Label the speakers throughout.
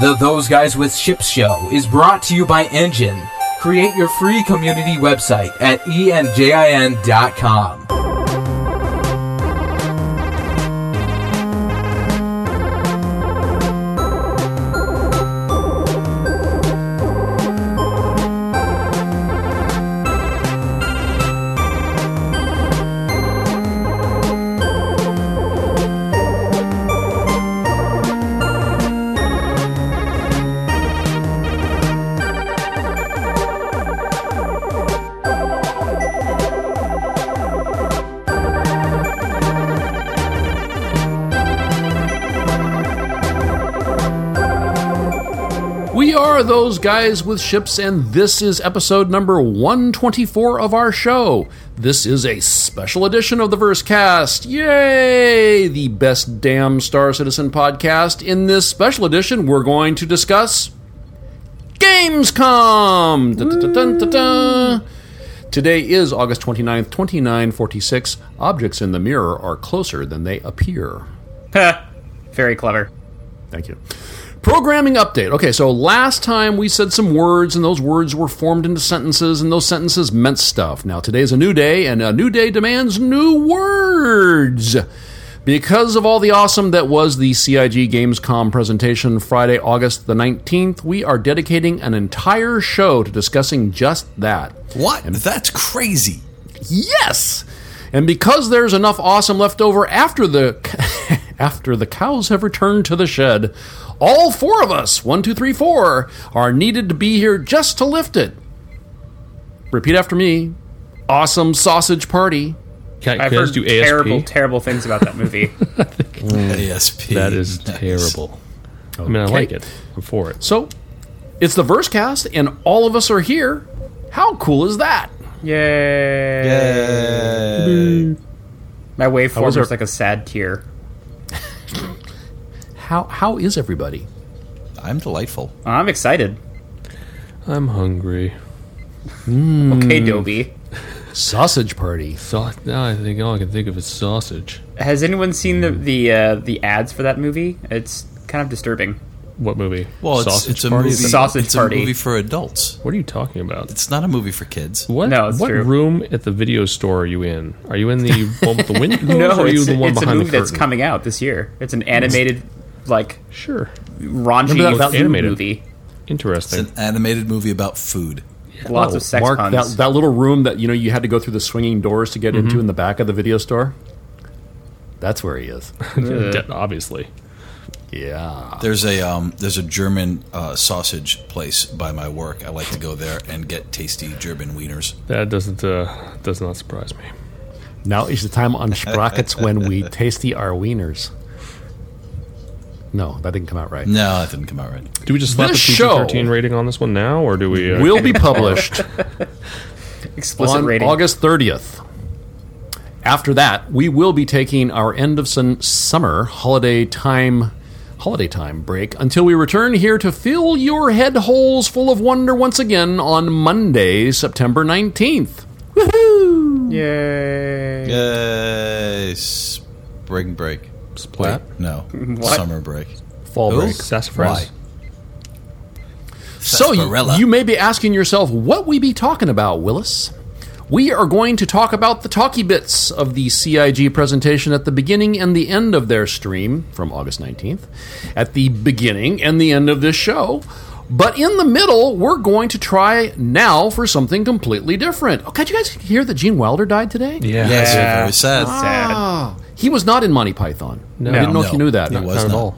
Speaker 1: The Those Guys with Ships show is brought to you by Engine. Create your free community website at E enjin.com.
Speaker 2: We are those guys with ships, and this is episode number 124 of our show. This is a special edition of the Verse Cast. Yay! The best damn Star Citizen podcast. In this special edition, we're going to discuss Gamescom! Dun, dun, dun, dun, dun, dun. Today is August 29th, 2946. Objects in the mirror are closer than they appear.
Speaker 3: Very clever.
Speaker 2: Thank you. Programming update. Okay, so last time we said some words, and those words were formed into sentences, and those sentences meant stuff. Now, today's a new day, and a new day demands new words. Because of all the awesome that was the CIG Gamescom presentation Friday, August the 19th, we are dedicating an entire show to discussing just that.
Speaker 4: What? That's crazy.
Speaker 2: Yes. And because there's enough awesome left over after the after the cows have returned to the shed, all four of us, one, two, three, four, are needed to be here just to lift it. Repeat after me. Awesome sausage party.
Speaker 5: Can,
Speaker 3: I've
Speaker 5: can I
Speaker 3: heard
Speaker 5: just do ASP?
Speaker 3: terrible, terrible things about that movie.
Speaker 4: ASP.
Speaker 5: that is
Speaker 4: Nice.
Speaker 5: terrible. I mean, I like it. I'm for it.
Speaker 2: So it's the verse cast, and all of us are here. How cool is that?
Speaker 3: Yay! My waveform
Speaker 5: was
Speaker 3: is
Speaker 5: our-
Speaker 3: like a sad tear.
Speaker 2: How how is everybody?
Speaker 4: I'm delightful.
Speaker 3: I'm excited.
Speaker 5: I'm hungry.
Speaker 3: Okay,
Speaker 5: Hmm.
Speaker 3: Dobie.
Speaker 2: Sausage party.
Speaker 5: So, now I think all I can think of is sausage.
Speaker 3: Has anyone seen the the uh, the ads for that movie? It's kind of disturbing.
Speaker 5: What movie?
Speaker 4: Well, it's,
Speaker 5: sausage
Speaker 4: it's a
Speaker 5: Party?
Speaker 4: movie.
Speaker 3: Sausage
Speaker 4: it's
Speaker 3: party.
Speaker 4: a movie for adults.
Speaker 5: What are you talking about?
Speaker 4: It's not a movie for kids.
Speaker 5: what?
Speaker 3: No, it's
Speaker 5: what
Speaker 3: true.
Speaker 5: room at the video store are you in? Are you in the one with the windows?
Speaker 3: No,
Speaker 5: or are you
Speaker 3: it's,
Speaker 5: the one
Speaker 3: it's a
Speaker 5: behind
Speaker 3: movie
Speaker 5: the
Speaker 3: that's
Speaker 5: curtain?
Speaker 3: coming out this year. It's an animated, like
Speaker 5: Sure,
Speaker 3: raunchy
Speaker 2: Remember that-
Speaker 3: food
Speaker 5: animated?
Speaker 3: movie.
Speaker 5: interesting.
Speaker 4: It's an animated movie about food.
Speaker 3: Lots
Speaker 5: Oh,
Speaker 3: of sex
Speaker 2: Oh, Mark,
Speaker 3: puns. Mm-hmm.
Speaker 2: that, that little room that you know you had to go through the swinging doors to get into in the back of the video store. That's where he is.
Speaker 5: De- obviously,
Speaker 2: yeah.
Speaker 4: There's a um, there's a German uh, sausage place by my work. I like to go there and get tasty German wieners.
Speaker 5: that doesn't uh, does not surprise me.
Speaker 2: Now is the time on sprockets when we tasty our wieners. No, that didn't come out right.
Speaker 4: No, that didn't come out right.
Speaker 5: Do we just slap
Speaker 2: This
Speaker 5: a PG-13
Speaker 2: show-
Speaker 5: rating on this one now, or do we? Uh,
Speaker 2: Will be published
Speaker 3: Explicit
Speaker 2: on
Speaker 3: rating.
Speaker 2: August 30th. After that, we will be taking our end of sun- summer holiday time holiday time break until we return here to fill your head holes full of wonder once again on Monday, September 19th.
Speaker 3: Yay!
Speaker 4: Yay! Spring break.
Speaker 5: splat
Speaker 4: No,
Speaker 3: What?
Speaker 4: summer break.
Speaker 2: Fall
Speaker 4: Who?
Speaker 2: break.
Speaker 5: sassafras?
Speaker 4: Why?
Speaker 2: So you,
Speaker 4: Sarsaparilla.
Speaker 2: you may be asking yourself what we be talking about, Willis. We are going to talk about the talkie bits of the CIG presentation at the beginning and the end of their stream from August 19th, at the beginning and the end of this show. But in the middle, we're going to try now for something completely different. Oh, could you guys hear that Gene Wilder died today?
Speaker 5: Yeah,
Speaker 4: Yes,
Speaker 3: Yeah.
Speaker 4: very sad.
Speaker 3: Sad.
Speaker 2: He was not in Monty Python.
Speaker 5: No.
Speaker 2: I didn't know
Speaker 4: No,
Speaker 2: if you knew that.
Speaker 4: he was
Speaker 5: not at
Speaker 4: not.
Speaker 5: all.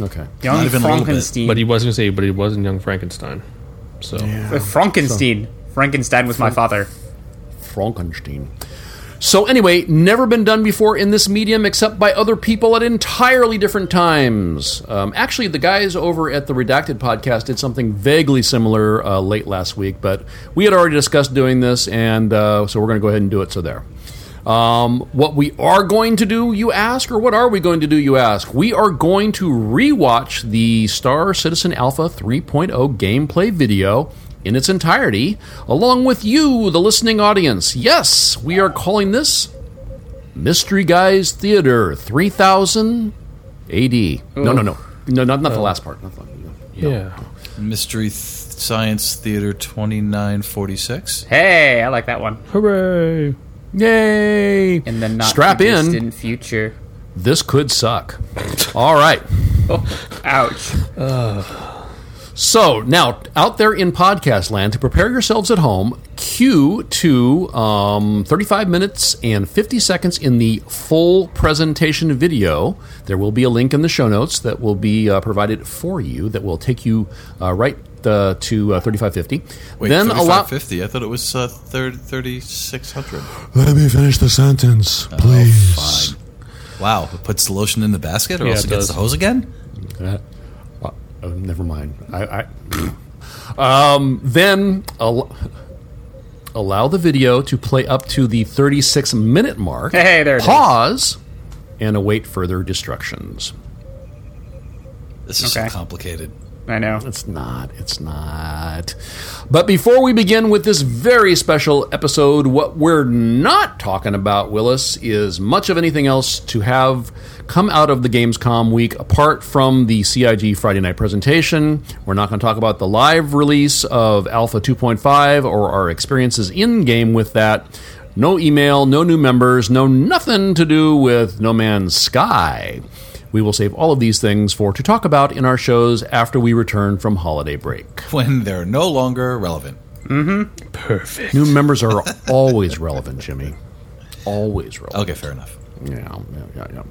Speaker 2: Okay.
Speaker 3: Young
Speaker 4: Not even a little bit.
Speaker 3: Frankenstein.
Speaker 5: But he was gonna say, but he was in Young Frankenstein. So
Speaker 3: Uh, Frankenstein. Frankenstein was my father.
Speaker 2: Frankenstein. So, anyway, never been done before in this medium except by other people at entirely different times. Um, actually, the guys over at the Redacted podcast did something vaguely similar uh, late last week, but we had already discussed doing this, and uh, so we're going to go ahead and do it. So, there. Um, what we are going to do, you ask, or what are we going to do, you ask? We are going to rewatch the Star Citizen Alpha 3.0 gameplay video in its entirety, along with you, the listening audience. Yes, we are calling this Mystery Guys Theater 3000 AD. No, no, no. No, not, not the last part. Not the,
Speaker 5: Yeah.
Speaker 4: Mystery th- Science Theater 2946.
Speaker 3: Hey, I like that one.
Speaker 5: Hooray!
Speaker 2: Yay!
Speaker 3: In the not
Speaker 2: Strap
Speaker 3: too
Speaker 2: in.
Speaker 3: distant future.
Speaker 2: This could suck. All right.
Speaker 3: Ouch.
Speaker 2: So now, out there in podcast land, to prepare yourselves at home, cue to um, 35 minutes and 50 seconds in the full presentation video. There will be a link in the show notes that will be uh, provided for you that will take you uh, right uh, to uh, 3550.
Speaker 4: Wait,
Speaker 2: then allow.
Speaker 4: 3550. I thought it was uh, thir- 3600.
Speaker 6: Let me finish the sentence, please.
Speaker 4: Fine. Wow, it puts the lotion in the basket or
Speaker 5: Yeah,
Speaker 4: else
Speaker 5: it
Speaker 4: it gets
Speaker 5: does.
Speaker 4: the hose again?
Speaker 2: Oh, never mind. I, I um, then al- allow the video to play up to the 36 minute mark.
Speaker 3: Hey, there it is.
Speaker 2: pause and await further instructions.
Speaker 4: This is
Speaker 3: Okay.
Speaker 4: so complicated.
Speaker 3: I know.
Speaker 2: It's not. It's not. But before we begin with this very special episode, what we're not talking about, Willis, is much of anything else to have come out of the Gamescom week apart from the CIG Friday night presentation. We're not going to talk about the live release of Alpha 2.5 or our experiences in game with that. No email, no new members, no nothing to do with No Man's Sky. We will save all of these things for to talk about in our shows after we return from holiday break.
Speaker 4: When they're no longer relevant.
Speaker 5: Perfect.
Speaker 2: New members are always relevant, Jimmy. Always relevant.
Speaker 4: Okay, fair enough.
Speaker 2: Yeah, yeah, yeah, yeah.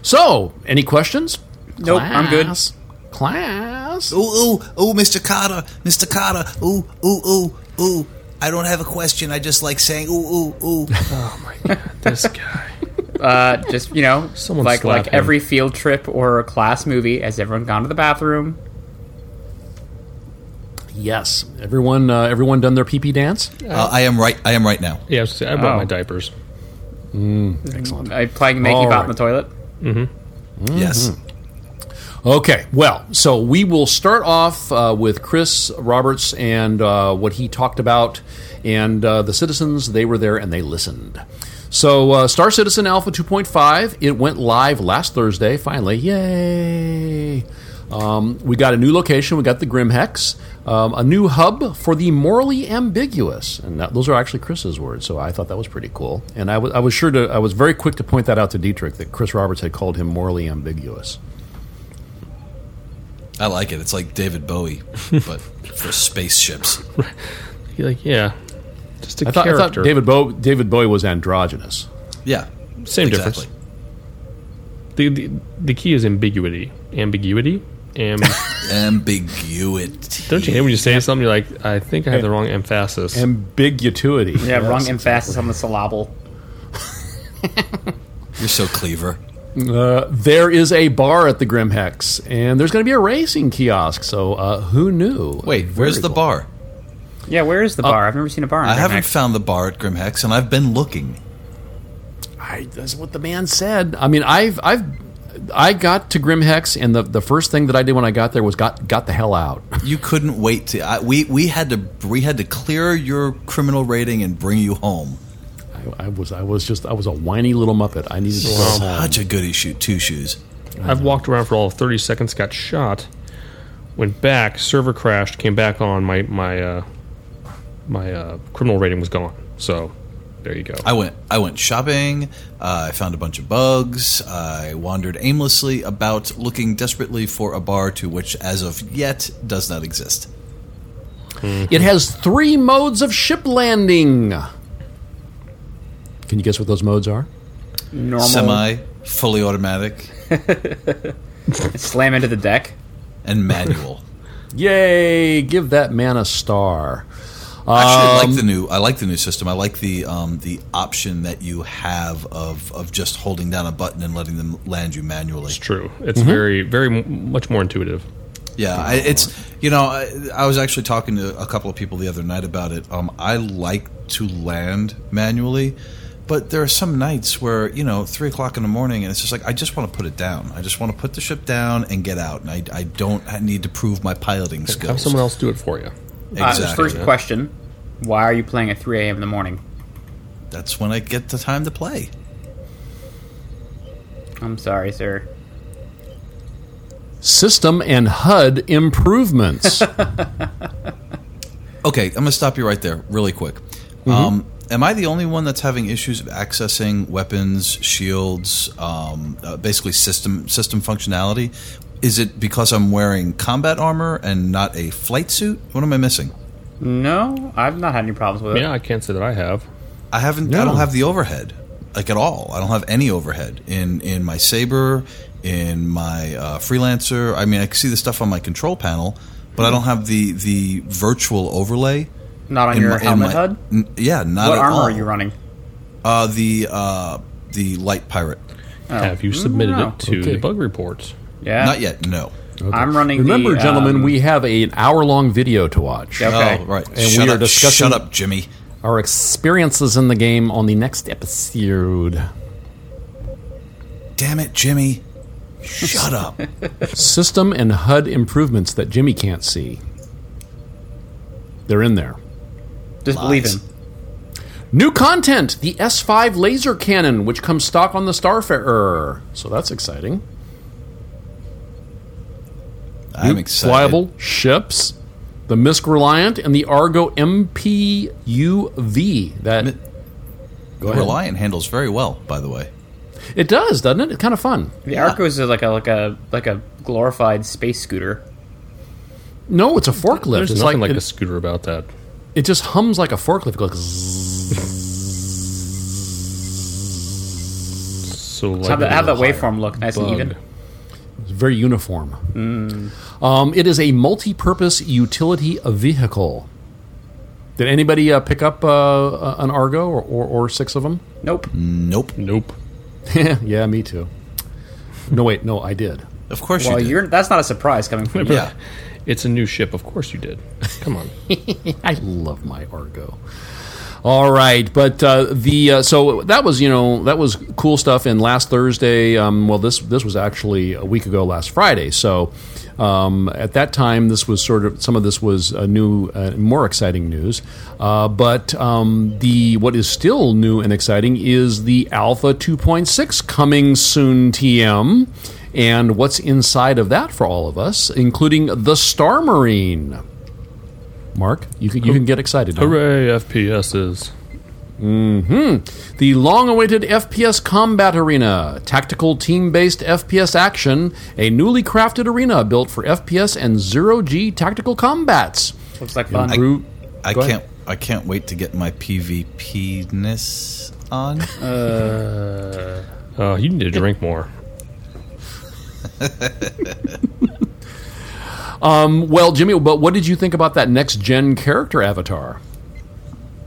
Speaker 2: So, any questions?
Speaker 3: Nope, I'm good.
Speaker 2: Class? Class.
Speaker 4: Ooh, ooh, ooh, Mr. Carter, Mr. Carter, ooh, ooh, ooh, ooh. I don't have a question. I just like saying ooh, ooh, ooh.
Speaker 5: this guy.
Speaker 3: Uh, just you know,
Speaker 5: Someone
Speaker 3: like
Speaker 5: slap
Speaker 3: like
Speaker 5: him.
Speaker 3: every field trip or a class movie, has everyone gone to the bathroom?
Speaker 2: Yes. Everyone. Uh, everyone done their PP dance.
Speaker 4: Uh, I am right. I am right now.
Speaker 5: Yeah, I, was gonna say, I brought
Speaker 3: Oh.
Speaker 5: my diapers.
Speaker 2: Excellent.
Speaker 3: Uh, playing Make
Speaker 2: All
Speaker 3: Bot
Speaker 2: right.
Speaker 3: in the toilet.
Speaker 4: Yes.
Speaker 2: Okay, well, so we will start off uh, with Chris Roberts and uh, what he talked about, and uh, the citizens, they were there and they listened. So, uh, Star Citizen Alpha 2.5, it went live last Thursday, finally. Yay! Um, we got a new location, we got the Grim Hex, um, a new hub for the morally ambiguous. And that, those are actually Chris's words, so I thought that was pretty cool. And I wa- I was sure to, I was very quick to point that out to Dietrich that Chris Roberts had called him morally ambiguous.
Speaker 4: I like it. It's like David Bowie, but for spaceships.
Speaker 5: He like, yeah, just a
Speaker 2: I thought, I
Speaker 5: character.
Speaker 2: thought David, Bo- David Bowie was androgynous.
Speaker 4: Yeah.
Speaker 5: Same
Speaker 4: Exactly.
Speaker 5: difference. The, the the key is ambiguity. Ambiguity. Amb-
Speaker 4: Ambiguity.
Speaker 5: Don't you hate when you say something? You're like, I think I have the wrong emphasis.
Speaker 2: Ambiguity.
Speaker 3: Yeah, wrong emphasis on the syllable.
Speaker 4: You're so cleaver.
Speaker 2: Uh, there is a bar at the Grim Hex, and there's going to be a racing kiosk. So uh, who knew?
Speaker 4: Wait,
Speaker 2: Very
Speaker 4: where's the
Speaker 2: cool.
Speaker 4: bar?
Speaker 3: Yeah, where is the bar? I've never seen a bar. In
Speaker 4: Uh, I
Speaker 3: Grand
Speaker 4: haven't
Speaker 3: Max.
Speaker 4: found the bar at Grim Hex, and I've been looking.
Speaker 2: I, that's what the man said. I mean, I've I've I got to Grim Hex, and the, the first thing that I did when I got there was got got the hell out.
Speaker 4: You couldn't wait to. I, we we had to we had to clear your criminal rating and bring you home.
Speaker 2: I, I was I was just I was a whiny little muppet. I needed to go home.
Speaker 4: Such a goody shoot, two shoes.
Speaker 5: I've walked around for all of 30 seconds, got shot, went back, server crashed, came back on. My my uh, my uh, criminal rating was gone. So there you go.
Speaker 4: I went I went shopping. Uh, I found a bunch of bugs. I wandered aimlessly about, looking desperately for a bar to which, as of yet, does not exist.
Speaker 2: It has three modes of ship landing. Can you guess what those modes are?
Speaker 3: normal
Speaker 4: Semi, fully automatic,
Speaker 3: slam into the deck.
Speaker 4: and manual.
Speaker 2: Yay! Give that man a star.
Speaker 4: Actually,
Speaker 5: Um,
Speaker 4: I like the new. I like the new system. I like the um, the option that you have of of just holding down a button and letting them land you manually.
Speaker 5: It's true. It's very, very m- much more intuitive.
Speaker 4: Yeah, I, it's you know I, I was actually talking to a couple of people the other night about it. Um, I like to land manually, but there are some nights where you know three o'clock in the morning and it's just like I just want to put it down. I just want to put the ship down and get out, and I, I don't need to prove my piloting skills.
Speaker 5: Have someone else do it for you.
Speaker 4: exactly.
Speaker 3: Uh, first question: Why are you playing at 3 a.m. in the morning?
Speaker 4: That's when I get the time to play.
Speaker 3: I'm sorry, sir.
Speaker 2: System and HUD improvements.
Speaker 4: Okay, I'm going to stop you right there, really quick.
Speaker 3: Mm-hmm.
Speaker 4: Um, am I the only one that's having issues accessing weapons, shields, um, uh, basically system system functionality? Is it because I'm wearing combat armor and not a flight suit? What am I missing?
Speaker 3: No, I've not had any problems with it.
Speaker 5: Yeah, I can't say that I have.
Speaker 4: I haven't. I don't have the overhead, like at all. I don't have any overhead in in my saber, in my uh, freelancer. I mean, I can see the stuff on my control panel, but I
Speaker 3: Mm-hmm.
Speaker 4: don't have the the virtual overlay.
Speaker 3: Not on
Speaker 4: in
Speaker 3: your
Speaker 4: my- in
Speaker 3: helmet
Speaker 4: my-
Speaker 3: HUD.
Speaker 4: N- yeah, not
Speaker 3: What
Speaker 4: at
Speaker 3: armor
Speaker 4: all.
Speaker 3: are you running?
Speaker 4: Uh, the uh, the light pirate.
Speaker 5: Have you submitted
Speaker 3: no.
Speaker 5: it to
Speaker 2: Okay.
Speaker 5: the bug report?
Speaker 3: Yeah,
Speaker 4: Not yet. No.
Speaker 3: I'm running.
Speaker 2: Remember,
Speaker 3: the,
Speaker 2: gentlemen,
Speaker 3: um,
Speaker 2: we have a- an hour long video to watch.
Speaker 3: Yep. Okay.
Speaker 4: Oh, right.
Speaker 2: And we
Speaker 4: shut
Speaker 2: are
Speaker 4: up.
Speaker 2: discussing-
Speaker 4: Shut up, Jimmy.
Speaker 2: Our experiences in the game on the next episode.
Speaker 4: Damn it, Jimmy. Shut up.
Speaker 2: System and HUD improvements that Jimmy can't see. They're in there.
Speaker 3: just believe
Speaker 4: Lies.
Speaker 3: him.
Speaker 2: New content the S5 laser cannon, which comes stock on the Starfarer. So that's exciting.
Speaker 4: I'm
Speaker 2: New
Speaker 4: excited.
Speaker 2: Flyable ships, the Misk Reliant, and the Argo MPUV. That
Speaker 4: Mi-
Speaker 2: Go ahead.
Speaker 4: Reliant handles very well, by the way.
Speaker 2: It does, doesn't it? It's kind of fun.
Speaker 3: The Arco is like a like a like a glorified space scooter.
Speaker 2: No, it's a forklift.
Speaker 5: There's
Speaker 2: it's
Speaker 5: nothing like,
Speaker 2: it,
Speaker 5: a scooter about that.
Speaker 2: it just hums like a forklift. It goes zzz.
Speaker 5: So
Speaker 3: How
Speaker 5: like
Speaker 3: that, how that waveform look? Nice and even.
Speaker 2: It's very uniform.
Speaker 4: Mm.
Speaker 2: Um, it is a multi-purpose utility vehicle. Did anybody uh, pick up uh, uh, an Argo or, or, or six of them?
Speaker 3: Nope.
Speaker 4: Mm, Nope.
Speaker 5: Nope.
Speaker 2: yeah, me too. No, wait, no, I did.
Speaker 4: Of course
Speaker 3: Well,
Speaker 4: you did.
Speaker 3: you're that's not a surprise coming from you.
Speaker 4: yeah.
Speaker 5: It's a new ship. Of course you did. Come on.
Speaker 2: I love my Argo. All right, but uh, the uh, so that was you know that was cool stuff. And last Thursday, um, well, this this was actually a week ago, last Friday. So um, at that time, this was sort of some of this was uh, new, uh, more exciting news. Uh, but um, the what is still new and exciting is the Alpha 2.6 coming soon. TM. And what's inside of that for all of us, including the Star Marine? Mark, you can, you can get excited. now.
Speaker 5: Hooray, FPSs.
Speaker 2: Hmm. The long awaited FPS combat arena, tactical team based FPS action, a newly crafted arena built for FPS and zero G tactical combats.
Speaker 3: Looks like fun.
Speaker 2: Brew-
Speaker 4: I
Speaker 2: Go ahead.
Speaker 4: can't. I can't wait to get my PvPness on.
Speaker 5: Uh, you need to drink more.
Speaker 2: well, Jimmy, but what did you think about that next gen character avatar?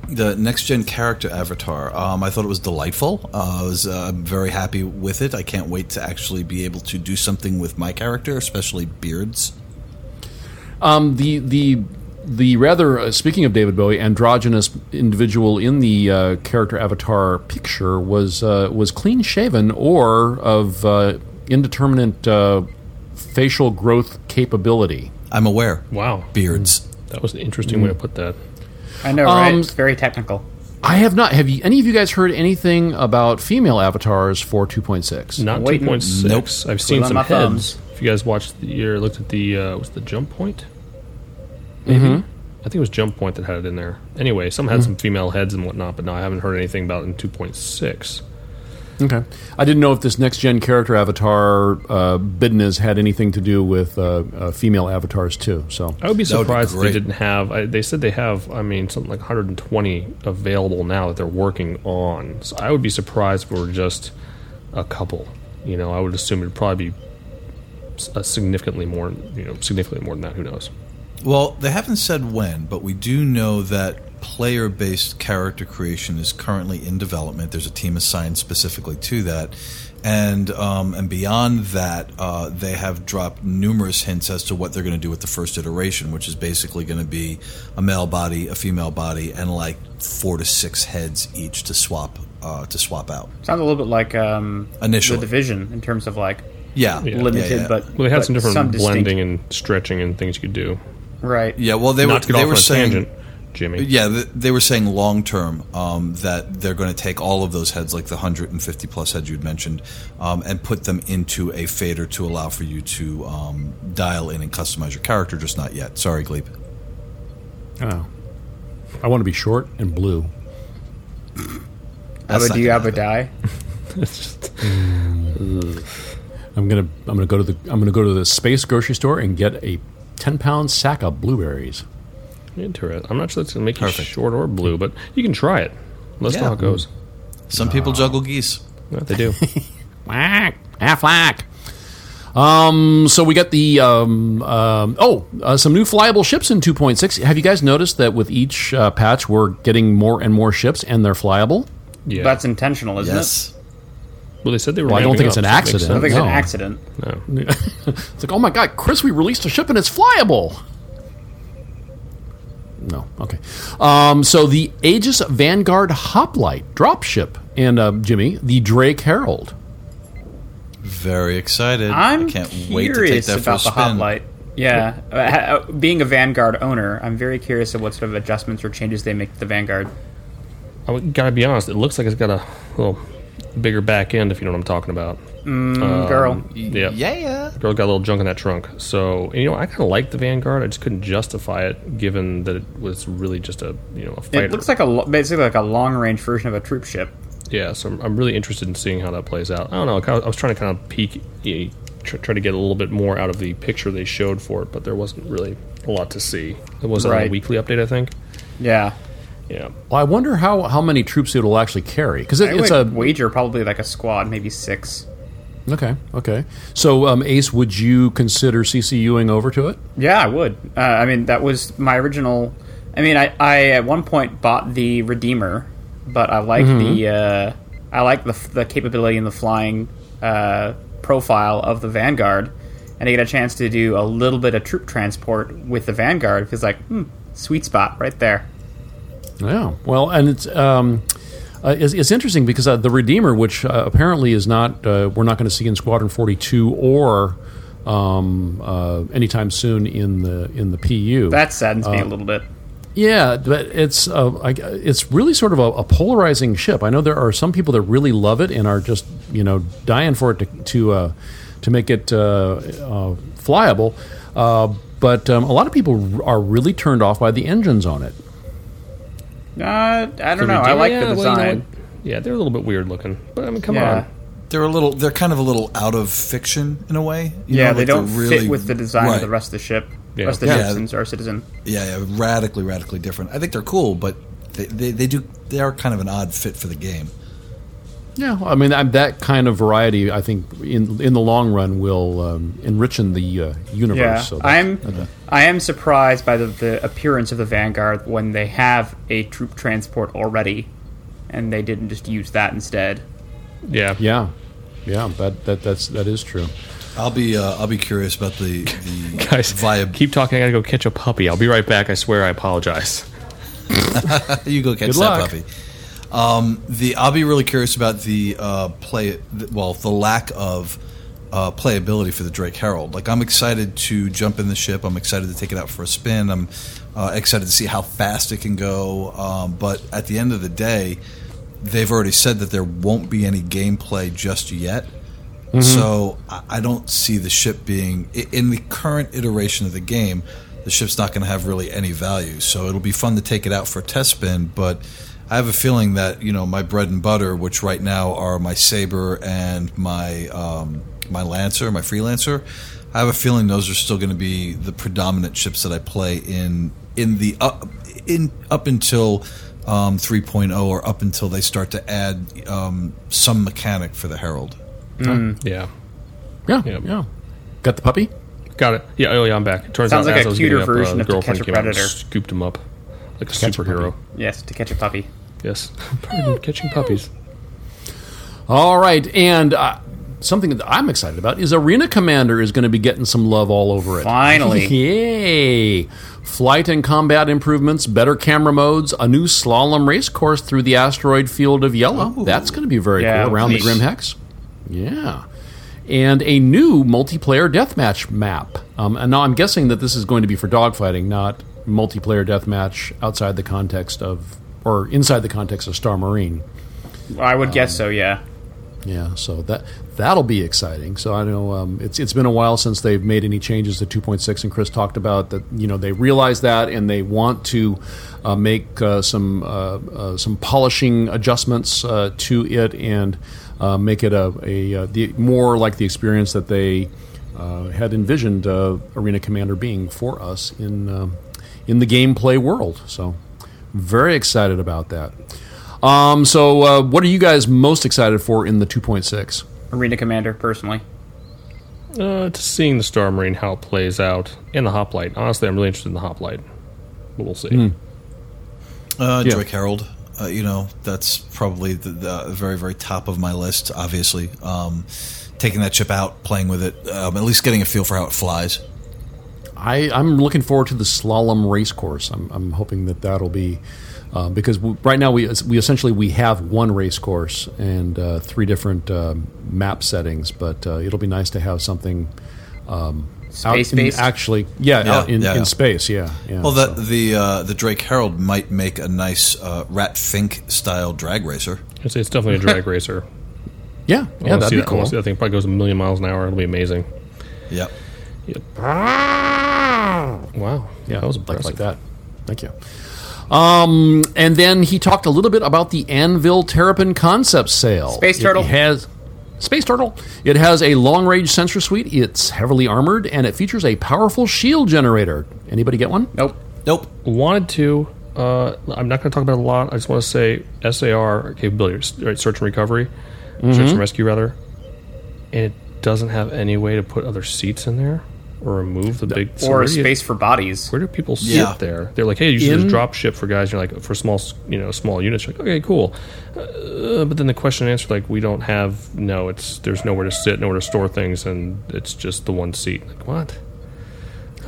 Speaker 4: the next gen character avatar. Um, I thought it was delightful. Uh, I was uh, very happy with it. I can't wait to actually be able to do something with my character, especially beards.
Speaker 2: Um, the the the rather uh, speaking of David Bowie, androgynous individual in the uh, character avatar picture was uh, was clean shaven or of uh, indeterminate uh, facial growth capability.
Speaker 4: I'm aware.
Speaker 5: Wow.
Speaker 4: Beards.
Speaker 5: That was an interesting way to put that.
Speaker 3: I know, right?
Speaker 2: Um,
Speaker 3: it's very technical.
Speaker 2: I have not. Have you, any of you guys heard anything about female avatars for 2.6?
Speaker 5: Not
Speaker 3: Wait,
Speaker 5: two point
Speaker 4: nope.
Speaker 5: six. I've seen
Speaker 3: on
Speaker 5: some
Speaker 3: my
Speaker 5: heads.
Speaker 3: thumbs.
Speaker 5: If you guys watched the, or looked at the uh, was the jump point,
Speaker 4: Mm-hmm.
Speaker 5: maybe I think it was jump point that had it in there. Anyway, some had some female heads and whatnot, but no, I haven't heard anything about it in two point six.
Speaker 2: Okay. I didn't know if this next gen character avatar uh, Bidnez had anything to do with uh, uh, female avatars too. So
Speaker 5: I would be
Speaker 4: That would be
Speaker 5: surprised if they
Speaker 4: great.
Speaker 5: didn't have. I, they said they have. I mean, something like 120 available now that they're working on. So I would be surprised if it were just a couple. You know, I would assume it'd probably be s- uh, significantly more. You know, significantly more than that. Who knows?
Speaker 4: Well, they haven't said when, but we do know that player based character creation is currently in development. There's a team assigned specifically to that. And um, and beyond that, uh, they have dropped numerous hints as to what they're going to do with the first iteration, which is basically going to be a male body, a female body, and like four to six heads each to swap uh, to swap out.
Speaker 3: Sounds a little bit like um,
Speaker 4: Initially.
Speaker 3: the division in terms of like
Speaker 4: Yeah,
Speaker 3: limited,
Speaker 4: Yeah, yeah.
Speaker 3: but
Speaker 5: Well, they had
Speaker 3: but
Speaker 5: some different
Speaker 3: distinct-
Speaker 5: blending and stretching and things you could do.
Speaker 3: Right.
Speaker 4: yeah. Well, they
Speaker 5: Not
Speaker 4: were
Speaker 5: to get
Speaker 4: they
Speaker 5: off
Speaker 4: were
Speaker 5: on a
Speaker 4: saying
Speaker 5: tangent. Jimmy.
Speaker 4: Yeah, th- they were saying long term um, that they're going to take all of those heads, like the 150 plus heads you'd mentioned, um, and put them into a fader to allow for you to um, dial in and customize your character, just not yet. Sorry, Gleep.
Speaker 2: Oh. I want to be short and blue.
Speaker 3: Abba
Speaker 4: That's not
Speaker 3: do you
Speaker 4: gonna
Speaker 3: Abba die?
Speaker 5: It's just-
Speaker 2: I'm gonna I'm gonna go to the I'm gonna go to the space grocery store and get a ten pound sack of blueberries.
Speaker 5: Interesting. I'm not sure that's going to make you
Speaker 4: Perfect.
Speaker 5: short or blue, but you can try it. Let's know
Speaker 4: Yeah.
Speaker 5: how it goes.
Speaker 4: Some people juggle geese.
Speaker 5: Yeah, they do.
Speaker 2: Whack. Affleck. Um, so we got the um, um, oh uh, some new flyable ships in 2.6. Have you guys noticed that with each uh, patch we're getting more and more ships and they're flyable?
Speaker 5: Yeah.
Speaker 3: That's intentional, isn't
Speaker 4: Yes.
Speaker 5: well, they said they were.
Speaker 2: Well, I don't
Speaker 5: ramping
Speaker 2: think it's
Speaker 5: up,
Speaker 2: an
Speaker 5: so it makes
Speaker 2: accident.
Speaker 3: it? I don't think it's
Speaker 2: No.
Speaker 3: an accident.
Speaker 5: sense. No.
Speaker 2: It's like oh my god, Chris, we released a ship and it's flyable. No, okay. Um, so the Aegis Vanguard Hoplite dropship and uh, Jimmy the Drake Herald.
Speaker 4: Very excited.
Speaker 3: I'm
Speaker 4: I can't
Speaker 3: curious
Speaker 4: wait to take that
Speaker 3: about
Speaker 4: for a
Speaker 3: the
Speaker 4: spin.
Speaker 3: hoplite. Yeah, Uh, ha- being a Vanguard owner, I'm very curious of what sort of adjustments or changes they make to the Vanguard.
Speaker 5: I gotta be honest. It looks like it's got a little bigger back end, if you know what I'm talking about.
Speaker 3: Mm,
Speaker 5: Uh,
Speaker 3: Girl,
Speaker 5: Yeah.
Speaker 4: Yeah, yeah.
Speaker 5: Girl got a little junk in that trunk. So and, you know, I kind of liked the Vanguard. I just couldn't justify it, given that it was really just a you know a fighter.
Speaker 3: it looks like a lo- basically like a long range version of a troop ship.
Speaker 5: yeah. So I'm, I'm really interested in seeing how that plays out. I don't know. I kinda- I was trying to kind of peek, you know, tr- try to get a little bit more out of the picture they showed for it, but there wasn't really a lot to see. It was on a
Speaker 3: Right.
Speaker 5: weekly update, I think.
Speaker 3: Yeah,
Speaker 5: Yeah.
Speaker 2: Well, I wonder how, how many troops it'll actually carry because it,
Speaker 3: I
Speaker 2: it's
Speaker 3: would
Speaker 2: a
Speaker 3: wager probably like a squad, maybe six.
Speaker 2: Okay, okay. So, um, Ace, would you consider CCUing over to it?
Speaker 3: Yeah, I would. Uh, I mean, that was my original. I mean, I, I at one point bought the Redeemer, but I like
Speaker 5: Mm-hmm.
Speaker 3: the uh, I like the f- the capability and the flying uh, profile of the Vanguard, and I get a chance to do a little bit of troop transport with the Vanguard. Feels like hmm, sweet spot right there.
Speaker 2: Yeah. Well, and it's um, uh, it's, it's interesting because uh, the Redeemer, which uh, apparently is not, uh, we're not going to see in Squadron Forty Two or um, uh, anytime soon in the in the PU.
Speaker 3: That saddens
Speaker 5: Oh.
Speaker 3: me a little bit.
Speaker 2: Yeah, but it's uh, I, it's really sort of a, a polarizing ship. I know there are some people that really love it and are just you know dying for it to to uh, to make it uh, uh, flyable, uh, but um, a lot of people are really turned off by the engines on it.
Speaker 3: Uh, I don't know. I like the
Speaker 5: Yeah, well, you know
Speaker 3: design.
Speaker 5: what? yeah, they're a little bit weird looking, but I mean, come
Speaker 3: Yeah.
Speaker 5: on.
Speaker 4: They're a little. They're kind of a little out of fiction in a way. You
Speaker 3: yeah,
Speaker 4: know,
Speaker 3: they
Speaker 4: like,
Speaker 3: don't
Speaker 4: they're
Speaker 3: fit with the design of
Speaker 4: right.
Speaker 3: the rest of the ship.
Speaker 5: Yeah.
Speaker 3: Rest of the
Speaker 4: Yeah.
Speaker 3: ship since our citizen.
Speaker 4: Yeah, yeah, radically, radically different. I think they're cool, but they, they, they do. They are kind of an odd fit for the game.
Speaker 2: Yeah, I mean i that kind of variety. I think in in the long run will um, enrich in the uh, universe.
Speaker 3: Yeah,
Speaker 2: so that-
Speaker 3: I'm I am surprised by the, the appearance of the Vanguard when they have a troop transport already, and they didn't just use that instead.
Speaker 5: Yeah.
Speaker 2: yeah, yeah. That that that's that is true.
Speaker 4: I'll be uh, I'll be curious about the the
Speaker 5: Guys,
Speaker 4: vibe.
Speaker 5: keep talking. I gotta go catch a puppy. I'll be right back. I swear. I apologize.
Speaker 4: you go catch
Speaker 2: Good
Speaker 4: that
Speaker 2: luck.
Speaker 4: puppy. Um, the I'll be really curious about the uh, play. th- Well, the lack of uh, playability for the Drake Herald. Like I'm excited to jump in the ship. I'm excited to take it out for a spin. I'm uh, excited to see how fast it can go. Um, but at the end of the day, they've already said that there won't be any gameplay just yet. So I I don't see the ship being i- in the current iteration of the game. The ship's not going to have really any value. So it'll be fun to take it out for a test spin, but I have a feeling that you know my bread and butter, which right now are my saber and my um, my lancer, my freelancer. I have a feeling those are still going to be the predominant ships that I play in in the up in up until um, 3.0 or up until they start to add um, some mechanic for the herald.
Speaker 5: Yeah.
Speaker 2: Yeah,
Speaker 5: Yep.
Speaker 2: yeah. Got the puppy.
Speaker 5: Got it. Yeah. Oh, yeah. I'm back. Turns
Speaker 3: Sounds
Speaker 5: out
Speaker 3: like
Speaker 5: as
Speaker 3: a
Speaker 5: I was
Speaker 3: cuter
Speaker 5: getting up, uh,
Speaker 3: version
Speaker 5: the
Speaker 3: of To
Speaker 5: girlfriend
Speaker 3: Catch a
Speaker 5: came out and
Speaker 3: Predator.
Speaker 5: scooped him up like a
Speaker 2: Catch a
Speaker 5: superhero.
Speaker 3: Yes, to catch a puppy.
Speaker 5: yes. Pardon, Catching puppies.
Speaker 2: All right, and uh, something that I'm excited about is Arena Commander is going to be getting some love all over it.
Speaker 3: Finally.
Speaker 2: Yay! Flight and combat improvements, better camera modes, a new slalom race course through the asteroid field of yellow. That's going to be very
Speaker 3: Oh. Yeah,
Speaker 2: cool around
Speaker 3: please.
Speaker 2: the Grim Hex. Yeah. And a new multiplayer deathmatch map. Um, and now I'm guessing that this is going to be for dogfighting, not multiplayer deathmatch outside the context of or inside the context of Star Marine.
Speaker 3: I would guess so. Yeah.
Speaker 2: Yeah, so that that'll be exciting. So I know um, it's it's been a while since they've made any changes to 2.6, and Chris talked about that. You know, they realize that and they want to uh, make uh, some uh, uh, some polishing adjustments uh, to it and uh, make it a, a, uh the more like the experience that they uh, had envisioned uh, Arena Commander being for us in um in the gameplay world. So very excited about that. Um, so, uh, what are you guys most excited for in the 2.6?
Speaker 3: Arena Commander, personally.
Speaker 5: Uh, to seeing the Star Marine how it plays out and the Hoplite. Honestly, I'm really interested in the Hoplite, but we'll see.
Speaker 4: Uh,
Speaker 2: Yeah.
Speaker 4: Drake Herald. Uh, you know, that's probably the, the very, very top of my list, obviously. Um, taking that chip out, playing with it, um, at least getting a feel for how it flies.
Speaker 2: I, I'm looking forward to the slalom race course. I'm, I'm hoping that that'll be uh, because we, right now we we essentially we have one race course and uh, three different um map settings, but uh, it'll be nice to have something out in,
Speaker 3: Space-based?
Speaker 2: actually, yeah,
Speaker 4: Yeah,
Speaker 2: out in,
Speaker 4: yeah, yeah.
Speaker 2: in space, yeah, yeah.
Speaker 4: Well,
Speaker 2: so.
Speaker 4: the the, uh, the Drake Herald might make a nice uh, Rat Fink style drag racer.
Speaker 5: I'd say it's definitely a drag racer.
Speaker 2: yeah,
Speaker 5: I
Speaker 2: yeah,
Speaker 5: wanna
Speaker 2: that'd
Speaker 5: see
Speaker 2: be
Speaker 5: that. I wanna
Speaker 2: cool.
Speaker 5: see that thing probably goes a million miles an hour. It'll be amazing.
Speaker 4: Yep.
Speaker 5: Wow. Yeah, that was
Speaker 2: like,
Speaker 5: impressive.
Speaker 2: like that. Thank you. Um, and then he talked a little bit about the Anvil Terrapin concept sale.
Speaker 3: Space
Speaker 2: It
Speaker 3: turtle.
Speaker 2: has space turtle. It has a long-range sensor suite. It's heavily armored and it features a powerful shield generator. Anybody get one?
Speaker 3: Nope.
Speaker 4: Nope.
Speaker 5: Wanted to. Uh, I'm not going to talk about it a lot. I just want to say SAR capabilities, right? Search and recovery, search and rescue, rather. And it doesn't have any way to put other seats in there or remove the big. so
Speaker 3: or
Speaker 5: where
Speaker 3: a
Speaker 5: do you-
Speaker 3: space for bodies.
Speaker 5: Where do people sit
Speaker 4: Yeah.
Speaker 5: there? They're like, hey, you should
Speaker 2: In-
Speaker 5: just drop ship for guys. You're like, for small, s- you know, small units. You're like, okay, cool. Uh, but then the question and answer, like, we don't have. No, it's there's nowhere to sit, nowhere to store things, and it's just the one seat. Like, what?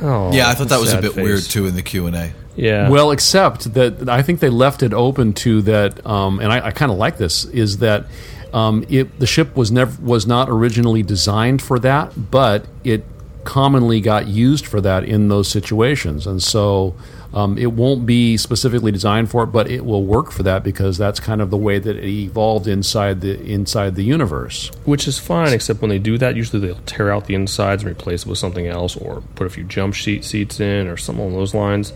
Speaker 5: Oh,
Speaker 4: Yeah, I thought that was a
Speaker 5: sad
Speaker 4: bit
Speaker 5: face.
Speaker 4: weird too in the Q and A.
Speaker 5: Yeah.
Speaker 2: Well, except that I think they left it open to that, um, and I, I kind of like this is that um, it, the ship was never was not originally designed for that, but it commonly got used for that in those situations, and so um, it won't be specifically designed for it, but it will work for that because that's kind of the way that it evolved inside the inside the universe.
Speaker 5: Which is fine, except when they do that, usually they'll tear out the insides and replace it with something else, or put a few jump sheet seats in, or something along those lines.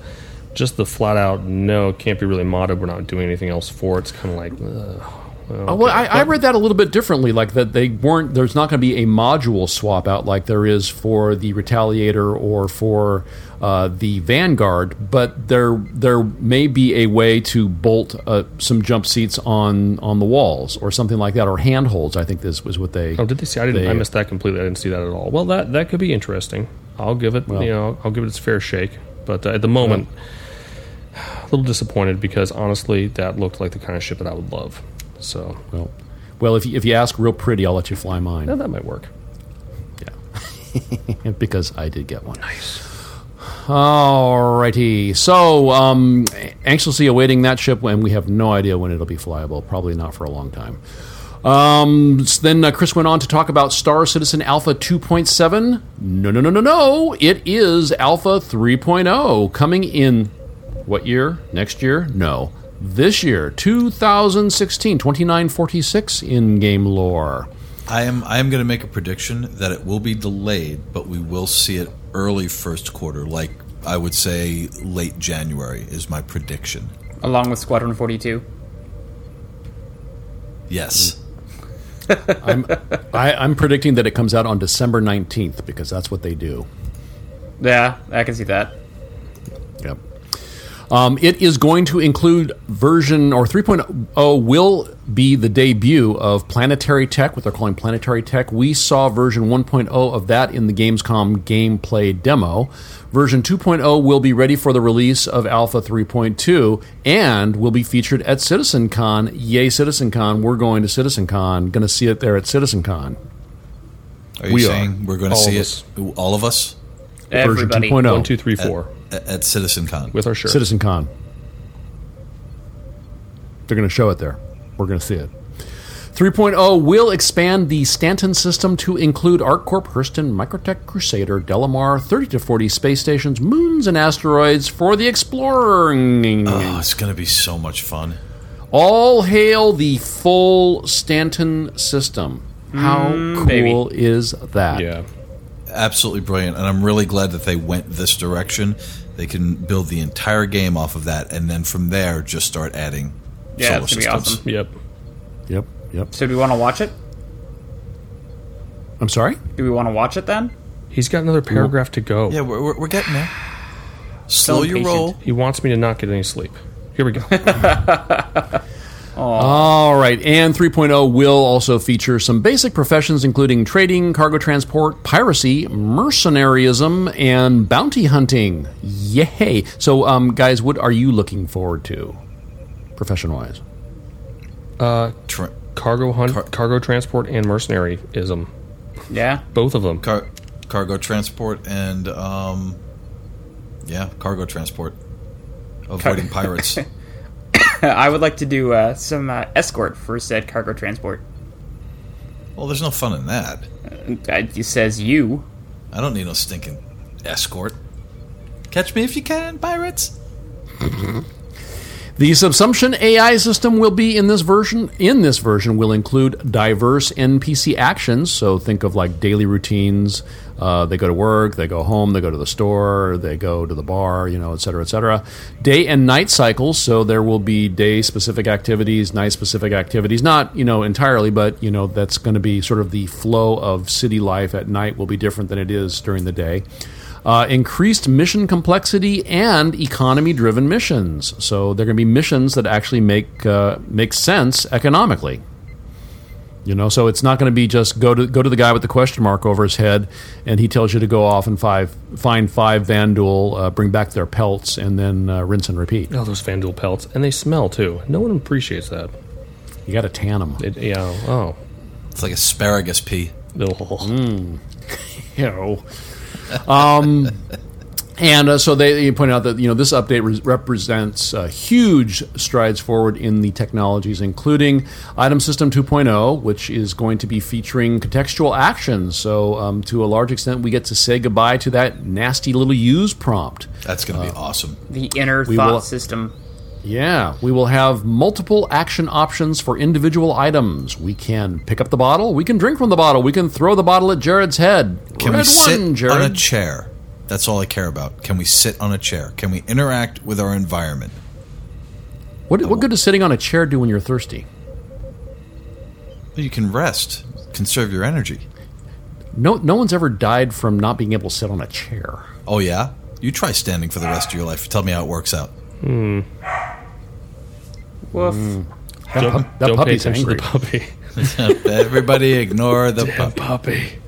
Speaker 5: Just the flat out no, it can't be really modded. We're not doing anything else for it. It's kind of like, ugh,
Speaker 2: Uh, Well, I, I read that a little bit differently, like that they weren't. There's not going to be a module swap out like there is for the Retaliator or for uh, the Vanguard, but there there may be a way to bolt uh, some jump seats on on the walls or something like that, or handholds. I think this was what they.
Speaker 5: Oh, did they see? I didn't. I
Speaker 2: They-
Speaker 5: missed that completely. I didn't see that at all. Well, that that could be interesting. I'll give it. you know, I'll give it its fair shake. But uh, at the moment, a little disappointed because honestly, that looked like the kind of ship that I would love. So
Speaker 2: Well, well, if you, if you ask real pretty, I'll let you fly mine.
Speaker 5: yeah, that might work.
Speaker 2: because I did get one. Nice. Alrighty. So, um, anxiously awaiting that ship, and we have no idea when it'll be flyable. Probably not for a long time. Um, s- then uh, Chris went on to talk about Star Citizen Alpha 2.7. No, no, no, no, no. It is Alpha 3.0 coming in what year? Next year? No. This year, 2016, 2946 in game lore.
Speaker 4: I am I am going to make a prediction that it will be delayed, but we will see it early first quarter. Like I would say, late January is my prediction.
Speaker 3: Along with Squadron 42.
Speaker 4: Yes.
Speaker 2: I'm, I, I'm predicting that it comes out on December 19th because that's what they do.
Speaker 3: Yeah, I can see that.
Speaker 2: Yep. Um, it is going to include version or 3.0 will be the debut of planetary tech, what they're calling planetary tech. We saw version 1.0 of that in the Gamescom gameplay demo. Version 2.0 will be ready for the release of Alpha 3.2 and will be featured at CitizenCon. Yay, CitizenCon! We're going to CitizenCon. Going to see it there at CitizenCon.
Speaker 4: Are you
Speaker 2: We are.
Speaker 4: saying we're going to
Speaker 5: All
Speaker 4: see
Speaker 5: of
Speaker 4: it? All of us
Speaker 3: Everybody.
Speaker 2: Version 2.0.
Speaker 5: One, two, three, four
Speaker 4: at, at CitizenCon.
Speaker 5: with our shirt.
Speaker 2: Oh. Citizen Con. They're going to show it there. We're going to see it. 3.0 will expand the Stanton system to include ArcCorp, Hurston, Microtech, Crusader, Delamar, 30 to 40 space stations, moons, and asteroids for the exploring.
Speaker 4: Oh, it's going to be so much fun.
Speaker 2: All hail the full Stanton system. How cool is that?
Speaker 5: Yeah.
Speaker 4: Absolutely brilliant. And I'm really glad that they went this direction. They can build the entire game off of that, and then from there, just start adding
Speaker 3: Yeah,
Speaker 4: solar
Speaker 3: it's gonna be
Speaker 4: systems.
Speaker 3: awesome.
Speaker 5: Yep.
Speaker 2: Yep, yep.
Speaker 3: So do we want to watch it?
Speaker 2: I'm sorry?
Speaker 3: Do we want to watch it then?
Speaker 5: He's got another paragraph to go.
Speaker 4: Yeah, we're, we're, we're getting there. Slow your
Speaker 3: impatient.
Speaker 4: roll.
Speaker 5: He wants me to not get any sleep. Here we go.
Speaker 2: All right, and 3.0 will also feature some basic professions, including trading, cargo transport, piracy, mercenaryism, and bounty hunting. Yay! So, um, guys, what are you looking forward to, profession-wise?
Speaker 4: Tra-
Speaker 5: cargo hunt,
Speaker 4: Car-
Speaker 5: cargo transport, and mercenaryism.
Speaker 3: Yeah.
Speaker 5: Both of them.
Speaker 4: car- cargo transport and, um, yeah, cargo transport. Avoiding pirates.
Speaker 3: I would like to do uh, some uh, escort for said cargo transport.
Speaker 4: well, there's no fun in that.
Speaker 3: Uh, It says you.
Speaker 4: I don't need no stinking escort. Catch me if you can, pirates.
Speaker 2: The subsumption AI system will be in this version. In this version, will include diverse NPC actions. So think of like daily routines. Uh, they go to work, they go home, they go to the store, they go to the bar, you know, et cetera, et cetera. Day and night cycles. So there will be day specific activities, night specific activities. Not you know entirely, but you know that's going to be sort of the flow of city life at night will be different than it is during the day uh, increased mission complexity and economy-driven missions. So they're going to be missions that actually make uh, make sense economically. You know, so it's not going to be just go to go to the guy with the question mark over his head, and he tells you to go off and five find five Vanduul, uh, bring back their pelts, and then uh, rinse and repeat.
Speaker 5: Oh, those FanDuel pelts. And they smell too. No one appreciates that.
Speaker 2: You got to tan them.
Speaker 5: It, yeah. Oh.
Speaker 4: It's like asparagus pea.
Speaker 5: Ugh.
Speaker 2: you know. Um, and uh, so they, they point out that you know this update re- represents uh, huge strides forward in the technologies, including Item System 2.0, which is going to be featuring contextual actions. So um, to a large extent, we get to say goodbye to that nasty little use prompt.
Speaker 4: That's going to be awesome.
Speaker 3: The inner thought
Speaker 2: will-
Speaker 3: system.
Speaker 2: Yeah, we will have multiple action options for individual items. We can pick up the bottle. We can drink from the bottle. We can throw the bottle at Jared's head.
Speaker 4: Can
Speaker 2: Red
Speaker 4: we sit
Speaker 2: one, Jared.
Speaker 4: on a chair? That's all I care about. Can we sit on a chair? Can we interact with our environment?
Speaker 2: What, what good does sitting on a chair do when you're thirsty?
Speaker 4: You can rest, conserve your energy.
Speaker 2: No, no one's ever died from not being able to sit on a chair.
Speaker 4: Oh yeah, you try standing for the rest of your life. Tell me how it works out.
Speaker 3: Woof.
Speaker 2: That, pup, that
Speaker 5: Don't pay
Speaker 2: puppy's
Speaker 5: attention
Speaker 2: angry.
Speaker 5: to the puppy.
Speaker 4: Everybody ignore the pup.
Speaker 5: Puppy.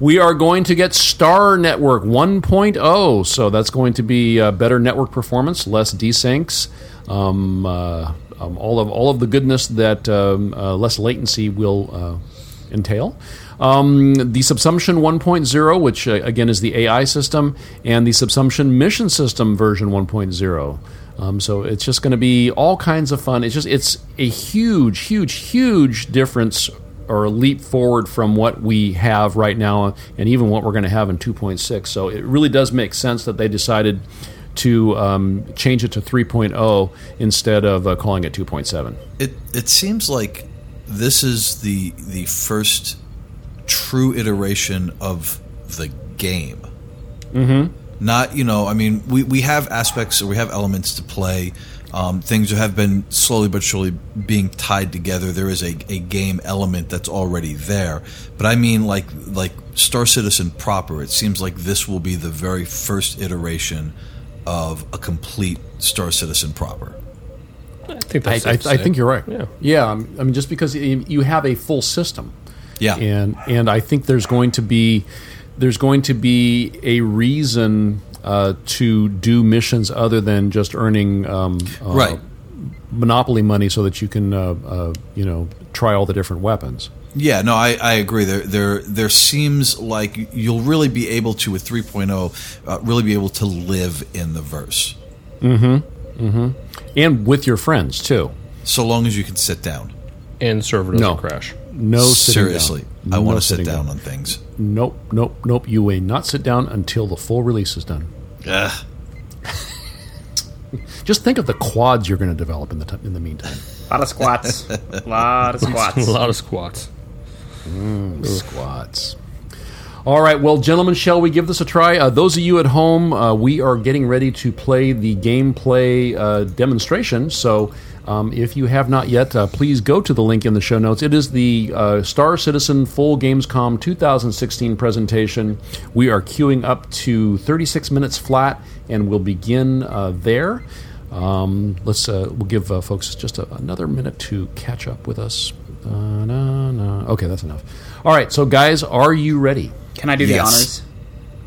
Speaker 2: We are going to get Star Network 1.0, so that's going to be uh, better network performance, less desyncs, um, uh, um, all of all of the goodness that um, uh, less latency will uh, entail. Um, the Subsumption 1.0, which uh, again is the AI system, and the Subsumption Mission System version 1.0. Um, so it's just going to be all kinds of fun. It's just it's a huge, huge, huge difference or a leap forward from what we have right now and even what we're going to have in 2.6. So it really does make sense that they decided to um, change it to 3.0 instead of uh, calling it 2.7.
Speaker 4: It it seems like this is the the first true iteration of the game. Mm-hmm. Not you know, I mean, we we have aspects, we have elements to play. Um, things have been slowly but surely being tied together. There is a, a game element that's already there, but I mean, like like Star Citizen proper. It seems like this will be the very first iteration of a complete Star Citizen proper.
Speaker 5: I think
Speaker 2: I,
Speaker 5: that's
Speaker 2: I,
Speaker 5: safe to
Speaker 2: I
Speaker 5: say.
Speaker 2: think you're right.
Speaker 5: Yeah.
Speaker 2: yeah. um, I mean, just because y- you have a full system,
Speaker 4: Yeah,
Speaker 2: and and I think there's going to be there's going to be a reason uh, to do missions other than just earning um, uh,
Speaker 4: right.
Speaker 2: monopoly money so that you can uh, uh, you know try all the different weapons.
Speaker 4: Yeah, no, I, I agree. There, there, there seems like you'll really be able to with 3.0, uh, really be able to live in the verse,
Speaker 2: and with your friends too.
Speaker 4: so long as you can sit down.
Speaker 5: and server doesn't
Speaker 2: No.
Speaker 5: crash.
Speaker 2: No, sitting down.
Speaker 4: Seriously, I
Speaker 2: No
Speaker 4: want to sit
Speaker 2: sitting
Speaker 4: down, on things.
Speaker 2: Nope, nope, nope. You may not sit down until the full release is done.
Speaker 4: Ugh.
Speaker 2: Just think of the quads you're going to develop in the t- in the meantime.
Speaker 3: A lot of squats. A lot of
Speaker 5: A
Speaker 3: squats.
Speaker 5: lot of squats.
Speaker 2: Squats. All right, well, gentlemen, shall we give this a try? Uh, those of you at home, uh, we are getting ready to play the gameplay uh, demonstration. So, um, if you have not yet, uh, please go to the link in the show notes. It is the uh, Star Citizen Full Gamescom 2016 presentation. We are queuing up to 36 minutes flat, and we'll begin uh, there. Um, let's uh, we'll give uh, folks just a, another minute to catch up with us. Uh, na, na. Okay, that's enough. All right, so guys, are you ready?
Speaker 3: Can I do
Speaker 4: Yes.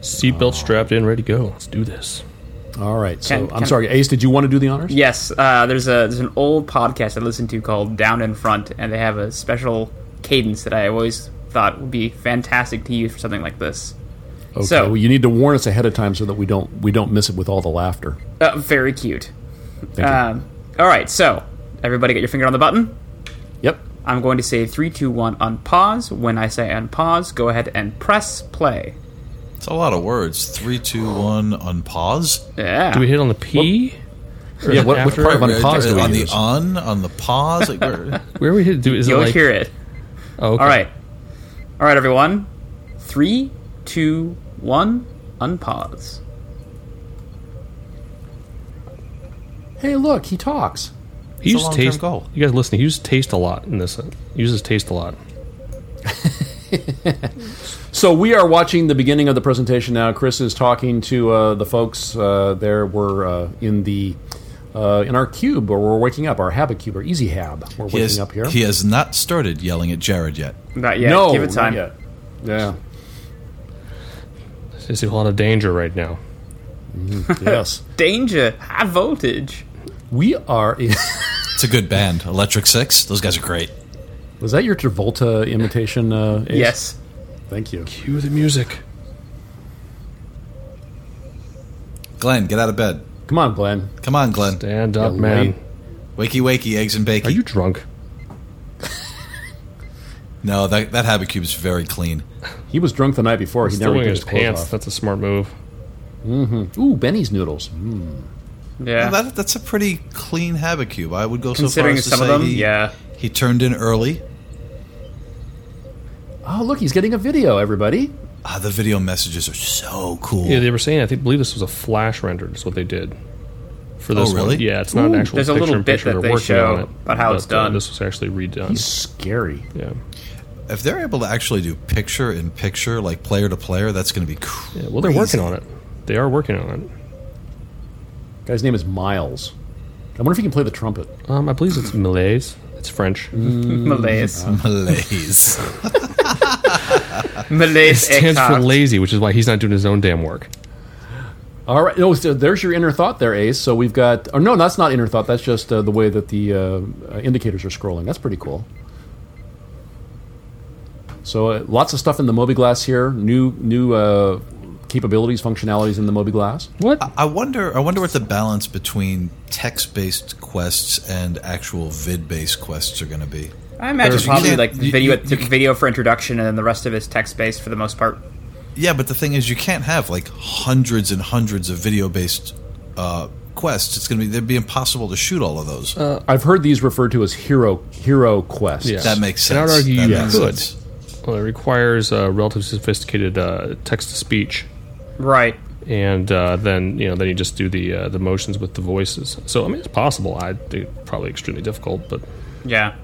Speaker 5: Seatbelt
Speaker 2: Oh.
Speaker 5: strapped in, ready to go. Let's do this.
Speaker 2: All right, so
Speaker 3: Can-
Speaker 2: I'm
Speaker 3: can-
Speaker 2: sorry, Ace. Did you want to do the honors?
Speaker 3: the honors? Yes. Uh, there's a there's an old podcast I listen to called Down in Front, and they have a special cadence that I always thought would be fantastic to use for something like this.
Speaker 2: Okay.
Speaker 3: So-
Speaker 2: well, you need to warn us ahead of time so that we don't we don't miss it with all the laughter.
Speaker 3: Uh, very cute.
Speaker 2: Thank
Speaker 3: Um, all right, so everybody, get your finger on the button.
Speaker 2: you. Yep.
Speaker 3: I'm going to say three, two, one, unpause. When I say unpause, go ahead and press play.
Speaker 4: It's a lot of words. Three, two, one, unpause.
Speaker 3: Yeah.
Speaker 5: Do we hit on the P? Or is
Speaker 2: Yeah,
Speaker 5: it
Speaker 2: what- what
Speaker 5: after?
Speaker 2: part of
Speaker 4: Right,
Speaker 2: unpause do we
Speaker 4: on the
Speaker 2: use?
Speaker 4: on, on the pause. Like, where-
Speaker 5: Where are we hit? Do is
Speaker 3: You'll
Speaker 5: it like?
Speaker 3: hear it.
Speaker 5: Oh, okay.
Speaker 3: All right. All right, everyone. Three, two, one, unpause.
Speaker 2: Hey, look, he talks.
Speaker 4: It's a
Speaker 5: He used
Speaker 4: long-term
Speaker 5: taste.
Speaker 4: goal.
Speaker 5: You guys listen. He used taste a lot in this. He uses taste a lot.
Speaker 2: So we are watching the beginning of the presentation now. Chris is talking to uh, the folks uh, there. We're uh, in the uh, in our cube, or we're waking up our habicube or easy hab. We're waking
Speaker 4: he, has,
Speaker 2: up here.
Speaker 4: he has not started yelling at Jared yet.
Speaker 3: Not yet.
Speaker 2: no,
Speaker 3: Give it time.
Speaker 2: Not yet.
Speaker 5: There's a lot of danger right now.
Speaker 2: Yeah. yes.
Speaker 3: Danger. High voltage.
Speaker 2: We are.
Speaker 4: It's a good band, Electric Six. Those guys are great.
Speaker 2: Was that your Travolta imitation? Uh, Ace?
Speaker 3: Yes.
Speaker 2: Thank you.
Speaker 5: Cue the music.
Speaker 4: Glenn, get out of bed.
Speaker 2: Come on, Glenn.
Speaker 4: Come on, Glenn.
Speaker 5: Stand up,
Speaker 2: Yeah,
Speaker 5: man.
Speaker 2: late.
Speaker 4: Wakey, wakey, eggs and
Speaker 5: Are
Speaker 4: bakey.
Speaker 5: you drunk?
Speaker 4: no, that that habit cube's very clean.
Speaker 2: He was drunk the night before. He never
Speaker 5: Stealing
Speaker 2: took
Speaker 5: his
Speaker 2: his clothes
Speaker 5: pants.
Speaker 2: off.
Speaker 5: That's a smart move.
Speaker 2: Ooh, Benny's noodles. Mm.
Speaker 3: Yeah.
Speaker 4: That, that's a pretty clean habit cube. I would go so far
Speaker 3: Considering
Speaker 4: as to
Speaker 3: some of
Speaker 4: say
Speaker 3: them,
Speaker 4: he,
Speaker 3: yeah.
Speaker 4: he turned in early.
Speaker 2: Oh, look, he's getting a video, everybody.
Speaker 4: Ah, the video messages are so cool.
Speaker 5: Yeah, they were saying. I think believe this was a flash render. Is what they did for
Speaker 4: Oh,
Speaker 5: this
Speaker 4: really?
Speaker 5: one. Yeah, it's not an actual.
Speaker 3: there's a
Speaker 5: picture
Speaker 3: little
Speaker 5: in
Speaker 3: bit
Speaker 5: picture.
Speaker 3: that
Speaker 5: They're
Speaker 3: they
Speaker 5: working
Speaker 3: show
Speaker 5: on it,
Speaker 3: about how it's
Speaker 5: but, uh,
Speaker 3: done.
Speaker 5: this was actually redone.
Speaker 2: He's scary.
Speaker 5: yeah.
Speaker 4: If they're able to actually do picture in picture, like player to player, that's going to be crazy.
Speaker 5: yeah. Well, they're working on it. They are working on
Speaker 2: Guy's name is Miles. I wonder if he can play the trumpet.
Speaker 5: it. Um, I believe it's Malays. It's French.
Speaker 3: Mm-hmm.
Speaker 5: Mm.
Speaker 3: Malaise.
Speaker 5: Uh,
Speaker 4: Malaise.
Speaker 3: Malaise.
Speaker 5: Stands for
Speaker 3: exhaust.
Speaker 5: lazy, which is why he's not doing his own damn work.
Speaker 2: All right. No, so there's your inner thought there, Ace. So we've got. Or no, that's not inner thought. That's just uh, the way that the uh, uh, indicators are scrolling. That's pretty cool. So uh, lots of stuff in the Moby Glass here. New new uh, capabilities, functionalities in the Moby Glass.
Speaker 5: What?
Speaker 4: I wonder. I wonder what the balance between text-based quests and actual vid-based quests are going to be.
Speaker 3: I imagine
Speaker 4: you
Speaker 3: probably
Speaker 4: can't-
Speaker 3: like
Speaker 4: you-
Speaker 3: video
Speaker 4: you- you
Speaker 3: video for introduction, and then the rest of it's text based for the most part.
Speaker 4: Yeah, but the thing is, you can't have like hundreds and hundreds of video-based uh, quests. It's going to be it'd be impossible to shoot all of those.
Speaker 5: Uh,
Speaker 2: I've heard these referred to as hero hero quests.
Speaker 5: Yeah.
Speaker 4: that makes
Speaker 5: and I would
Speaker 4: sense.
Speaker 5: argue
Speaker 4: That
Speaker 5: you
Speaker 4: makes
Speaker 5: could.
Speaker 4: sense.
Speaker 5: Well, it requires uh, relatively sophisticated uh, text to speech,
Speaker 3: Right.
Speaker 5: and uh, then you know then you just do the uh, the motions with the voices. So I mean, it's possible. I think probably extremely difficult, but
Speaker 3: Yeah.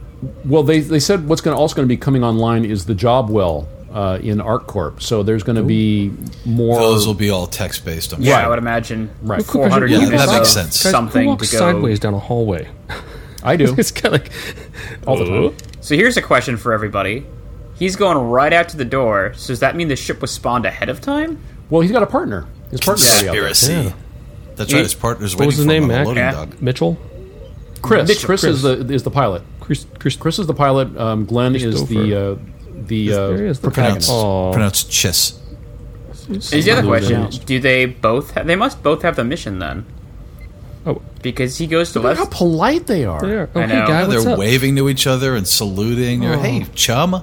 Speaker 2: Well, they, they said what's going to also going to be coming online is the job well uh, in ArcCorp. So there's going to be more.
Speaker 4: Those will be all text-based. I'm
Speaker 3: Yeah,
Speaker 4: sure.
Speaker 3: I would imagine.
Speaker 2: Right.
Speaker 3: Four hundred
Speaker 4: Yeah,
Speaker 3: units.
Speaker 4: that
Speaker 3: of
Speaker 4: makes sense.
Speaker 5: Who
Speaker 3: Something to go.
Speaker 5: walks sideways down a hallway.
Speaker 2: I do
Speaker 5: it's kind of like
Speaker 2: all the time.
Speaker 3: So here's a question for everybody. He's going right out to the door. So does that mean the ship was spawned ahead of time?
Speaker 2: Well, he's got a partner. His partner's already out there.
Speaker 4: Conspiracy. That's right. His partner's
Speaker 5: What
Speaker 4: waiting
Speaker 5: was his
Speaker 4: for him on
Speaker 5: name? Mac
Speaker 4: the loading
Speaker 3: Yeah.
Speaker 4: dock.
Speaker 5: Mitchell.
Speaker 2: Chris.
Speaker 3: Mitchell,
Speaker 2: Chris is the is the pilot.
Speaker 5: Chris, Chris,
Speaker 2: Chris is the pilot. Um, Glenn is the
Speaker 5: Christopher.
Speaker 2: uh, the uh,
Speaker 5: there he is, the
Speaker 2: protagonist.
Speaker 5: protagonist. Aw.
Speaker 4: Pronounced Chiss.
Speaker 3: Is the other
Speaker 5: Somebody
Speaker 3: question?
Speaker 5: announced.
Speaker 3: Do they both? Ha- they must both have the mission then.
Speaker 5: Oh,
Speaker 3: because he goes to
Speaker 2: Look how
Speaker 3: left.
Speaker 2: polite they are.
Speaker 5: there. Oh,
Speaker 3: I
Speaker 5: hey,
Speaker 3: know.
Speaker 5: guy, what's
Speaker 4: They're
Speaker 5: up?
Speaker 4: waving to each other and saluting. Or, hey, chum.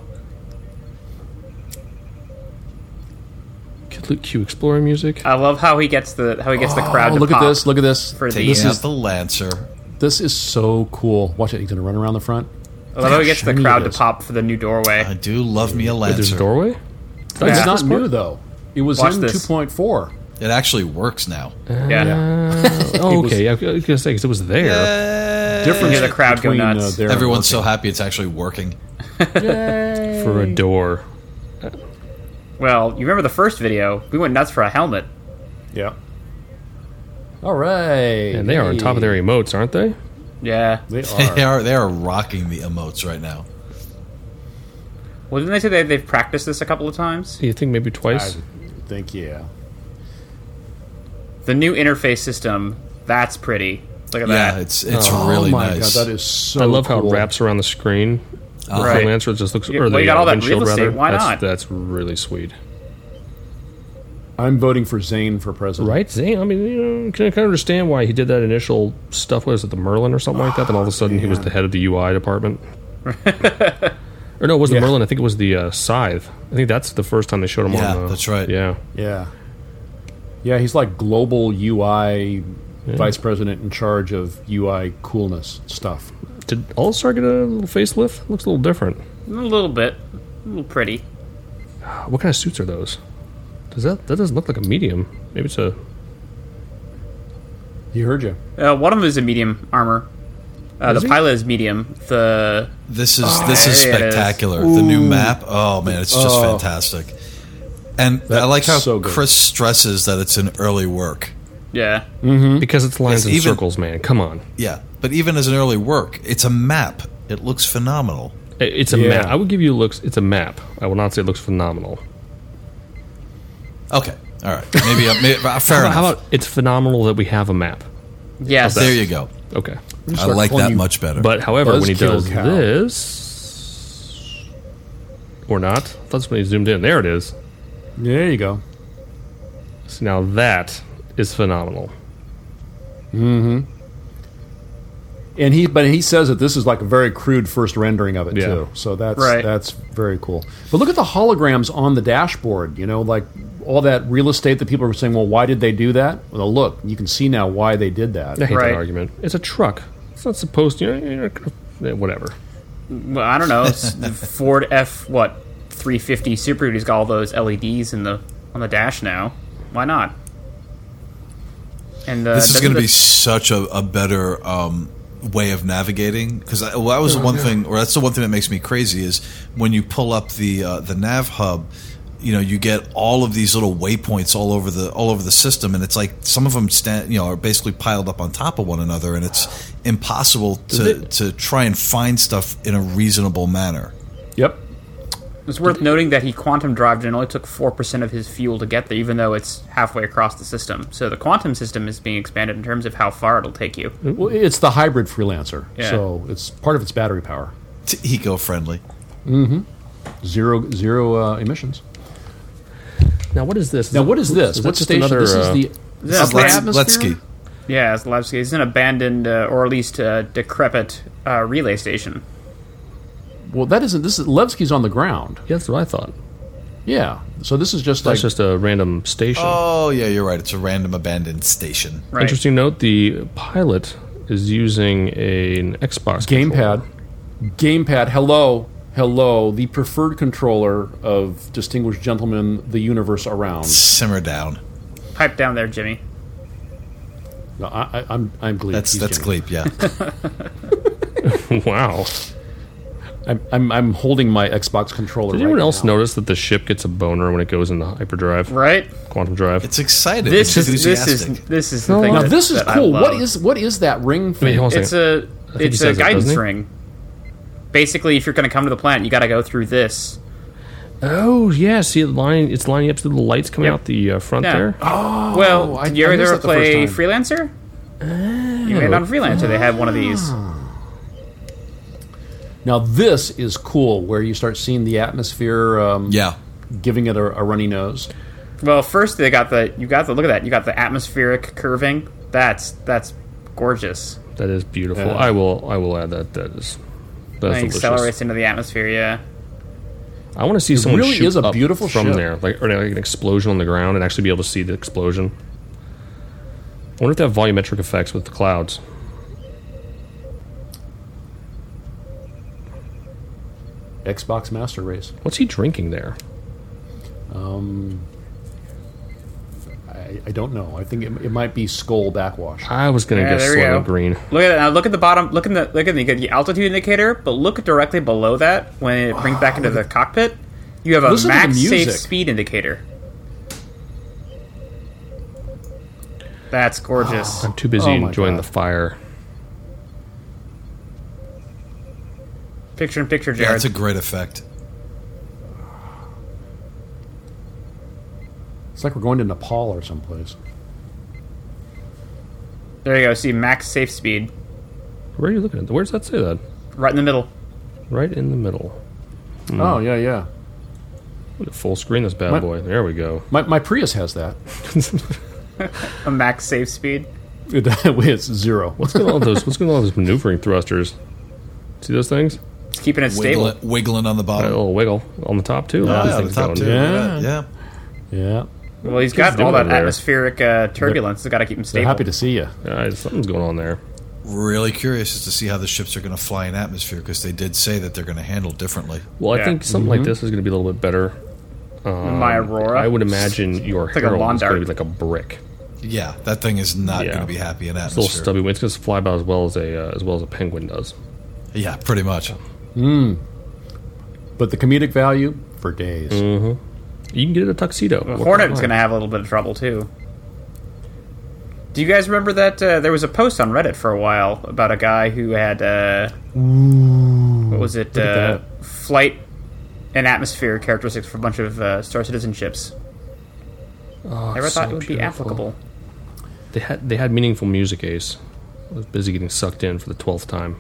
Speaker 5: Q- Q Explorer music.
Speaker 3: I love how he gets the how he gets the crowd.
Speaker 2: Oh,
Speaker 3: to
Speaker 2: look at
Speaker 3: pop
Speaker 2: this! Look at this!
Speaker 3: for the.
Speaker 4: Taking
Speaker 2: This
Speaker 4: out
Speaker 2: is-
Speaker 4: the Lancer.
Speaker 2: This is so cool. Watch it. He's gonna run around the front.
Speaker 3: I love how he gets
Speaker 2: Shiny
Speaker 3: the
Speaker 2: it
Speaker 3: crowd to
Speaker 2: is.
Speaker 3: pop for the new doorway.
Speaker 4: I do love me a
Speaker 5: Wait, there's
Speaker 4: Lancer.
Speaker 5: a doorway.
Speaker 3: Yeah.
Speaker 2: It's not new though. It was
Speaker 3: Watch
Speaker 2: in
Speaker 3: this.
Speaker 2: 2.4.
Speaker 4: It actually works now.
Speaker 3: yeah.
Speaker 5: Oh, okay. I was gonna say 'cause it was there.
Speaker 2: Difference
Speaker 3: Hear the crowd go
Speaker 2: between, uh,
Speaker 3: nuts.
Speaker 2: there and
Speaker 4: Everyone's so happy it's actually working.
Speaker 5: for a door.
Speaker 3: Well, you remember the first video? We went nuts for a helmet.
Speaker 2: Yeah. All right.
Speaker 5: And they are on top of their emotes, aren't they?
Speaker 3: Yeah.
Speaker 2: They
Speaker 4: They
Speaker 2: are.
Speaker 4: are they are rocking the emotes right now.
Speaker 3: Well, didn't they say they, they've practiced this a couple of times?
Speaker 5: Do you think maybe twice?
Speaker 2: Thank you.
Speaker 3: The new interface system. That's pretty. Look at
Speaker 4: Yeah,
Speaker 3: that.
Speaker 4: it's it's
Speaker 2: Oh
Speaker 4: really
Speaker 2: my
Speaker 4: nice.
Speaker 2: god, that is so.
Speaker 5: I love how
Speaker 2: cool.
Speaker 5: it wraps around the screen. The
Speaker 3: Right.
Speaker 5: Lancer just looks,
Speaker 3: Yeah,
Speaker 5: or
Speaker 3: well,
Speaker 5: the
Speaker 3: you got
Speaker 5: uh,
Speaker 3: all that
Speaker 5: windshield
Speaker 3: real estate,
Speaker 5: rather.
Speaker 3: why
Speaker 5: that's,
Speaker 3: not?
Speaker 5: That's really sweet,
Speaker 2: I'm voting for Zane for president.
Speaker 5: right? Zane, I mean, you know, can I kind of understand why he did that initial stuff? What was it the Merlin or something like that? Then all
Speaker 4: Oh,
Speaker 5: of a sudden he was the head of the UI department. or no, it wasn't
Speaker 2: Yeah.
Speaker 5: Merlin. I think it was the uh, Scythe. I think that's the first time they showed him
Speaker 4: Yeah,
Speaker 5: on. the-
Speaker 4: that's right.
Speaker 5: Yeah,
Speaker 2: Yeah. Yeah, he's like global UI vice president in charge of UI coolness stuff.
Speaker 5: did All Star get a little facelift? Looks a little different.
Speaker 3: A little bit. A little pretty.
Speaker 5: What kind of suits are those? Does that that doesn't look like a medium? Maybe it's a
Speaker 2: He heard you.
Speaker 3: Uh, one of them is a medium armor. Uh, the
Speaker 5: he?
Speaker 3: pilot is medium. The
Speaker 4: This is this is
Speaker 3: there it is.
Speaker 4: spectacular. The new map. Oh man, it's just fantastic. And I like how
Speaker 2: so good.
Speaker 4: Chris stresses that it's an early work.
Speaker 3: yeah.
Speaker 5: because it's lines
Speaker 4: Hmm? It's
Speaker 5: and
Speaker 4: even-
Speaker 5: circles, man. Come on,
Speaker 4: Yeah, but even as an early work, it's a map. It looks phenomenal.
Speaker 5: I- it's a
Speaker 2: Yeah.
Speaker 5: map. I would give you looks. It's a map. I will not say it looks phenomenal.
Speaker 4: Okay, all right, maybe, uh, maybe uh, fair
Speaker 5: How about,
Speaker 4: enough.
Speaker 5: how about it's phenomenal that we have a map?
Speaker 3: Yes.
Speaker 4: there you go.
Speaker 5: Okay,
Speaker 4: I like
Speaker 2: calling
Speaker 4: that
Speaker 2: you
Speaker 4: much better.
Speaker 5: but however, when he
Speaker 2: Buzzkill
Speaker 5: does
Speaker 2: cow.
Speaker 5: this or not, that's when he zoomed in. There it is.
Speaker 2: There you go.
Speaker 5: So now that is phenomenal.
Speaker 2: And he, but he says that this is like a very crude first rendering of it
Speaker 5: Yeah.
Speaker 2: too. So that's
Speaker 3: Right.
Speaker 2: that's very cool. But look at the holograms on the dashboard. You know, like all that real estate that people were saying. Well, why did they do that? Well, look, you can see now why they did that.
Speaker 5: I hate
Speaker 3: Right.
Speaker 5: that argument. It's a truck. It's not supposed to. You know, you're not gonna- eh, whatever.
Speaker 3: Well, I don't know. S- Ford F what 350 Super Duty's got all those LEDs in the on the dash now. Why not? And uh,
Speaker 4: this is
Speaker 3: doesn't
Speaker 4: going to be
Speaker 3: the-
Speaker 4: such a, a better um, way of navigating because well, that was the one thing, or that's the one thing that makes me crazy is when you pull up the uh, the nav hub. You know, you get all of these little waypoints all over the all over the system, and it's like some of them stand, you know, are basically piled up on top of one another, and it's impossible to to try and find stuff in a reasonable manner.
Speaker 2: Yep.
Speaker 3: It's worth noting that he quantum drived and only took four percent of his fuel to get there, even though it's halfway across the system. So the quantum system is being expanded in terms of how far it'll take you.
Speaker 2: Well, it's the hybrid freelancer,
Speaker 3: Yeah.
Speaker 2: so it's part of its battery power.
Speaker 4: It's eco friendly.
Speaker 2: Zero zero uh, emissions.
Speaker 5: Now what is this?
Speaker 2: Now, what is
Speaker 5: Oops,
Speaker 2: this?
Speaker 5: that
Speaker 2: What
Speaker 5: just
Speaker 2: station?
Speaker 5: another,
Speaker 2: this is
Speaker 5: uh,
Speaker 2: the
Speaker 3: Is that
Speaker 4: Let's,
Speaker 3: Atmosphere?
Speaker 4: let's ski.
Speaker 3: Yeah, it's Levski. It's an abandoned uh, or at least uh, decrepit uh, relay station.
Speaker 2: well. That isn't. This is Levsky's on the ground.
Speaker 5: Yeah, that's what I thought.
Speaker 2: Yeah. So this is just like
Speaker 5: That's just a random station.
Speaker 4: Oh yeah, you're right. It's a random abandoned station.
Speaker 3: Right.
Speaker 5: Interesting note: the pilot is using a, an Xbox controller.
Speaker 2: gamepad. Gamepad. Hello. Hello, the preferred controller of distinguished gentlemen the universe around.
Speaker 4: Simmer down.
Speaker 3: Pipe down there, Jimmy.
Speaker 2: No, I, I, I'm I'm Gleep.
Speaker 4: That's
Speaker 2: He's
Speaker 4: that's
Speaker 2: Jimmy.
Speaker 4: Gleep. Yeah.
Speaker 5: Wow!
Speaker 2: I'm, I'm I'm holding my Xbox controller.
Speaker 5: Did
Speaker 2: right
Speaker 5: anyone else
Speaker 2: now.
Speaker 5: notice that the ship gets a boner when it goes into hyperdrive,
Speaker 3: Right.
Speaker 5: quantum drive?
Speaker 4: It's exciting.
Speaker 3: This
Speaker 4: it's
Speaker 3: is this
Speaker 4: enthusiastic.
Speaker 3: is this is the thing.
Speaker 2: Now
Speaker 3: that-
Speaker 2: this is
Speaker 3: that I
Speaker 2: cool. What
Speaker 3: love.
Speaker 2: is what is that ring
Speaker 5: Wait,
Speaker 2: thing?
Speaker 5: hold on a
Speaker 3: It's
Speaker 5: second.
Speaker 3: a
Speaker 5: he
Speaker 3: it's a
Speaker 5: says it,
Speaker 3: guidance
Speaker 5: doesn't he?
Speaker 3: ring. Basically, if you're going to come to the planet, you got to go through this.
Speaker 5: oh yeah, see it line. It's lining up to the lights coming
Speaker 3: Yep.
Speaker 5: out the uh, front
Speaker 3: Yeah.
Speaker 5: there.
Speaker 3: Oh, well,
Speaker 2: I-
Speaker 3: did you
Speaker 2: I
Speaker 3: ever
Speaker 2: missed that the
Speaker 3: play
Speaker 2: first time. Ah.
Speaker 3: Freelancer? You made it on Freelancer. They had one of these.
Speaker 2: Now this is cool, where you start seeing the atmosphere um,
Speaker 4: Yeah.
Speaker 2: giving it a, a runny nose.
Speaker 3: Well, first they got the you got the look at that. You got the atmospheric curving. That's that's gorgeous.
Speaker 5: That is beautiful.
Speaker 2: Yeah.
Speaker 5: I will. I will add that. That is.
Speaker 3: And
Speaker 5: That's
Speaker 3: it
Speaker 5: delicious.
Speaker 3: accelerates into the atmosphere. Yeah,
Speaker 5: I want to see someone
Speaker 2: really
Speaker 5: shoot
Speaker 2: is a
Speaker 5: up
Speaker 2: beautiful
Speaker 5: from
Speaker 2: ship.
Speaker 5: there, like or like an explosion on the ground, and actually be able to see the explosion. I wonder if they have volumetric effects with the clouds.
Speaker 2: Xbox Master Race.
Speaker 5: What's he drinking there?
Speaker 2: I, I don't know. I think it, it might be Skull Backwash.
Speaker 5: I was gonna
Speaker 3: Yeah,
Speaker 5: guess
Speaker 3: there we
Speaker 5: Soylent
Speaker 3: go.
Speaker 5: Green.
Speaker 3: look at that. Now look at the bottom. Look in the look at the, you got the altitude indicator, but look directly below that when it brings back into the cockpit. You have a
Speaker 2: Oh. Listen to the
Speaker 3: max safe
Speaker 2: music.
Speaker 3: speed indicator. That's gorgeous.
Speaker 5: I'm too busy
Speaker 2: Oh my
Speaker 5: enjoying
Speaker 2: God.
Speaker 5: the fire.
Speaker 3: Picture in picture,
Speaker 4: Yeah,
Speaker 3: Jared.
Speaker 4: it's a great effect.
Speaker 2: It's like we're going to Nepal or someplace.
Speaker 3: there you go. See max safe speed
Speaker 5: Where are you looking at? Where does that say that?
Speaker 3: right in the middle.
Speaker 5: Right in the middle.
Speaker 2: Oh yeah, yeah.
Speaker 5: Look at full screen this bad
Speaker 2: My-
Speaker 5: boy. There we go.
Speaker 2: My, my Prius has that.
Speaker 3: A max safe speed.
Speaker 2: It, it's zero.
Speaker 5: What's going on with those? What's going on with those maneuvering thrusters? See those things?
Speaker 3: It's keeping it stable.
Speaker 4: Wiggling, wiggling on the
Speaker 5: A
Speaker 4: bottom.
Speaker 5: little wiggle on the top too.
Speaker 4: Oh,
Speaker 5: All these
Speaker 4: yeah, the
Speaker 5: things
Speaker 4: top
Speaker 5: going.
Speaker 4: two.
Speaker 2: Yeah.
Speaker 4: Yeah. yeah.
Speaker 2: Yeah,
Speaker 3: Well, he's
Speaker 5: Keeps
Speaker 3: got all
Speaker 5: doing
Speaker 3: that
Speaker 5: it there.
Speaker 3: atmospheric uh, turbulence. It's got to keep him
Speaker 2: they're
Speaker 3: stable.
Speaker 2: happy to see you.
Speaker 5: Yeah, something's going on there.
Speaker 4: Really curious as to see how the ships are going to fly in atmosphere because they did say that they're going to handle differently.
Speaker 5: Well, I
Speaker 3: Yeah. Mm-hmm.
Speaker 5: think something like this is going to be a little bit better. Um,
Speaker 3: My Aurora?
Speaker 5: I would imagine your
Speaker 3: like a
Speaker 5: Herald
Speaker 3: lawn
Speaker 5: is going to
Speaker 3: dart.
Speaker 5: be like a brick.
Speaker 4: Yeah, that thing is not
Speaker 5: Yeah.
Speaker 4: going to be happy in
Speaker 5: It's a little
Speaker 4: atmosphere.
Speaker 5: stubby. It's going to fly about as well as a uh, as well as a penguin does.
Speaker 4: Yeah, pretty much.
Speaker 2: But the comedic value for days.
Speaker 5: You can get it a tuxedo.
Speaker 3: The
Speaker 5: Look
Speaker 3: Hornet's
Speaker 5: online.
Speaker 3: going to have a little bit of trouble too. Do you guys remember that uh, there was a post on Reddit for a while about a guy who had uh, what was it? Uh, flight and atmosphere characteristics for a bunch of uh, Star Citizen ships.
Speaker 5: Oh,
Speaker 3: Never
Speaker 5: it's
Speaker 3: thought
Speaker 5: so
Speaker 3: it would be
Speaker 5: beautiful.
Speaker 3: applicable.
Speaker 5: They had they had meaningful music. Ace I was busy getting sucked in for the twelfth time.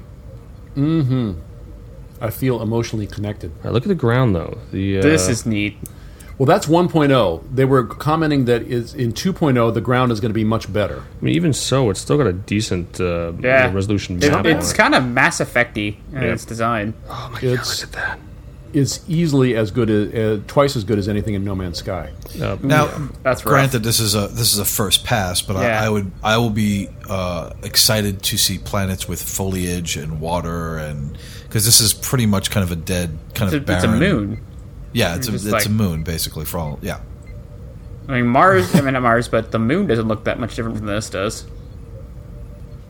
Speaker 2: I feel emotionally connected.
Speaker 5: All right, look at the ground though. The uh,
Speaker 3: This is neat.
Speaker 2: Well, that's 1.0. They were commenting that is in 2.0 the ground is going to be much better.
Speaker 5: I mean, even so, it's still got a decent uh,
Speaker 3: Yeah,
Speaker 5: resolution.
Speaker 3: It-
Speaker 5: map on
Speaker 3: it's
Speaker 5: it.
Speaker 3: kind of Mass Effecty in
Speaker 5: Yeah.
Speaker 3: its design.
Speaker 5: Oh my god!
Speaker 2: it's-
Speaker 5: Look at that.
Speaker 2: It's easily as good as uh, twice as good as anything in No Man's Sky.
Speaker 5: Uh,
Speaker 4: Now,
Speaker 3: That's rough.
Speaker 4: granted, this is a this is a first pass, but
Speaker 3: Yeah.
Speaker 4: I, I would I will be uh, excited to see planets with foliage and water and because this is pretty much kind of a dead kind
Speaker 3: It's
Speaker 4: of
Speaker 3: a, it's a
Speaker 4: barren-
Speaker 3: moon.
Speaker 4: Yeah, it's a,
Speaker 3: Just
Speaker 4: it's
Speaker 3: like-
Speaker 4: a moon basically for all. Yeah,
Speaker 3: I mean, Mars. I mean, not Mars, but the moon doesn't look that much different from this does.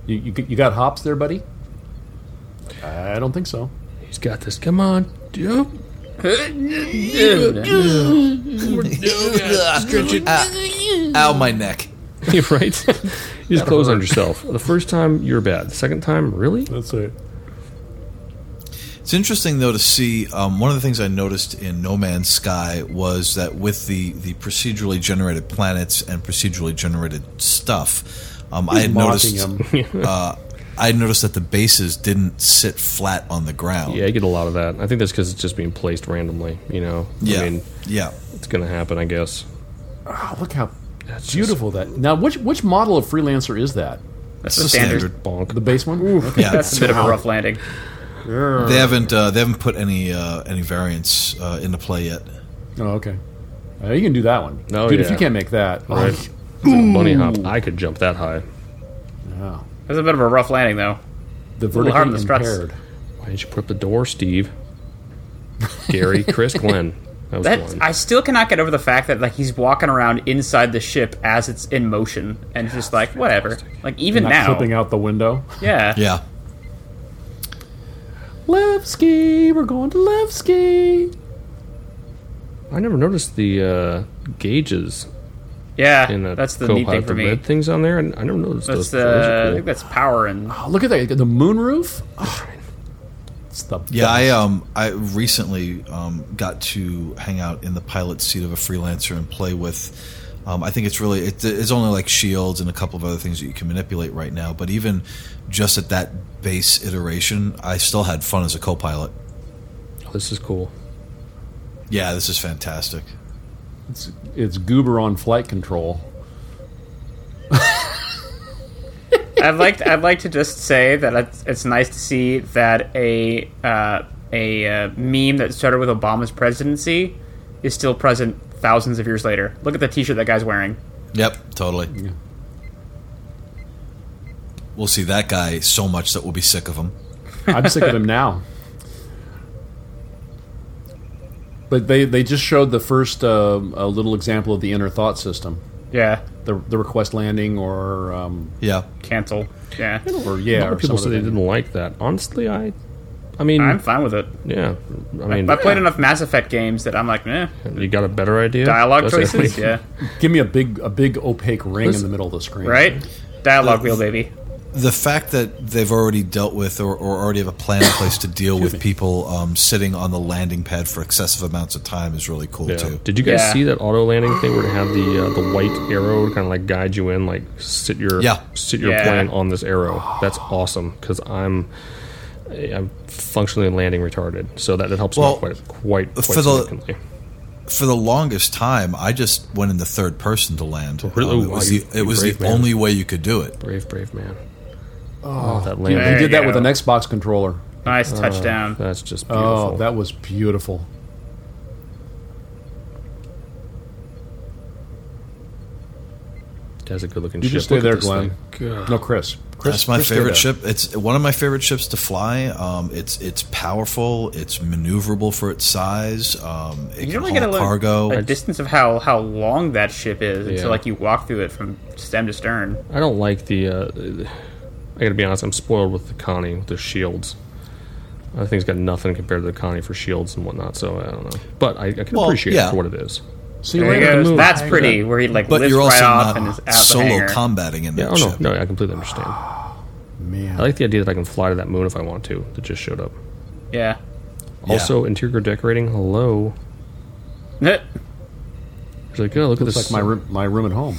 Speaker 2: You, you, you got hops there, buddy? I don't think so.
Speaker 5: he's got this. Come on, dude.
Speaker 4: ow my neck.
Speaker 5: You're right. you just close on yourself. The first time you're bad. The second time, really?
Speaker 2: That's it.
Speaker 4: It's interesting though to see um, one of the things I noticed in No Man's Sky was that with the the procedurally generated planets and procedurally generated stuff, um, I had noticed uh, I had noticed that the bases didn't sit flat on the ground.
Speaker 5: Yeah, I get a lot of that. I think that's because it's just being placed randomly. You know,
Speaker 4: yeah,
Speaker 5: I mean,
Speaker 4: yeah.
Speaker 5: it's gonna happen, I guess.
Speaker 2: Oh, look how
Speaker 5: That's just
Speaker 2: beautiful that. Now, which which model of freelancer is that?
Speaker 3: That's
Speaker 4: It's
Speaker 3: the
Speaker 4: a
Speaker 3: standard.
Speaker 5: bonk.
Speaker 2: The base one? Okay.
Speaker 4: Yeah,
Speaker 3: That's a bit of a rough landing.
Speaker 4: they haven't uh, they haven't put any uh, any variants uh, into play yet.
Speaker 2: Oh, okay. Uh, you can do that one,
Speaker 5: Oh,
Speaker 2: dude. If
Speaker 5: yeah.
Speaker 2: you can't make that,
Speaker 5: Right. It's like a bunny hop. I could jump that high.
Speaker 2: oh,
Speaker 3: That's a bit of a rough landing, though.
Speaker 2: the
Speaker 3: little hard on
Speaker 2: vertically
Speaker 3: the struts.
Speaker 2: impaired.
Speaker 5: Why didn't you put up the door, Steve? Gary, Chris, Glenn. That was
Speaker 3: That
Speaker 5: Glenn.
Speaker 3: I still cannot get over the fact that like he's walking around inside the ship as it's in motion, and just like whatever. Like even
Speaker 2: Not
Speaker 3: now,
Speaker 2: flipping out the window.
Speaker 3: yeah.
Speaker 4: Yeah,
Speaker 2: Levski, we're going to Levski.
Speaker 5: I never noticed the uh, gauges
Speaker 3: yeah,
Speaker 5: in the
Speaker 3: That's the
Speaker 5: co-pilot.
Speaker 3: neat thing
Speaker 5: the
Speaker 3: for me.
Speaker 5: red things on there, and I never noticed
Speaker 3: That's
Speaker 5: those. Those
Speaker 3: the
Speaker 5: are
Speaker 3: I
Speaker 5: cool.
Speaker 3: think that's power and
Speaker 2: Oh, look at that. The moon roof. Oh, it's the
Speaker 4: yeah. I
Speaker 2: best.
Speaker 4: um I recently um, got to hang out in the pilot seat of a freelancer and play with. Um, I think it's really it, it's only like shields and a couple of other things that you can manipulate right now. But even just at that base iteration, I still had fun as a co-pilot.
Speaker 5: Oh, this is cool.
Speaker 4: Yeah, this is fantastic.
Speaker 2: It's, it's goober on flight control.
Speaker 3: I'd like to, I'd like to just say that it's, it's nice to see that a uh, a uh, meme that started with Obama's presidency is still present thousands of years later. Look at the T-shirt that guy's wearing.
Speaker 4: Yep, totally. We'll see that guy so much that we'll be sick of him.
Speaker 2: I'm sick of him now. But they, they just showed the first uh, a little example of the inner thought system,
Speaker 3: Yeah,
Speaker 2: the, the request landing, or um,
Speaker 4: Yeah.
Speaker 3: cancel. Yeah,
Speaker 2: or
Speaker 5: A
Speaker 2: yeah,
Speaker 5: lot
Speaker 2: or
Speaker 5: of people
Speaker 2: some
Speaker 5: said they
Speaker 2: other thing.
Speaker 5: didn't like that. Honestly, I, I mean,
Speaker 3: I'm fine with it.
Speaker 5: yeah, I mean,
Speaker 3: I played enough Mass Effect games that I'm like, eh.
Speaker 5: you got a better idea.
Speaker 3: Dialogue
Speaker 5: That's it.
Speaker 3: choices, yeah,
Speaker 2: Give me a big a big opaque ring in the middle of the screen,
Speaker 3: right. Dialogue
Speaker 4: The-
Speaker 3: wheel, baby.
Speaker 4: the fact that they've already dealt with or, or already have a plan in place to deal with people um, sitting on the landing pad for excessive amounts of time is really cool
Speaker 5: Yeah.
Speaker 4: too.
Speaker 5: Did you guys
Speaker 3: Yeah.
Speaker 5: see that auto landing thing where they have the uh, the white arrow to kind of like guide you in, like sit your
Speaker 4: Yeah.
Speaker 5: sit your
Speaker 3: Yeah.
Speaker 5: plane on this arrow? That's awesome because I'm I'm functionally landing retarded, so that, that helps
Speaker 4: Well,
Speaker 5: me quite quite quite
Speaker 4: for the-
Speaker 5: significantly.
Speaker 4: For the longest time, I just went in the third person to land. Um,
Speaker 5: really?
Speaker 4: it
Speaker 5: Wow,
Speaker 4: was
Speaker 5: you-
Speaker 4: the, it
Speaker 5: you
Speaker 4: was
Speaker 5: brave
Speaker 4: the
Speaker 5: man.
Speaker 4: only way you could do it.
Speaker 5: Brave, brave man. Oh, that
Speaker 2: Dude,
Speaker 5: landing.
Speaker 2: they
Speaker 3: There
Speaker 2: did
Speaker 3: you
Speaker 2: that with
Speaker 3: go.
Speaker 2: an Xbox controller.
Speaker 3: Nice
Speaker 5: Uh,
Speaker 3: touchdown.
Speaker 5: That's just beautiful.
Speaker 2: Oh, that was beautiful.
Speaker 5: That's a good looking
Speaker 2: You
Speaker 5: ship.
Speaker 2: just stay
Speaker 5: Look at
Speaker 2: there,
Speaker 5: this
Speaker 2: Glenn.
Speaker 5: thing. God.
Speaker 2: No, Chris. Chris
Speaker 4: That's my
Speaker 2: Chris stay
Speaker 4: favorite
Speaker 2: there.
Speaker 4: ship. It's one of my favorite ships to fly. Um, it's it's powerful. It's maneuverable for its size. Um,
Speaker 3: You
Speaker 4: it can
Speaker 3: don't really
Speaker 4: haul
Speaker 3: get a, lo-
Speaker 4: cargo.
Speaker 3: a distance of how, how long that ship is
Speaker 5: Yeah.
Speaker 3: until like you walk through it from stem to stern.
Speaker 5: I don't like the. Uh, I gotta be honest. I'm spoiled with the Connie with the shields. I think it's got nothing compared to the Connie for shields and whatnot. So I don't know, but I, I can
Speaker 4: Well,
Speaker 5: appreciate
Speaker 4: yeah.
Speaker 5: it for what it is.
Speaker 2: See you
Speaker 3: There he
Speaker 2: later.
Speaker 3: goes.
Speaker 2: Move.
Speaker 3: That's
Speaker 2: Hang
Speaker 3: pretty.
Speaker 2: on.
Speaker 3: Where he like
Speaker 4: but
Speaker 3: lifts
Speaker 4: you're also
Speaker 3: right off and is
Speaker 4: not
Speaker 3: out of the
Speaker 4: solo
Speaker 3: hangar.
Speaker 4: combating in
Speaker 5: Yeah.
Speaker 4: that
Speaker 5: Oh no,
Speaker 4: ship.
Speaker 5: no, I completely understand. I
Speaker 2: Man,
Speaker 5: like the idea that I can fly to that moon if I want to. That just showed up.
Speaker 3: Yeah.
Speaker 5: Also, interior decorating. Hello. It's like, oh, look at
Speaker 2: looks
Speaker 5: this.
Speaker 2: like my room, my room at home.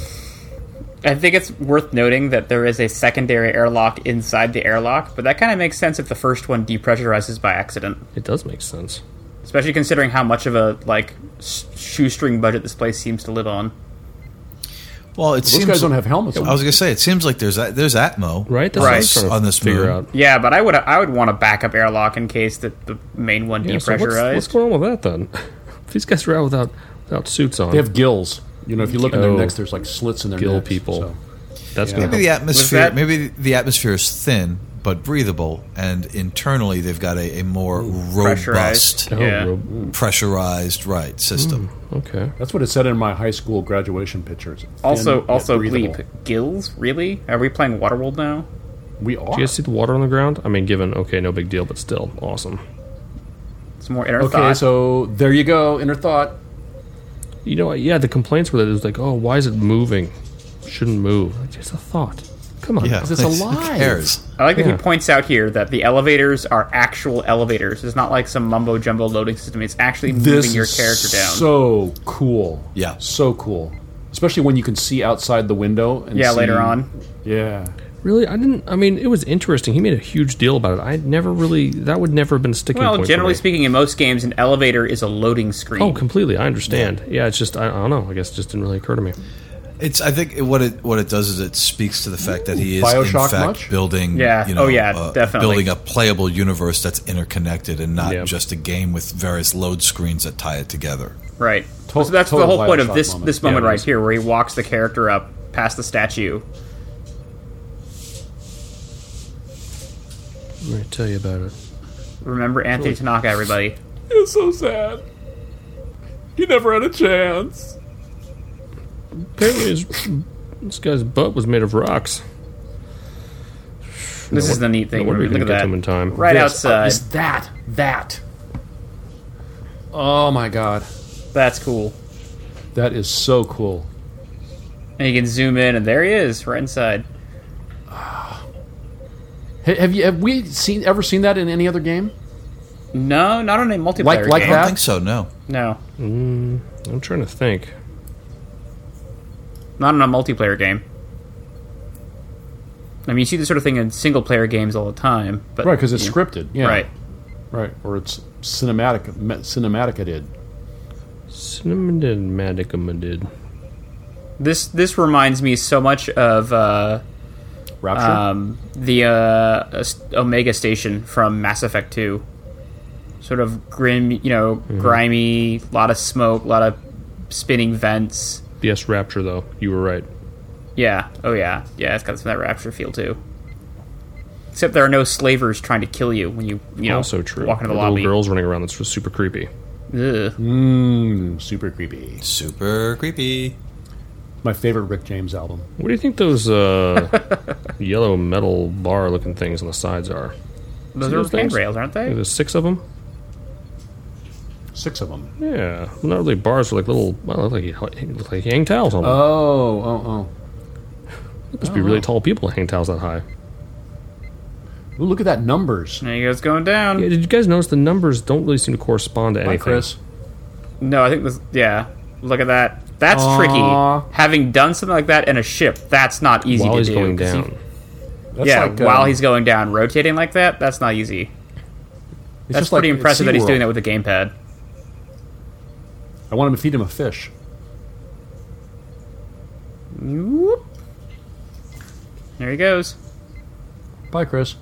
Speaker 3: I think it's worth noting that there is a secondary airlock inside the airlock, but that kind of makes sense if the first one depressurizes by accident,
Speaker 5: It does make sense.
Speaker 3: especially considering how much of a like s- shoestring budget this place seems to live on.
Speaker 4: Well, it
Speaker 2: Those
Speaker 4: seems
Speaker 2: guys don't have helmets.
Speaker 4: I
Speaker 2: on.
Speaker 4: was gonna say it seems like there's a, there's Atmo
Speaker 5: Right. That's
Speaker 3: Right.
Speaker 5: What I'm trying to
Speaker 4: On this
Speaker 5: figure
Speaker 4: moon.
Speaker 5: out.
Speaker 3: Yeah, but I would I would want a backup airlock in case that the main one
Speaker 5: Yeah, so
Speaker 3: depressurized.
Speaker 5: what's, what's going on with that then? If These guys are out without without suits on.
Speaker 2: They have gills. You know, if you look in their
Speaker 5: Oh.
Speaker 2: necks, there's like slits in their
Speaker 5: Gill
Speaker 2: necks,
Speaker 5: people.
Speaker 2: so.
Speaker 5: That's
Speaker 2: Yeah.
Speaker 5: gonna
Speaker 4: Maybe
Speaker 5: help.
Speaker 4: the atmosphere.
Speaker 3: that-
Speaker 4: Maybe the atmosphere is thin but breathable, and internally they've got a, a more robust,
Speaker 3: pressurized.
Speaker 5: Oh,
Speaker 3: Yeah.
Speaker 5: Rob-
Speaker 4: pressurized right system.
Speaker 5: Hmm. Okay.
Speaker 2: That's what it said in my high school graduation pictures. Thin,
Speaker 3: also,
Speaker 2: yet
Speaker 3: also
Speaker 2: breathable.
Speaker 3: bleep gills. Really? Are we playing Waterworld now?
Speaker 2: We are.
Speaker 5: Do you guys see the water on the ground? I mean, given okay, no big deal, but still awesome.
Speaker 3: It's more inner
Speaker 2: okay,
Speaker 3: thought.
Speaker 2: so there you go. Inner thought.
Speaker 5: You know, yeah, the complaints were that it was like, oh, why is it moving? Shouldn't move. It's just a thought. Come on,
Speaker 4: Yeah,
Speaker 5: it's a lot.
Speaker 4: Who cares?
Speaker 3: I like that
Speaker 5: Yeah.
Speaker 3: he points out here that the elevators are actual elevators. It's not like some mumbo jumbo loading system. It's actually
Speaker 2: This
Speaker 3: moving your
Speaker 2: is
Speaker 3: character down.
Speaker 2: So cool.
Speaker 4: Yeah.
Speaker 2: So cool. Especially when you can see outside the window. And
Speaker 3: yeah,
Speaker 2: see-
Speaker 3: later on.
Speaker 2: Yeah.
Speaker 5: Really, I didn't. I mean, it was interesting. He made a huge deal about it. I never really. That would never have been a sticking
Speaker 3: Well,
Speaker 5: point. for
Speaker 3: generally
Speaker 5: me.
Speaker 3: speaking, in most games, an elevator is a loading screen.
Speaker 5: Oh, completely. I understand. Yeah, it's just I, I don't know. I guess it just didn't really occur to me.
Speaker 4: It's. I think it- what it what it does is it speaks to the fact that he is
Speaker 2: Bioshock
Speaker 4: in fact
Speaker 2: much?
Speaker 4: building.
Speaker 3: Yeah.
Speaker 4: You know,
Speaker 3: Oh, yeah,
Speaker 4: uh,
Speaker 3: definitely.
Speaker 4: Building a playable universe that's interconnected and not
Speaker 5: Yeah.
Speaker 4: just a game with various load screens that tie it together.
Speaker 3: right.
Speaker 2: To-
Speaker 3: so that's the
Speaker 2: total
Speaker 3: whole point of
Speaker 2: Bioshock
Speaker 3: this
Speaker 2: moment.
Speaker 3: this moment
Speaker 5: Yeah, it
Speaker 3: right
Speaker 5: is.
Speaker 3: here, where he walks the character up past the statue.
Speaker 5: I'm gonna tell you about it.
Speaker 3: Remember Anthony Tanaka, everybody.
Speaker 5: It's so sad. He never had a chance. Apparently, his, this guy's butt was made of rocks.
Speaker 3: This is the neat
Speaker 5: No
Speaker 3: thing.
Speaker 5: wonder we
Speaker 3: Look
Speaker 5: didn't
Speaker 3: at
Speaker 5: get to him in
Speaker 3: that.
Speaker 5: time.
Speaker 3: Right
Speaker 2: This.
Speaker 3: outside.
Speaker 2: It's uh, that. That. Oh my god.
Speaker 3: That's cool.
Speaker 2: That is so cool.
Speaker 3: And you can zoom in, and there he is, right inside.
Speaker 2: Ha- Have you have we seen ever seen that in any other game?
Speaker 3: No, not on a multiplayer
Speaker 2: like
Speaker 3: game.
Speaker 4: I
Speaker 2: Yeah.
Speaker 4: don't think so. No.
Speaker 3: No,
Speaker 5: I'm trying to think.
Speaker 3: not on a multiplayer game. I mean, you see this sort of thing in single player games all the time, but
Speaker 2: Right, because it's scripted. Yeah.
Speaker 3: right.
Speaker 2: Right. Or it's cinematic. Cinematic. It did.
Speaker 5: Cinnamon did, Madicum did.
Speaker 3: This this reminds me so much of uh,
Speaker 2: Rapture.
Speaker 3: um, the uh, s- Omega Station from Mass Effect Two. Sort of grim, you know,
Speaker 5: Mm-hmm.
Speaker 3: grimy, a lot of smoke, a lot of spinning vents.
Speaker 5: BS Rapture, though. You were right.
Speaker 3: Yeah. Oh yeah. Yeah. It's got some of that rapture feel too. Except there are no slavers trying to kill you when you you know
Speaker 5: also true.
Speaker 3: walk into the
Speaker 5: little
Speaker 3: lobby.
Speaker 5: girls running around. That's super creepy.
Speaker 3: Ugh.
Speaker 2: Mm, super creepy.
Speaker 4: Super creepy.
Speaker 2: My favorite Rick James album.
Speaker 5: What do you think those uh, yellow metal bar-looking things on the sides are?
Speaker 3: Those
Speaker 5: See
Speaker 3: are
Speaker 5: those things?
Speaker 3: handrails, aren't they?
Speaker 5: There's six of them.
Speaker 2: Six of them.
Speaker 5: Yeah, not really bars. They're like little, well, they look like, look like hang towels on them.
Speaker 3: Uh,
Speaker 2: Oh, oh,
Speaker 5: It must be really tall people to hang towels that high.
Speaker 2: oh. Ooh, look at that numbers.
Speaker 3: There you goes going down.
Speaker 5: Yeah, did you guys notice the numbers don't really seem to correspond to anything?
Speaker 2: Hi, Chris.
Speaker 3: No, I think this. Yeah. Look at that. That's
Speaker 2: Aw.
Speaker 3: tricky. Having done something like that in a ship, that's not easy
Speaker 5: While
Speaker 3: to
Speaker 5: he's
Speaker 3: do.
Speaker 5: going
Speaker 3: 'cause he-
Speaker 5: down,
Speaker 2: That's
Speaker 3: yeah,
Speaker 2: like,
Speaker 3: while
Speaker 2: um,
Speaker 3: he's going down, rotating like that, that's not easy.
Speaker 2: it's
Speaker 3: That's
Speaker 2: just like
Speaker 3: pretty impressive that he's
Speaker 2: SeaWorld.
Speaker 3: doing that with a gamepad.
Speaker 2: I want him to feed him a fish.
Speaker 3: Whoop. There he goes.
Speaker 2: Bye, Chris.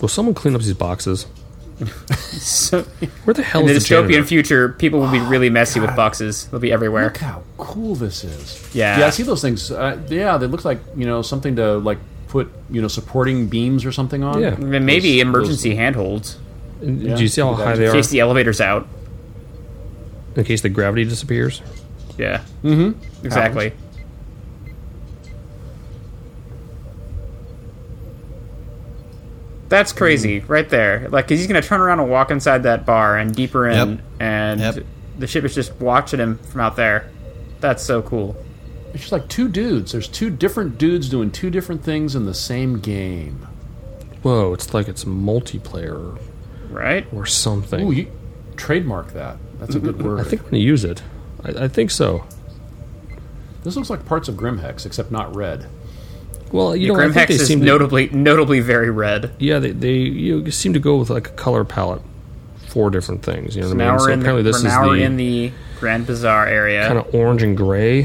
Speaker 5: will someone clean up these boxes?
Speaker 3: So,
Speaker 5: Where the hell
Speaker 3: in the
Speaker 5: is the
Speaker 3: dystopian
Speaker 5: janitor?
Speaker 3: future, people will be really
Speaker 2: Oh,
Speaker 3: messy with boxes. They'll be everywhere.
Speaker 2: Look how cool this is.
Speaker 3: Yeah.
Speaker 2: Yeah, I see those things. Uh, yeah, they look like, you know, something to, like, put, you know, supporting beams or something on.
Speaker 5: Yeah.
Speaker 3: I mean, maybe
Speaker 2: Those-
Speaker 3: emergency handholds
Speaker 5: Do you see how high they
Speaker 3: in
Speaker 5: are
Speaker 3: case the elevator's out.
Speaker 5: in case the gravity disappears?
Speaker 3: Yeah. Mm-hmm. Exactly. That's crazy,
Speaker 5: Mm-hmm.
Speaker 3: right there. Like, 'cause he's gonna turn around and walk inside that bar and deeper in,
Speaker 4: Yep.
Speaker 3: and
Speaker 4: Yep.
Speaker 3: the ship is just watching him from out there. That's so cool.
Speaker 2: It's just like two dudes. There's two different dudes doing two different things in the same game.
Speaker 5: Whoa, it's like it's multiplayer
Speaker 3: Right?
Speaker 5: or something.
Speaker 2: Ooh, you trademark that. That's a good word.
Speaker 5: I think I'm going to use it. I, I think so.
Speaker 2: this looks like parts of Grimhex, except not red.
Speaker 5: Well, you know, I
Speaker 3: Grim
Speaker 5: think
Speaker 3: Hex
Speaker 5: they
Speaker 3: is
Speaker 5: seem to-
Speaker 3: notably notably very red.
Speaker 5: yeah, they, they you seem to go with like a color palette for different things. You know what I
Speaker 3: Now
Speaker 5: mean?
Speaker 3: we're
Speaker 5: So
Speaker 3: in the,
Speaker 5: apparently
Speaker 3: we're
Speaker 5: this
Speaker 3: now we're
Speaker 5: is
Speaker 3: in the Grand Bazaar area.
Speaker 5: kind of orange and gray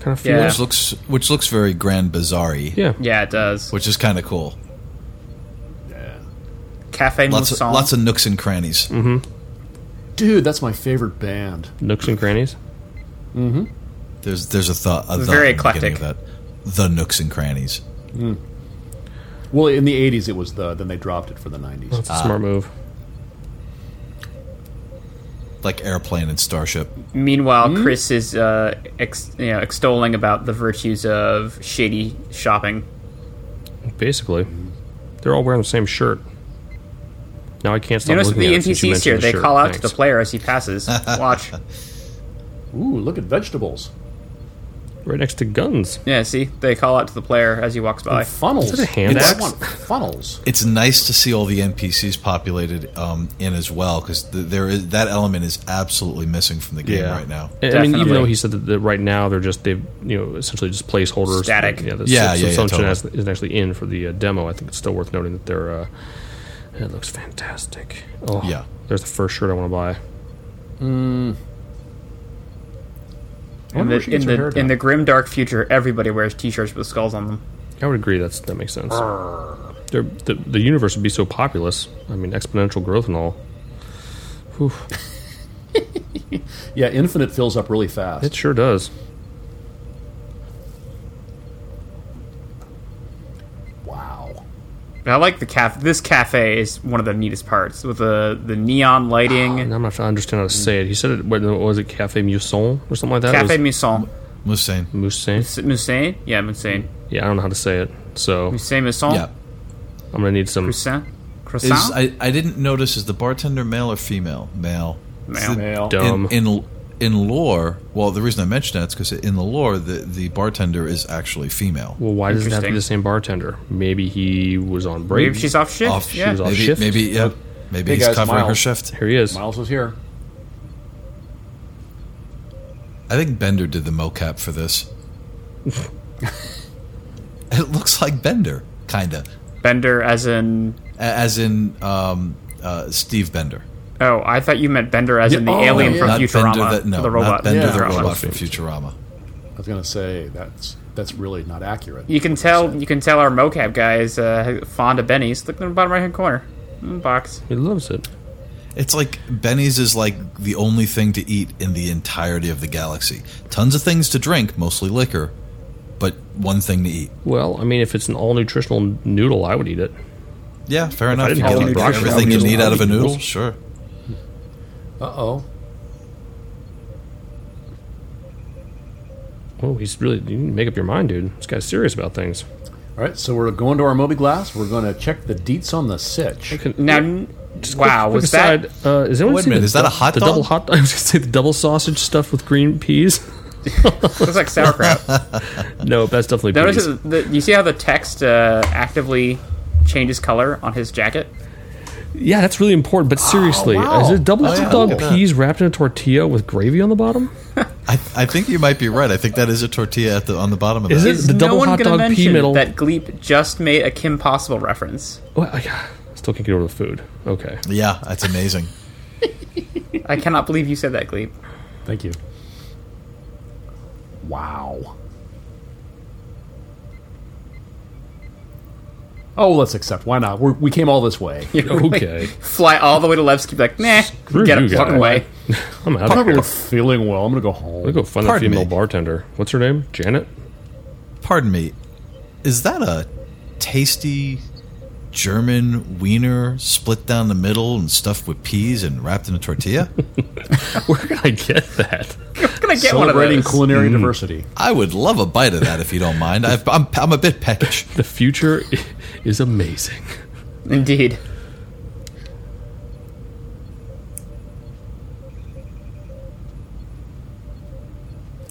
Speaker 5: kind of feel.
Speaker 3: Yeah.
Speaker 4: Which looks which looks very grand bazaar
Speaker 5: Yeah.
Speaker 3: yeah, it does.
Speaker 4: which is kind of cool.
Speaker 3: Cafe
Speaker 4: Lots of,
Speaker 3: Mousson.
Speaker 4: lots of nooks and crannies.
Speaker 3: Mm-hmm.
Speaker 2: Dude, that's my favorite band.
Speaker 5: Nooks and crannies.
Speaker 4: There's there's a thought a the
Speaker 3: Very
Speaker 4: in the
Speaker 3: eclectic.
Speaker 4: beginning of that. The nooks and crannies.
Speaker 2: Well, in the 80s it was the, then they dropped it for the 90s.
Speaker 5: That's
Speaker 3: Ah.
Speaker 5: a smart move.
Speaker 4: like airplane and starship.
Speaker 3: Meanwhile, Chris is uh, ex- you know, extolling about the virtues of shady shopping.
Speaker 5: Basically, they're all wearing the same shirt. Now I can't stop
Speaker 3: you notice
Speaker 5: looking
Speaker 3: the
Speaker 5: at it since you
Speaker 3: NPCs
Speaker 5: mentioned
Speaker 3: here;
Speaker 5: the
Speaker 3: they
Speaker 5: shirt.
Speaker 3: call out to
Speaker 5: Thanks.
Speaker 3: the player as he passes. Watch.
Speaker 2: Ooh, look at vegetables.
Speaker 5: right next to guns.
Speaker 3: Yeah, see, they call out to the player as he walks by.
Speaker 2: Funnels.
Speaker 5: Is that a hand
Speaker 2: I
Speaker 5: axe?
Speaker 2: want funnels.
Speaker 4: It's nice to see all the NPCs populated um, in as well because th- there is that element is absolutely missing from the game right now.
Speaker 5: And, I mean, even
Speaker 3: Definitely.
Speaker 5: though he said that, that right now they're just they've you know essentially just placeholders.
Speaker 3: Static.
Speaker 5: Yeah,
Speaker 4: Yeah,
Speaker 5: the sub-
Speaker 4: yeah, yeah,
Speaker 5: subsumption
Speaker 4: totally.
Speaker 5: as- isn't actually in for the uh, demo. I think it's still worth noting that they're. Uh, it looks fantastic. Oh,
Speaker 4: Yeah.
Speaker 5: There's the first shirt I want to buy.
Speaker 2: I
Speaker 3: In
Speaker 2: wonder where
Speaker 3: the,
Speaker 2: she
Speaker 3: in,
Speaker 2: gets her
Speaker 3: the,
Speaker 2: hair
Speaker 3: in
Speaker 2: done.
Speaker 3: the grim dark future, everybody wears T-shirts with skulls on them.
Speaker 5: I would agree. That's that makes sense. There- The, the universe would be so populous. I mean, exponential growth and all. Whew,
Speaker 2: Yeah, Infinite fills up really
Speaker 5: it
Speaker 2: fast.
Speaker 5: sure does.
Speaker 2: Wow.
Speaker 3: And I like the cafe. This cafe is one of the neatest parts with the the neon lighting.
Speaker 5: And I'm not sure I understand how to say it. He said it. What what was it? Cafe Musson or something like that.
Speaker 3: Cafe
Speaker 5: it was
Speaker 3: Mousson.
Speaker 4: Musain.
Speaker 5: Moussin.
Speaker 3: Moussin? Yeah, Moussin.
Speaker 5: Yeah, I don't know how to say it. So
Speaker 3: Moussin Mousson?
Speaker 4: Yeah.
Speaker 5: I'm gonna need some.
Speaker 3: Croissant?
Speaker 4: Is
Speaker 3: Croissant?
Speaker 4: I, I didn't notice is the bartender male or female? Male.
Speaker 3: Male.
Speaker 2: Male.
Speaker 5: Dumb. Um.
Speaker 4: In, in in lore, well, the reason I mention that is because in the lore, the the bartender is actually female.
Speaker 5: Well, why does it have to be
Speaker 3: Interesting.
Speaker 5: the same bartender? Maybe he was on break.
Speaker 3: Maybe she's off shift?
Speaker 4: Off-
Speaker 3: yeah.
Speaker 5: was off
Speaker 4: maybe
Speaker 5: shift.
Speaker 4: maybe yeah, maybe
Speaker 2: Hey,
Speaker 4: he's
Speaker 2: guys,
Speaker 4: covering her
Speaker 2: Miles.
Speaker 4: shift.
Speaker 5: Here he is.
Speaker 2: Miles was here.
Speaker 4: I think Bender did the mocap for this. it looks like Bender, kinda,
Speaker 3: Bender, as in.
Speaker 4: A- as in um, uh, Steve Bender.
Speaker 3: Oh, I thought you meant Bender as in the
Speaker 2: Yeah, oh,
Speaker 3: alien
Speaker 2: yeah.
Speaker 3: from
Speaker 4: not
Speaker 3: Futurama.
Speaker 4: Bender, the, no,
Speaker 3: the robot.
Speaker 4: not Bender
Speaker 2: Yeah.
Speaker 4: the
Speaker 3: Futurama.
Speaker 4: robot from Futurama.
Speaker 2: I was gonna say that's that's really not accurate.
Speaker 3: You can tell. You can tell our mocap guy is uh, fond of Benny's. Look in the bottom right hand corner. Mm, box.
Speaker 5: He loves it.
Speaker 4: It's like Benny's is like the only thing to eat in the entirety of the galaxy. Tons of things to drink, mostly liquor, but one thing to eat.
Speaker 5: Well, I mean, if it's an all nutritional noodle, I would eat it.
Speaker 4: Yeah, fair enough. You
Speaker 5: didn't have
Speaker 4: get
Speaker 5: any broccoli,
Speaker 4: everything you
Speaker 5: I would
Speaker 4: need
Speaker 5: just
Speaker 4: out of a
Speaker 5: eat
Speaker 4: noodle.
Speaker 5: noodles.
Speaker 4: Sure.
Speaker 2: Uh oh.
Speaker 5: Oh, he's really. You need to make up your mind, dude. This guy's serious about things.
Speaker 2: All right, so we're going to our Moby Glass. We're going to check the deets on the sitch.
Speaker 5: Can-
Speaker 3: Now,
Speaker 5: yeah,
Speaker 3: n- wow,
Speaker 5: quick
Speaker 3: was that?
Speaker 5: aside, Uh, is anyone
Speaker 4: Wait a
Speaker 5: seen
Speaker 4: minute,
Speaker 5: the
Speaker 4: is that a
Speaker 5: dou-
Speaker 4: hot
Speaker 5: the
Speaker 4: dog?
Speaker 5: double hot? I was gonna say the double sausage stuffed with green peas.
Speaker 3: Looks like sauerkraut.
Speaker 5: No, that's definitely
Speaker 3: Notice
Speaker 5: peas.
Speaker 3: that the, you see how the text uh, actively changes color on his jacket.
Speaker 5: Yeah, that's really important. But seriously, is it double
Speaker 4: Oh, yeah,
Speaker 5: hot
Speaker 4: look
Speaker 5: dog
Speaker 4: at
Speaker 5: peas wrapped in a tortilla with gravy on the bottom?
Speaker 4: I, I think you might be right. I think that is a tortilla at the, on the bottom of
Speaker 5: Is
Speaker 4: that.
Speaker 5: it? The double hot
Speaker 3: gonna
Speaker 5: dog pea
Speaker 3: mention
Speaker 5: middle.
Speaker 3: that Gleep just made a Kim Possible reference.
Speaker 5: Well, Oh, I I still can't get over the food. Okay,
Speaker 4: Yeah, that's amazing.
Speaker 3: I cannot believe you said that, Gleep.
Speaker 2: Thank you. Wow. Oh, let's accept. Why not? We're, we came all this way.
Speaker 5: okay.
Speaker 3: Fly all the way to Levski, be like, nah,
Speaker 5: Screw
Speaker 3: get
Speaker 5: you
Speaker 3: it, fuck
Speaker 5: guys.
Speaker 3: away.
Speaker 5: I'm
Speaker 2: I'm
Speaker 5: out of
Speaker 2: not
Speaker 5: here.
Speaker 2: really feeling well. I'm gonna go home.
Speaker 5: Let me go find a
Speaker 4: Pardon
Speaker 5: female
Speaker 4: me.
Speaker 5: bartender. What's her name? Janet.
Speaker 4: Pardon me. Is that a tasty German wiener split down the middle and stuffed with peas and wrapped in a tortilla?
Speaker 5: Where can I get that?
Speaker 3: Can I get one of
Speaker 2: Celebrating
Speaker 3: those?
Speaker 2: culinary diversity.
Speaker 4: I would love a bite of that if you don't mind. I've, I'm, I'm a bit peckish.
Speaker 5: The future i- is amazing.
Speaker 3: Indeed.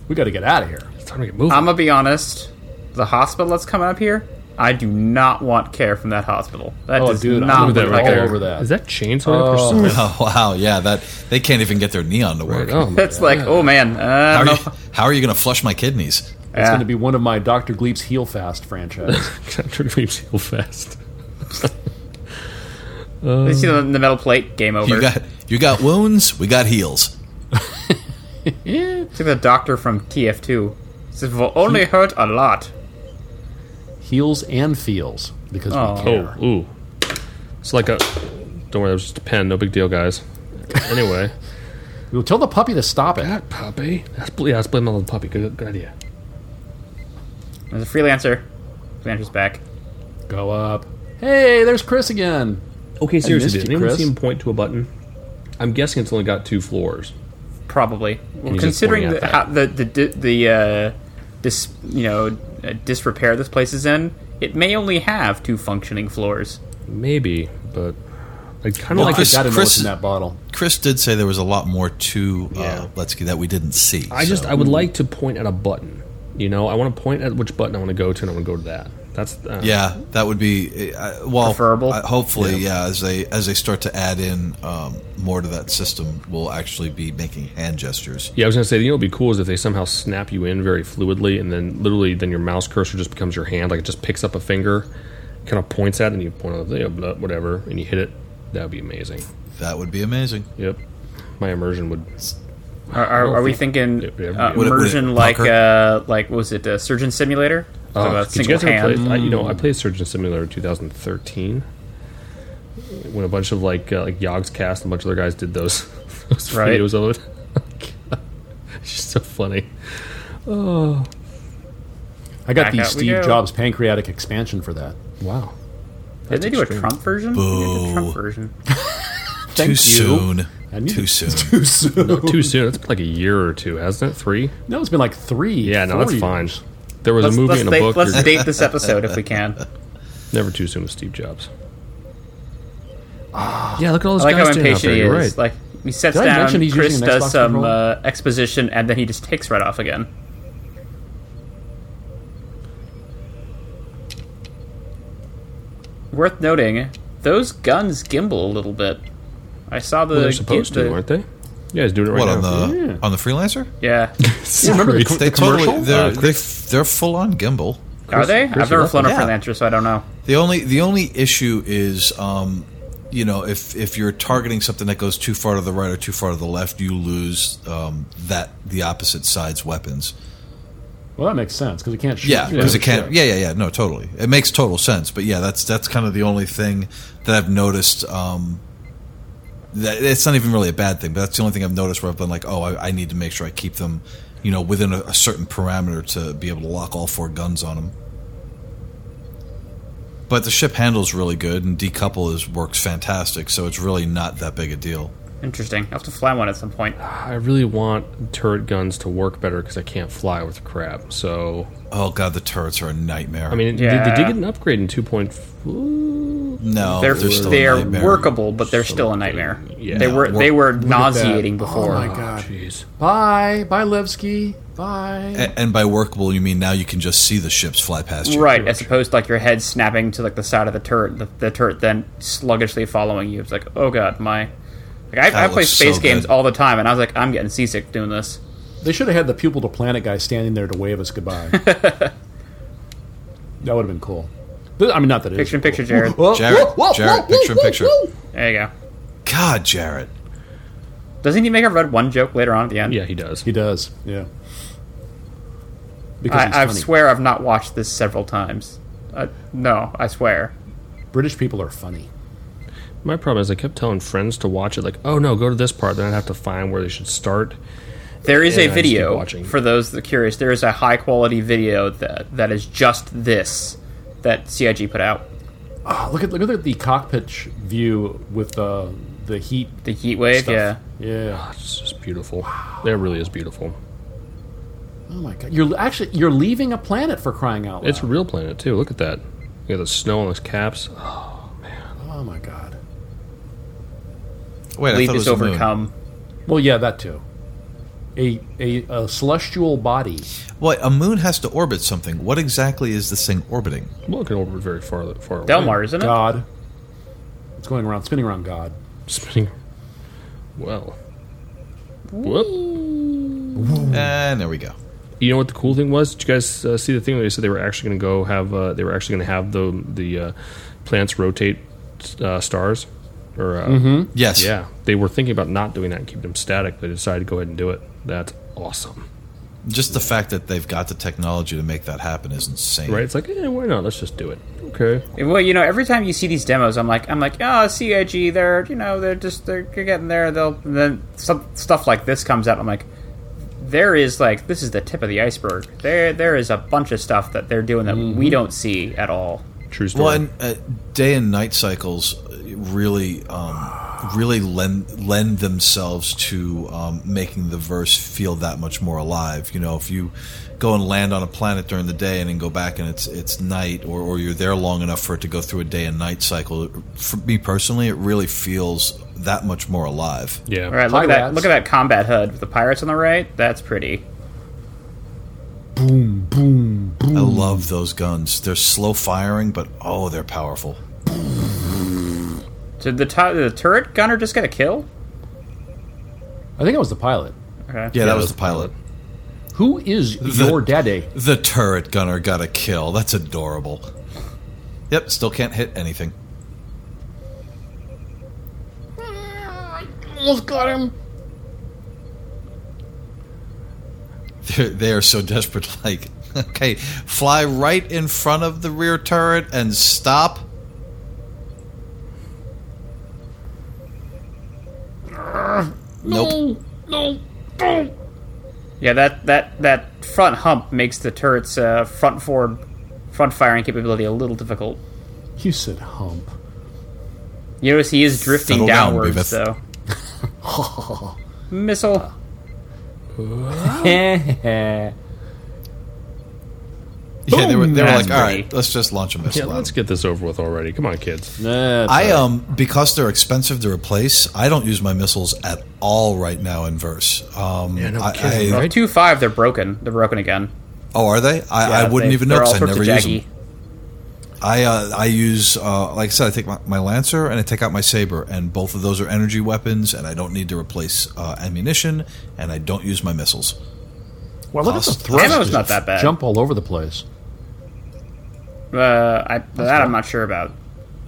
Speaker 2: We got to get out of here.
Speaker 5: It's time to get moving.
Speaker 3: I'm gonna be honest. The hospital that's coming up here, I do not want care from that hospital. That
Speaker 2: Oh,
Speaker 3: does
Speaker 2: dude, I'm
Speaker 3: not
Speaker 2: with
Speaker 3: look
Speaker 2: that
Speaker 3: like
Speaker 2: right
Speaker 3: a-
Speaker 2: there. over that.
Speaker 5: Is that chainsaw? up or something?
Speaker 4: Oh, wow. Yeah, that they can't even get their neon to work.
Speaker 5: Oh, my
Speaker 3: That's like, oh man, uh, I
Speaker 4: How are, you,
Speaker 3: don't know.
Speaker 4: how are you going to flush my kidneys?
Speaker 2: It's
Speaker 3: Yeah.
Speaker 2: going to be one of my Dr. Gleep's Heel Fast franchise.
Speaker 5: Dr. Dreams Heal Fest.
Speaker 3: You see the, the metal plate? Game over.
Speaker 4: You got you got wounds. We got heels.
Speaker 3: It's like the doctor from TF2. Says, will only hurt a lot.
Speaker 2: Heels and feels because
Speaker 3: Oh.
Speaker 2: we care.
Speaker 5: Oh, ooh. It's like a. Don't worry, that was just a pen. No big deal, guys. Anyway.
Speaker 2: We'll tell the puppy to stop it.
Speaker 5: that puppy. That's, bl- yeah, that's blame on the puppy. Good, good idea.
Speaker 3: There's a freelancer. Freelancer's back.
Speaker 2: Go up. Hey, there's Chris again.
Speaker 5: Okay,
Speaker 2: missed
Speaker 5: seriously,
Speaker 2: you,
Speaker 5: did anyone
Speaker 2: Chris.
Speaker 5: see him point to a button? I'm guessing it's only got two floors.
Speaker 3: Probably. Well,
Speaker 5: he's just
Speaker 3: considering
Speaker 5: pointing
Speaker 3: the,
Speaker 5: at
Speaker 3: how, the the di- the uh, dis, you know uh, disrepair this place is in, it may only have two functioning floors.
Speaker 5: Maybe, but I kind of
Speaker 4: Well,
Speaker 5: like
Speaker 4: Chris-
Speaker 5: it.
Speaker 2: Got to know
Speaker 4: Chris
Speaker 2: what's in
Speaker 4: is-
Speaker 2: that bottle.
Speaker 4: Chris did say there was a lot more to
Speaker 2: Yeah.
Speaker 4: uh, Let's Get that we didn't see.
Speaker 5: I just
Speaker 4: so- hmm.
Speaker 5: I would like to point at a button. You know, I want to point at which button I want to go to, and I want to go to that. That's uh,
Speaker 4: yeah, that would be uh, well
Speaker 3: Preferable?
Speaker 4: I- hopefully, yeah. As they as they start to add in um, more to that system, we'll actually be making hand gestures.
Speaker 5: Yeah, I was gonna say, you know, what'd be cool is if they somehow snap you in very fluidly, and then literally, then your mouse cursor just becomes your hand, like it just picks up a finger, kind of points at, it, and you point out, you know, blah, whatever, and you hit it. That would be amazing.
Speaker 4: That would be amazing.
Speaker 5: Yep, my immersion would.
Speaker 3: Are, are, are we thinking
Speaker 5: It- it-
Speaker 3: uh,
Speaker 5: would
Speaker 4: it- would
Speaker 3: immersion
Speaker 4: it
Speaker 3: like
Speaker 4: pucker?
Speaker 3: uh, like what was it uh, Surgeon Simulator? Talk Mm. about
Speaker 5: did you
Speaker 3: single
Speaker 5: guys ever play-
Speaker 3: hand.
Speaker 5: I, you know, I played Surgeon Simulator 2013 when a bunch of like uh, like Yogg's cast and a bunch of other guys did those, those
Speaker 3: Right.
Speaker 5: videos of it. it's just so funny.
Speaker 2: I got
Speaker 3: Back
Speaker 2: the
Speaker 3: out we
Speaker 2: Steve
Speaker 3: go.
Speaker 2: Jobs pancreatic expansion for that.
Speaker 5: Wow.
Speaker 3: Did they do a Trump version? They did a Trump version.
Speaker 4: Too
Speaker 2: you.
Speaker 4: soon.
Speaker 2: I need
Speaker 4: Too
Speaker 2: to-
Speaker 4: soon.
Speaker 2: Too soon.
Speaker 5: Too soon. It's been like a year or two, hasn't it? Three.
Speaker 2: No, it's been like three.
Speaker 5: Yeah, no,
Speaker 2: four
Speaker 5: that's
Speaker 2: years.
Speaker 5: fine. There was
Speaker 3: Let's,
Speaker 5: a movie
Speaker 3: let's,
Speaker 5: and a
Speaker 3: date,
Speaker 5: book.
Speaker 3: let's
Speaker 5: You're
Speaker 3: date this episode if we can.
Speaker 5: never too soon with Steve Jobs.
Speaker 4: Ah.
Speaker 5: yeah, look at all
Speaker 3: I
Speaker 5: those
Speaker 3: like how
Speaker 5: guys doing out
Speaker 3: impatient
Speaker 5: there.
Speaker 3: he is.
Speaker 5: You're right.
Speaker 3: Like he sets
Speaker 2: Did I
Speaker 3: down,
Speaker 2: mention he's
Speaker 3: Chris
Speaker 2: using an Xbox
Speaker 3: does some
Speaker 2: controller?
Speaker 3: uh, exposition, and then he just takes right off again. Worth noting, those guns gimbal a little bit. I saw the
Speaker 5: They're supposed
Speaker 3: the-
Speaker 5: to, aren't they? You guys doing it right
Speaker 4: What
Speaker 5: now?
Speaker 4: on the on the freelancer?
Speaker 3: Yeah,
Speaker 5: remember the
Speaker 4: They totally
Speaker 5: Uh,
Speaker 4: they're they,
Speaker 5: Chris-
Speaker 4: they're full on gimbal.
Speaker 3: are they?
Speaker 5: Chris,
Speaker 3: I've never
Speaker 5: you
Speaker 3: flown a
Speaker 4: left it.
Speaker 3: freelancer, so I don't know.
Speaker 4: The only the only issue is, um, you know, if if you're targeting something that goes too far to the right or too far to the left, you lose um, that the opposite side's weapons.
Speaker 2: Well, that makes sense because it can't shoot.
Speaker 4: Yeah, because it can't.
Speaker 2: Sure.
Speaker 4: Yeah, yeah, yeah. No, totally. It makes total sense. But yeah, that's that's kind of the only thing that I've noticed. Um, that it's not even really a bad thing, but that's the only thing I've noticed where I've been like, oh, I, I need to make sure I keep them, you know, within a, a certain parameter to be able to lock all four guns on them. But the ship handles really good, and decouple is works fantastic, so it's really not that big a deal.
Speaker 3: Interesting. I have to fly one at some point.
Speaker 5: I really want turret guns to work better because I can't fly with crap. So
Speaker 4: Oh god, the turrets are a nightmare.
Speaker 5: I mean, they- they,
Speaker 3: Yeah.
Speaker 5: did get an upgrade in 2.4.
Speaker 4: no,
Speaker 3: They're
Speaker 4: they're,
Speaker 3: they're,
Speaker 4: still a nightmare.
Speaker 3: workable, but they're still a nightmare.
Speaker 5: Yeah.
Speaker 3: They were they were nauseating
Speaker 2: Oh
Speaker 3: before.
Speaker 2: my god! Bye, bye, Levski. Bye.
Speaker 4: A- And by workable, you mean now you can just see the ships fly past you.
Speaker 3: Right, as opposed to like your head snapping to like the side of the turret, the, the turret then sluggishly following you. It's like, oh god, my. Like I, I
Speaker 4: That
Speaker 3: play
Speaker 4: looks
Speaker 3: space
Speaker 4: so
Speaker 3: games
Speaker 4: good.
Speaker 3: all the time, and I was like, I'm getting seasick doing this.
Speaker 2: They should have had the pupil to planet guy standing there to wave us goodbye. that would have been cool. Th- I mean, not that it is
Speaker 3: Picture in picture, Jared.
Speaker 2: Whoa,
Speaker 4: Jared,
Speaker 2: whoa, whoa,
Speaker 4: Jared,
Speaker 2: whoa,
Speaker 4: picture in
Speaker 2: whoa,
Speaker 4: picture.
Speaker 2: whoa.
Speaker 3: There you go.
Speaker 4: God, Jarrett.
Speaker 3: Doesn't he make a red one joke later on at the end?
Speaker 5: Yeah, he does.
Speaker 2: He does. Yeah. Because he's
Speaker 3: I, I
Speaker 2: funny.
Speaker 3: swear I've not watched this several times. Uh, no, I swear.
Speaker 2: British people are funny.
Speaker 5: My problem is I kept telling friends to watch it, like, oh no, go to this part. Then I'd have to find where they should start.
Speaker 3: There is
Speaker 5: Yeah, I
Speaker 3: a
Speaker 5: just keep
Speaker 3: video
Speaker 5: watching.
Speaker 3: for those that are curious. There is a high quality video that that is just this that CIG put out.
Speaker 2: Oh, look at look at the cockpit sh- view with uh, the heat.
Speaker 3: The heat wave,
Speaker 2: Stuff.
Speaker 3: yeah.
Speaker 2: Yeah.
Speaker 5: It's just beautiful. That really is beautiful.
Speaker 2: Oh my god! You're actually you're leaving a planet for crying out loud.
Speaker 5: It's a real planet too. Look at that. You got the snow on his caps.
Speaker 2: oh my god.
Speaker 4: Wait, I
Speaker 3: Leap
Speaker 4: thought it
Speaker 3: is
Speaker 4: was a moon.
Speaker 3: overcome.
Speaker 2: Well, yeah, that too. A a, a celestial body.
Speaker 4: Well, a moon has to orbit something. What exactly is this thing orbiting?
Speaker 5: Well, it can orbit very far, far away.
Speaker 3: Delmar, isn't it?
Speaker 2: God. It's going around, spinning around God.
Speaker 5: spinning. Well, whoop.
Speaker 4: And there we go.
Speaker 5: You know what the cool thing was? Did you guys uh, see the thing where they said they were actually going to go have? Uh, they were actually going to have the the uh, planets rotate uh, stars. Or uh,
Speaker 4: Yes.
Speaker 5: yeah, they were thinking about not doing that and keeping them static. They decided to go ahead and do it. That's awesome,
Speaker 4: Just the fact that they've got the technology to make that happen is insane.
Speaker 5: right? It's like, eh, why not? Let's just do it. Okay.
Speaker 3: Well, you know, every time you see these demos, I'm like, I'm like, oh, CIG, they're, you know, they're just, they're you're getting there. They'll, and then some stuff like this comes out. I'm like, there is like, this is the tip of the iceberg. There, there is a bunch of stuff that they're doing that we don't see at all.
Speaker 5: True story.
Speaker 4: Well, and uh, day and night cycles really, um, really lend lend themselves to um, making the verse feel that much more alive. You know, if you go and land on a planet during the day and then go back and it's it's night, or, or you're there long enough for it to go through a day and night cycle. For me personally, it really feels that much more alive.
Speaker 5: yeah.
Speaker 3: All right, look at that,
Speaker 2: Pirates.
Speaker 3: look at that combat HUD with the pirates on the right. That's pretty.
Speaker 6: Boom, boom, boom.
Speaker 4: I love those guns. They're slow firing, but oh, they're powerful.
Speaker 3: Did the, tu- the turret gunner just get a kill?
Speaker 2: I think it was the pilot.
Speaker 3: Okay.
Speaker 4: Yeah, that was the pilot.
Speaker 2: Who is your daddy?
Speaker 4: The turret gunner got a kill. That's adorable. Yep, still can't hit anything.
Speaker 2: Almost got him.
Speaker 4: They're, they are so desperate. Like, okay, fly right in front of the rear turret and stop. Nope.
Speaker 3: Yeah, that that that front hump makes the turret's uh, front forward, front firing capability a little difficult.
Speaker 2: You said hump.
Speaker 3: You notice he is drifting
Speaker 4: Settle down,
Speaker 3: downwards,
Speaker 4: Beavis. Uh,
Speaker 3: though. Missile.
Speaker 4: Yeah, they were, they were
Speaker 3: That's
Speaker 4: like, all
Speaker 3: pretty.
Speaker 4: right, let's just launch a
Speaker 5: Yeah,
Speaker 4: missile. at
Speaker 5: let's
Speaker 4: them."
Speaker 5: get this over with already. Come on, kids.
Speaker 2: That's
Speaker 4: I um because they're expensive to replace. I don't use my missiles at all right now in verse. Um, I- I-
Speaker 3: Right. Two five, they're broken. They're broken again.
Speaker 4: oh, are they? I, I
Speaker 3: Yeah,
Speaker 4: wouldn't
Speaker 3: they-
Speaker 4: even know
Speaker 3: they're all
Speaker 4: 'cause I
Speaker 3: sorts
Speaker 4: never
Speaker 3: of
Speaker 4: use
Speaker 3: jaggy.
Speaker 4: them. I uh, I use uh, like I said I take my, my lancer and I take out my saber and both of those are energy weapons and I don't need to replace uh, ammunition and I don't use my missiles.
Speaker 2: well, look at the
Speaker 4: Cost-
Speaker 2: thrust.
Speaker 3: Ammo's not that bad.
Speaker 2: Jump all over the place.
Speaker 3: Uh, I, that I'm not sure about.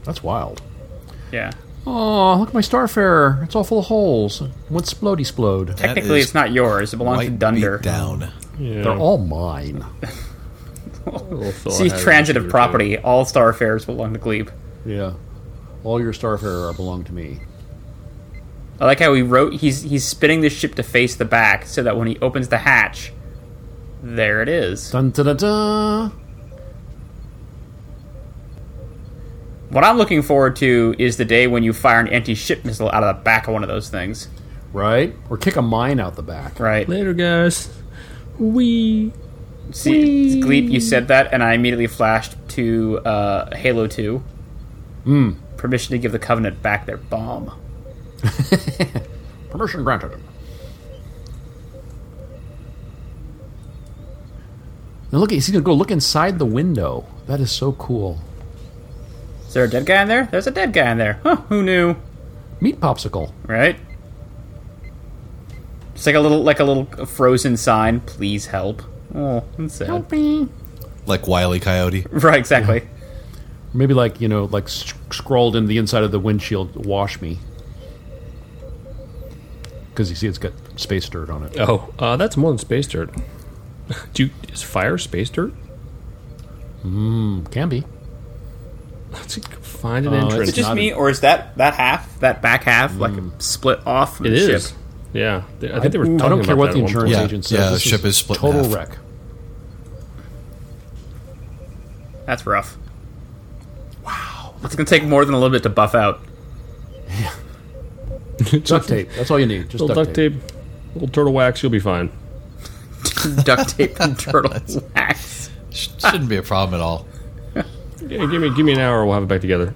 Speaker 2: That's wild.
Speaker 3: Yeah.
Speaker 2: Oh, look at my Starfarer. It's all full of holes. Went splode explode.
Speaker 4: That
Speaker 3: Technically,
Speaker 4: is
Speaker 3: it's not yours. It belongs to
Speaker 4: white
Speaker 3: Dunder.
Speaker 4: beat down.
Speaker 5: Yeah.
Speaker 2: They're all mine.
Speaker 5: Little Phil
Speaker 3: See,
Speaker 5: had it
Speaker 3: transitive
Speaker 5: too.
Speaker 3: property. All star fairs belong to Glebe.
Speaker 2: Yeah. All your Starfarer belong to me.
Speaker 3: I like how he wrote. He's he's spinning the ship to face the back, so that when he opens the hatch, there it is.
Speaker 2: Dun, dun, dun, dun.
Speaker 3: What I'm looking forward to is the day when you fire an anti-ship missile out of the back of one of those things.
Speaker 2: Right? Or kick a mine out the back.
Speaker 3: Right.
Speaker 5: Later, guys. We.
Speaker 3: See, Gleep, you said that, and I immediately flashed to uh, Halo 2. Permission to give the Covenant back their bomb.
Speaker 2: Permission granted. Now look, he's going to go look inside the window. That is so cool.
Speaker 3: Is there a dead guy in there? There's a dead guy in there. Huh, who knew?
Speaker 2: Meat popsicle.
Speaker 3: Right? It's like a little, like a little frozen sign. Please help. Oh, that's sad.
Speaker 4: like Wiley Coyote.
Speaker 3: Right, exactly.
Speaker 2: Maybe like, you know, like sc- scrawled in the inside of the windshield, wash me. Because you see it's got space dirt on it.
Speaker 5: Oh, uh, that's more than space dirt. Do you, is fire space dirt?
Speaker 2: Can be.
Speaker 5: Let's find an
Speaker 2: Oh, it's
Speaker 3: Is
Speaker 5: entrance.
Speaker 3: it just
Speaker 2: not
Speaker 3: me, or is that that half, that back half, like split off? From
Speaker 5: It
Speaker 3: the ship?
Speaker 5: is. Yeah, They- I think they were.
Speaker 2: Ooh,
Speaker 5: Talking
Speaker 2: I don't care
Speaker 5: about
Speaker 2: what
Speaker 5: that
Speaker 2: the
Speaker 5: at one
Speaker 2: insurance
Speaker 5: point.
Speaker 4: Yeah,
Speaker 2: agent says.
Speaker 4: yeah,
Speaker 2: this
Speaker 4: ship is split in
Speaker 2: total
Speaker 4: half.
Speaker 2: wreck.
Speaker 3: That's rough. Wow. It's gonna take more than a little bit to buff out.
Speaker 2: duct tape. That's all you need. Just
Speaker 5: Little
Speaker 2: duct,
Speaker 5: duct
Speaker 2: tape.
Speaker 5: tape, little turtle wax. You'll be fine.
Speaker 3: Duct tape and turtle wax.
Speaker 4: Sh- Shouldn't be a problem at all.
Speaker 5: Yeah, give me give me an hour. We'll have it back together.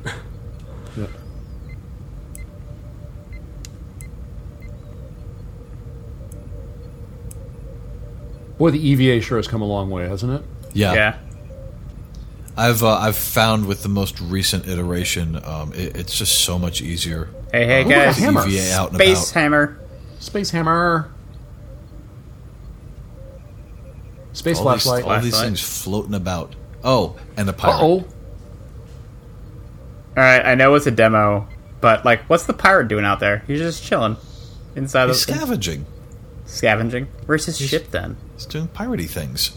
Speaker 2: Boy, the EVA sure has come a long way, hasn't it?
Speaker 4: Yeah,
Speaker 3: Yeah.
Speaker 4: I've uh, I've found with the most recent iteration, um, it, it's just so much easier.
Speaker 3: Hey, hey,
Speaker 2: Look at
Speaker 3: guys.
Speaker 2: the hammer.
Speaker 4: EVA out and
Speaker 3: Space
Speaker 4: about.
Speaker 3: hammer.
Speaker 2: Space hammer. Space
Speaker 4: All these,
Speaker 2: flashlight.
Speaker 4: all
Speaker 2: Uh
Speaker 4: these
Speaker 3: Flashlight.
Speaker 4: things floating about. Oh, and a pirate.
Speaker 2: oh.
Speaker 3: All right, I know it's a demo, but like, what's the pirate doing out there? He's just chilling inside
Speaker 4: He's
Speaker 3: the
Speaker 4: scavenging.
Speaker 3: scavenging. Where's his ship then?
Speaker 4: He's doing piratey things.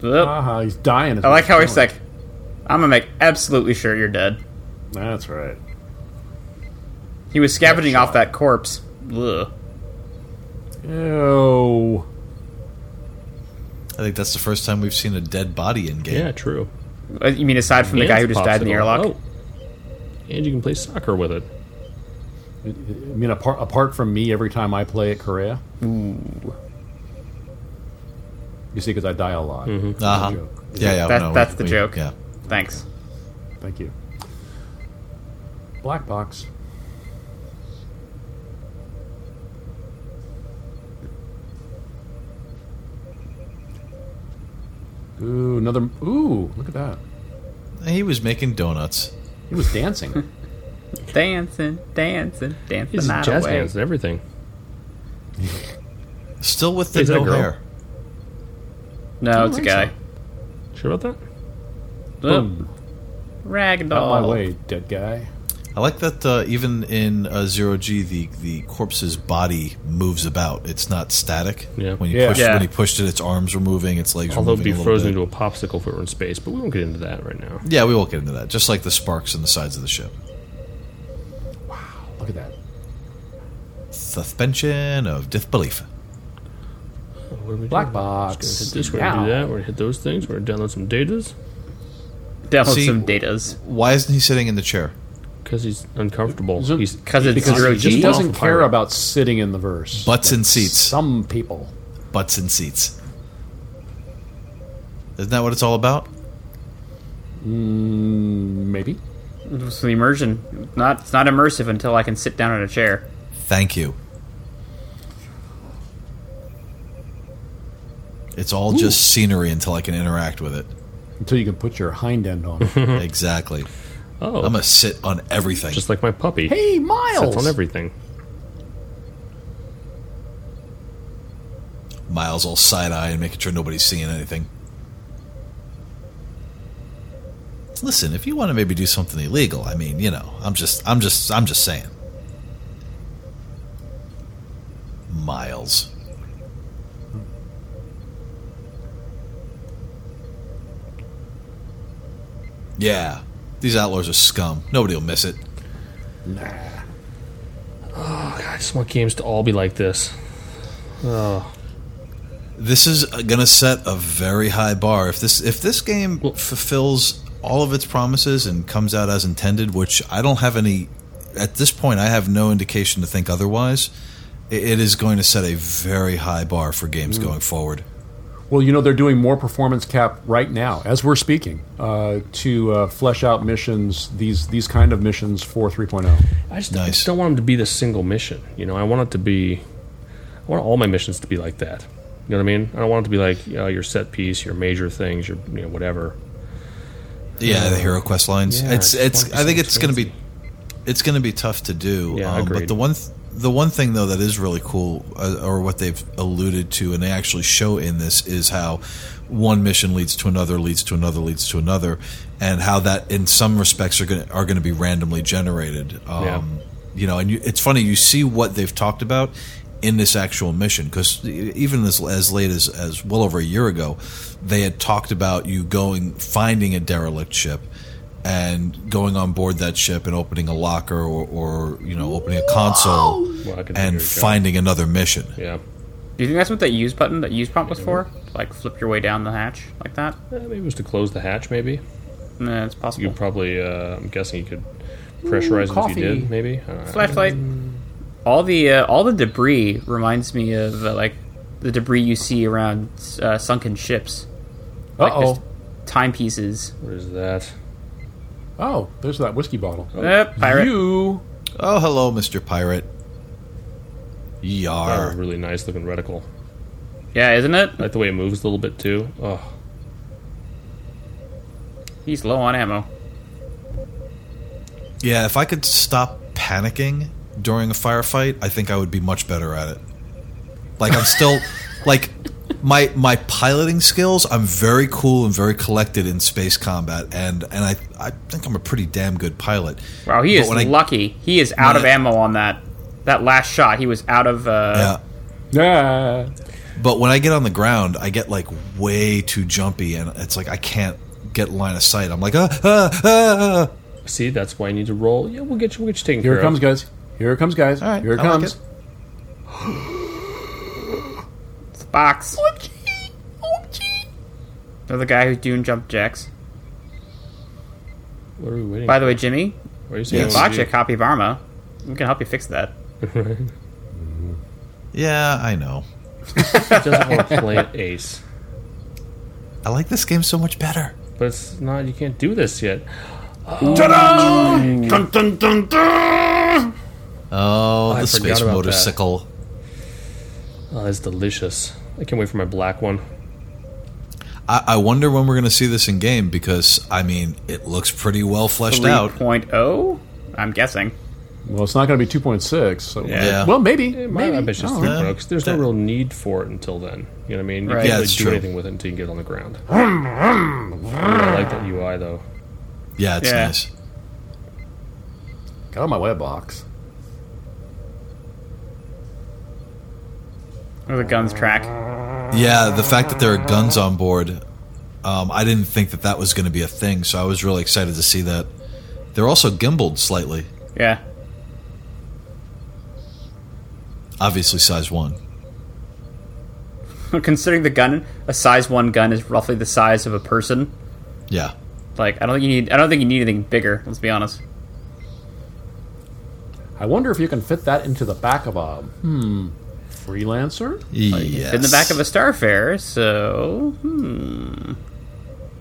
Speaker 3: Ugh.
Speaker 2: Aha, he's dying.
Speaker 3: I like how he's like, I'm gonna make absolutely sure you're dead.
Speaker 2: That's right.
Speaker 3: He was scavenging off that corpse. Ugh.
Speaker 2: Ew.
Speaker 4: I think that's the first time we've seen a dead body in game.
Speaker 5: Yeah, true.
Speaker 3: Uh, You mean aside from the guy who
Speaker 5: And
Speaker 3: just died in the
Speaker 5: popsicle.
Speaker 3: airlock?
Speaker 5: Oh. And you can play soccer with it.
Speaker 2: I mean, apart, apart from me, every time I play at Korea. Ooh. You see, because I die a lot.
Speaker 4: Uh-huh.
Speaker 2: joke.
Speaker 4: Yeah, yeah.
Speaker 3: That-
Speaker 4: no,
Speaker 3: that's the joke.
Speaker 4: Yeah.
Speaker 3: Thanks.
Speaker 2: Thank you. Black box. Ooh, another. Ooh, look at that.
Speaker 4: He was making donuts.
Speaker 2: He was dancing.
Speaker 3: Dancing, dancing, dancing.
Speaker 5: He's
Speaker 3: the night
Speaker 5: jazz
Speaker 3: away.
Speaker 5: hands and everything.
Speaker 4: Still with the
Speaker 5: Is that a
Speaker 4: no
Speaker 5: girl?
Speaker 4: hair.
Speaker 3: No, it's a guy.
Speaker 5: Sure about that?
Speaker 3: Ugh.
Speaker 2: Boom.
Speaker 3: Ragdoll.
Speaker 2: Out my way, dead guy.
Speaker 4: I like that uh, even in uh, zero G, the the corpse's body moves about. It's not static.
Speaker 5: Yeah.
Speaker 4: When you
Speaker 2: Yeah.
Speaker 4: pushed
Speaker 3: Yeah.
Speaker 4: when he pushed it, its arms were moving, its legs were
Speaker 5: Although it'd be
Speaker 4: moving. a little
Speaker 5: frozen
Speaker 4: bit.
Speaker 5: into a popsicle if we were in space, but we won't get into that right now.
Speaker 4: yeah, we won't get into that. Just like the sparks in the sides of the ship.
Speaker 2: Look at that.
Speaker 4: Suspension of disbelief.
Speaker 5: What are we
Speaker 2: Black
Speaker 5: doing?
Speaker 2: box.
Speaker 5: Hit this, we're gonna do that, we're gonna hit those things, we're gonna download some datas.
Speaker 3: Download
Speaker 4: See-
Speaker 3: some datas.
Speaker 4: Why isn't he sitting in the chair?
Speaker 5: Because he's uncomfortable.
Speaker 2: Is it-
Speaker 5: He's,
Speaker 3: Because it's
Speaker 5: because
Speaker 3: zero
Speaker 5: he just
Speaker 3: G.
Speaker 2: He doesn't
Speaker 5: Alpha
Speaker 2: care
Speaker 5: pirate.
Speaker 2: about sitting in the verse.
Speaker 4: Butts in seats.
Speaker 2: Some people.
Speaker 4: Butts in seats. Isn't that what it's all about?
Speaker 2: Maybe.
Speaker 3: It's the immersion. Not it's not immersive until I can sit down in a chair.
Speaker 4: Thank you. It's all just scenery until I can interact with it.
Speaker 2: Until you can put your hind end on it.
Speaker 4: exactly.
Speaker 5: Oh,
Speaker 4: I'm gonna sit on everything.
Speaker 5: just like my puppy.
Speaker 2: hey,
Speaker 5: Sits on
Speaker 2: Miles!
Speaker 5: everything.
Speaker 4: Miles all side eye and making sure nobody's seeing anything. Listen, if you want to maybe do something illegal, I mean, you know, I'm just, I'm just, I'm just saying. miles. Yeah, these outlaws are scum. Nobody will miss it.
Speaker 5: I just want games to all be like this.
Speaker 4: This is going to set a very high bar. If this if this game fulfills all of its promises and comes out as intended, which I don't have any at this point, I have no indication to think otherwise. i- It is going to set a very high bar for
Speaker 5: Mm.
Speaker 4: games going forward.
Speaker 2: Well, you know, they're doing more performance cap right now, as we're speaking, uh, to uh, flesh out missions, these, these kind of missions for oh. 3.0.
Speaker 5: I just, I
Speaker 4: Nice.
Speaker 5: just don't want them to be this single mission. You know, I want it to be. I want all my missions to be like that. You know what I mean? I don't want it to be like uh, your set piece, your major things, your you know, whatever.
Speaker 4: Yeah, the hero quest lines.
Speaker 5: Yeah,
Speaker 4: it's
Speaker 5: I just
Speaker 4: it's.
Speaker 5: wanna
Speaker 4: I
Speaker 5: do
Speaker 4: think
Speaker 5: something
Speaker 4: it's going to be, it's going to be tough to do. um,
Speaker 5: Yeah,
Speaker 4: but
Speaker 5: agreed.
Speaker 4: the one th- the one thing though that is really cool, uh, or what they've alluded to and they actually show in this is how one mission leads to another, leads to another, leads to another, and how that in some respects are going to, are going to be randomly generated. Um,
Speaker 5: Yeah.
Speaker 4: You know, and you, it's funny you see what they've talked about in this actual mission because even as, as late as, as well over a year ago, they had talked about you going finding a derelict ship and going on board that ship and opening a locker or, or you know opening a console
Speaker 5: Well, I could figure
Speaker 4: and
Speaker 5: it out.
Speaker 4: finding another mission.
Speaker 5: Yeah.
Speaker 3: Do you think that's what that use button, that use prompt was for? Like flip your way down the hatch like that?
Speaker 5: Eh, maybe it was to close the hatch. Maybe
Speaker 3: Nah, it's
Speaker 5: you
Speaker 3: possible.
Speaker 5: could probably. Uh, I'm guessing you could pressurize it if
Speaker 2: coffee.
Speaker 5: you did. Maybe. I don't know.
Speaker 3: Flashlight. All the uh, all the debris reminds me of uh, like the debris you see around uh, sunken ships,
Speaker 2: Uh
Speaker 3: there's
Speaker 2: oh.
Speaker 3: timepieces.
Speaker 5: What is that?
Speaker 2: Oh, there's that whiskey bottle.
Speaker 3: Uh, pirate.
Speaker 2: You.
Speaker 4: Oh, hello, Mister Pirate.
Speaker 5: Oh,
Speaker 4: Yar.
Speaker 5: Uh, really nice looking reticle.
Speaker 3: Yeah, isn't it?
Speaker 5: I like the way it moves a little bit too. Oh,
Speaker 3: He's low on ammo.
Speaker 4: Yeah, if I could stop panicking during a firefight, I think I would be much better at it. Like I'm still like my my piloting skills, I'm very cool and very collected in space combat and and I I think I'm a pretty damn good pilot.
Speaker 3: Wow, he
Speaker 4: But
Speaker 3: is
Speaker 4: when I-
Speaker 3: lucky. he is out of
Speaker 4: I-
Speaker 3: ammo on that that last shot. He was out of. Uh,
Speaker 4: Yeah.
Speaker 2: Yeah.
Speaker 4: But when I get on the ground, I get like way too jumpy and it's like I can't get line of sight. I'm like ah ah ah.
Speaker 5: see, that's why I need to roll. Yeah, we'll get you. We'll get you taken
Speaker 2: Here
Speaker 5: care
Speaker 2: it comes,
Speaker 5: of.
Speaker 2: guys. Here it comes, guys.
Speaker 4: All right,
Speaker 2: Here it
Speaker 4: I like
Speaker 2: comes.
Speaker 4: it.
Speaker 3: box. They're the guy who's doing jump jacks.
Speaker 5: What are we waiting?
Speaker 3: By
Speaker 5: for?
Speaker 3: the way, Jimmy,
Speaker 5: What are you
Speaker 4: Yeah,
Speaker 5: saying?
Speaker 3: bought you a copy of Arma. We can help you fix that.
Speaker 4: Yeah, I know.
Speaker 5: doesn't want to play it ace.
Speaker 4: I like this game so much better.
Speaker 5: But it's not. You can't do this yet.
Speaker 4: Oh, the
Speaker 5: forgot
Speaker 4: space
Speaker 5: about that.
Speaker 4: motorcycle.
Speaker 5: Oh, that's delicious. I can't wait for my black one.
Speaker 4: I, I wonder when we're going to see this in game because I mean it looks pretty well fleshed out.
Speaker 3: 3.0? oh? I'm guessing.
Speaker 2: Well, it's not going to be 2.6. So
Speaker 4: Yeah.
Speaker 2: Well, maybe.
Speaker 5: Maybe.
Speaker 2: Maybe.
Speaker 5: I bet it's just
Speaker 2: Oh,
Speaker 5: three
Speaker 4: yeah.
Speaker 5: because there's no real need for it until then. You know what I mean? You
Speaker 3: Right.
Speaker 5: can't
Speaker 3: Yeah,
Speaker 5: really
Speaker 4: it's
Speaker 5: do
Speaker 4: true.
Speaker 5: anything with it until you get on the ground. I like that UI though.
Speaker 4: Yeah, it's
Speaker 3: Yeah.
Speaker 4: nice.
Speaker 2: Got on my web box.
Speaker 3: Or the guns track.
Speaker 4: Yeah, the fact that there are guns on board, um, I didn't think that that was going to be a thing, so I was really excited to see that. They're also gimbaled slightly,
Speaker 3: Yeah.
Speaker 4: obviously size one.
Speaker 3: Considering the gun, a size one gun is roughly the size of a person.
Speaker 4: Yeah,
Speaker 3: Like I don't think you need. I don't think you need anything bigger. Let's be honest.
Speaker 2: I wonder if you can fit that into the back of a hmm freelancer.
Speaker 4: yes.
Speaker 3: In the back of a Starfare, so hmm.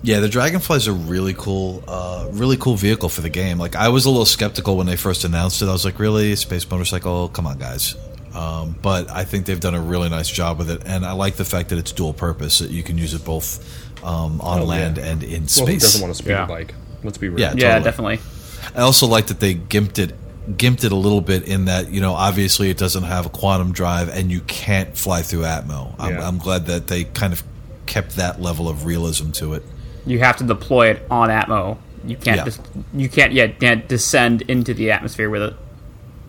Speaker 4: Yeah, the Dragonfly's a really cool, uh, really cool vehicle for the game. Like, I was a little skeptical when they first announced it. I was like, "Really, space motorcycle? Come on, guys!" Um, but I think they've done a really nice job with it, and I like the fact that it's dual purpose. That you can use it both um,
Speaker 3: Oh,
Speaker 4: on land and in
Speaker 5: Well, who
Speaker 4: space.
Speaker 5: doesn't want a speed
Speaker 2: Yeah.
Speaker 5: bike? Let's be real.
Speaker 4: Yeah.
Speaker 3: yeah,
Speaker 4: Totally.
Speaker 3: definitely.
Speaker 4: I also like that they gimped it, gimped it a little bit in that you know obviously it doesn't have a quantum drive and you can't fly through atmo. I'm,
Speaker 5: Yeah.
Speaker 4: I'm glad that they kind of kept that level of realism to it.
Speaker 3: You have to deploy it on Atmo. You can't
Speaker 4: Yeah.
Speaker 3: just. You can't yet yeah, descend into the atmosphere with it.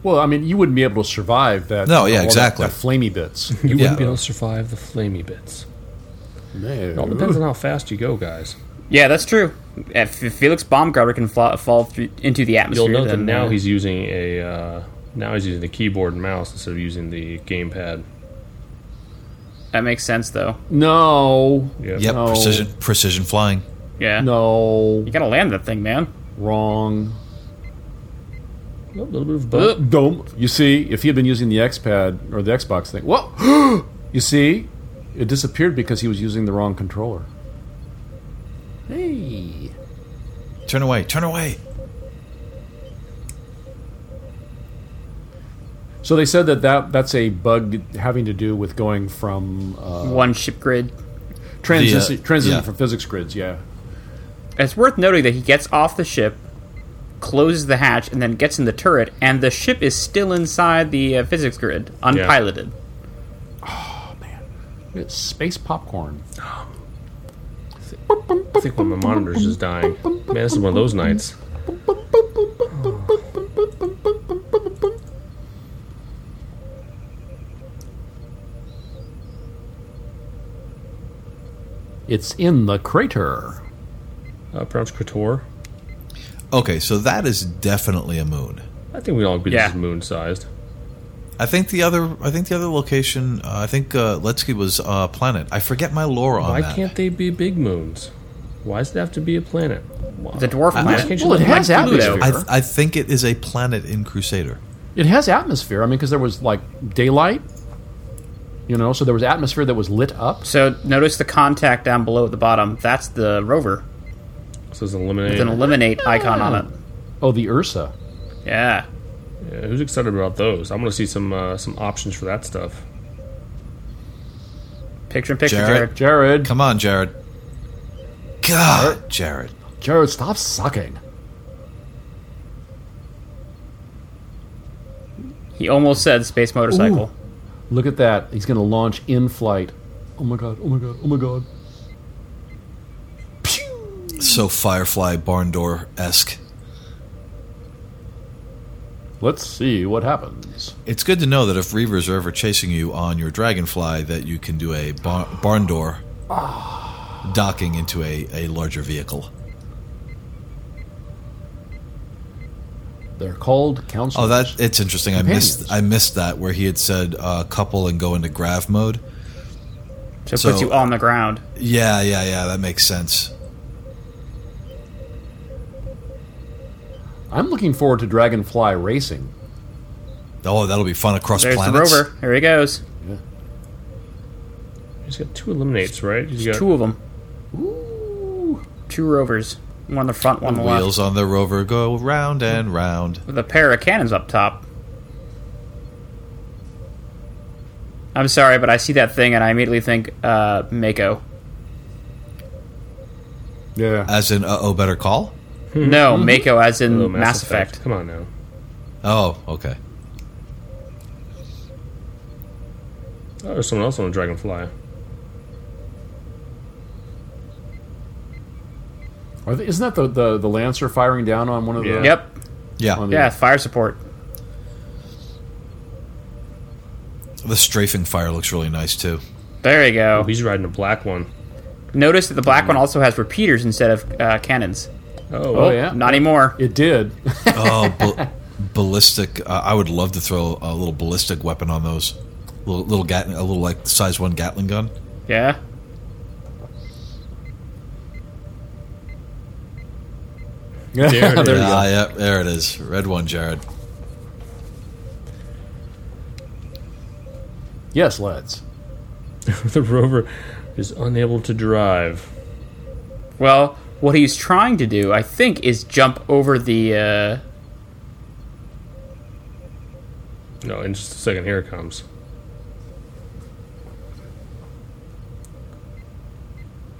Speaker 2: Well, I mean, you wouldn't be able to survive that.
Speaker 4: No, yeah,
Speaker 2: all that-
Speaker 4: exactly.
Speaker 2: That, flamey bits.
Speaker 4: Yeah.
Speaker 5: You wouldn't be able to survive the flamey bits. It all depends on
Speaker 2: no.
Speaker 5: how fast you go, guys.
Speaker 3: Yeah, that's true. If if Felix Baumgartner can fla- fall through, into the atmosphere,
Speaker 5: You'll note that
Speaker 3: then
Speaker 5: now
Speaker 3: uh,
Speaker 5: he's using a uh, now he's using the keyboard and mouse instead of using the gamepad.
Speaker 3: that makes sense though.
Speaker 2: No.
Speaker 5: Yeah.
Speaker 4: Yep,
Speaker 2: No.
Speaker 4: precision precision flying.
Speaker 3: Yeah,
Speaker 2: No.
Speaker 3: you gotta land that thing, man.
Speaker 2: Wrong.
Speaker 5: A little bit of butt.
Speaker 2: Dome. Uh, You see, if he had been using the X pad or the Xbox thing, whoa! you see, it disappeared because he was using the wrong controller. Hey.
Speaker 4: Turn away, turn away.
Speaker 2: So they said that, that that's a bug having to do with going from uh,
Speaker 3: One ship grid.
Speaker 2: transition,
Speaker 4: yeah.
Speaker 2: transition from physics grids. Yeah.
Speaker 3: It's worth noting that he gets off the ship, closes the hatch, and then gets in the turret, and the ship is still inside the uh, physics grid, unpiloted.
Speaker 2: It's space popcorn.
Speaker 5: I think one of my monitors is dying. Man, this is one of those nights.
Speaker 2: It's in the crater.
Speaker 5: Uh, pronounced Krator.
Speaker 4: Okay, so that is definitely a moon.
Speaker 5: I think we all agree
Speaker 3: Yeah.
Speaker 5: this is moon sized.
Speaker 4: I think the other I think the other location uh, I think uh, Letsky was uh, planet. I forget my lore on
Speaker 5: Why
Speaker 4: that.
Speaker 5: can't they be big moons? Why does it have to be a planet? Why-
Speaker 3: The dwarf
Speaker 5: why
Speaker 3: planet.
Speaker 5: can't you
Speaker 2: Well,
Speaker 5: look
Speaker 2: it has
Speaker 5: like Pluto?
Speaker 2: atmosphere.
Speaker 4: I, I think it is a planet in Crusader.
Speaker 2: It has atmosphere. I mean, because there was like daylight, you know, so there was atmosphere that was lit up.
Speaker 3: So notice the contact down below at the bottom. That's the rover
Speaker 5: So it's
Speaker 3: with an
Speaker 5: eliminated.
Speaker 3: eliminate icon on it.
Speaker 2: Oh, the Ursa.
Speaker 3: Yeah.
Speaker 5: Yeah, who's excited about those? I'm going to see some uh, some options for that stuff.
Speaker 3: Picture in picture,
Speaker 4: Jarrett.
Speaker 3: Jared.
Speaker 2: Jared,
Speaker 4: Come on, Jared. God, Jared.
Speaker 2: Jared, stop sucking.
Speaker 3: He almost said space motorcycle.
Speaker 2: Look at that. He's going to launch in flight. Oh my god, oh my god, oh my god.
Speaker 4: So Firefly barn door esque.
Speaker 2: Let's see what happens.
Speaker 4: It's good to know that if Reavers are ever chasing you on your Dragonfly, that you can do a bar- barn door
Speaker 5: Ah.
Speaker 4: docking into a, a larger vehicle.
Speaker 2: They're called counselors.
Speaker 4: Oh, that it's interesting. I
Speaker 2: Companions.
Speaker 4: missed I missed that where he had said uh, couple and go into grav mode.
Speaker 3: So it
Speaker 4: So-
Speaker 3: puts you on the ground.
Speaker 4: Yeah, yeah, yeah. That makes sense.
Speaker 2: I'm looking forward to Dragonfly Racing.
Speaker 4: Oh, that'll be fun across
Speaker 3: There's
Speaker 4: planets.
Speaker 3: the rover. Here he goes.
Speaker 5: He's got two eliminates, right? He's got
Speaker 3: Two of them. Two rovers. One on the front, one on the left.
Speaker 4: Wheels on the rover go round and round.
Speaker 3: With a pair of cannons up top. I'm sorry, but I see that thing and I immediately think, uh, Mako.
Speaker 2: Yeah.
Speaker 4: As in, uh oh, better call.
Speaker 3: No, Mako as in
Speaker 5: Oh,
Speaker 3: Mass, Effect.
Speaker 5: Come on now.
Speaker 4: Oh, okay.
Speaker 5: Oh, there's someone else on the Dragonfly.
Speaker 2: Are they, isn't that the, the, the Lancer firing down on one of
Speaker 5: Yeah.
Speaker 2: the.
Speaker 3: Yep.
Speaker 4: Yeah,
Speaker 2: on the-
Speaker 3: Yeah, fire support.
Speaker 4: the strafing fire looks really nice too.
Speaker 3: There you
Speaker 5: Oh,
Speaker 3: go.
Speaker 5: he's riding a black one.
Speaker 3: Notice that the black one also has repeaters instead of uh, cannons.
Speaker 5: Oh,
Speaker 2: Oh, yeah.
Speaker 3: Not anymore.
Speaker 2: It did.
Speaker 4: Oh, bal- ballistic. Uh, I would love to throw a little ballistic weapon on those. Little, little Gatling, a little like size one Gatling gun.
Speaker 3: Yeah.
Speaker 5: There it is.
Speaker 4: Ah, yeah, there it is. Red one, Jared.
Speaker 2: yes, let's.
Speaker 5: the rover is unable to drive.
Speaker 3: Well, what he's trying to do, I think, is jump over the. Uh,
Speaker 5: No, in just a second, here it comes.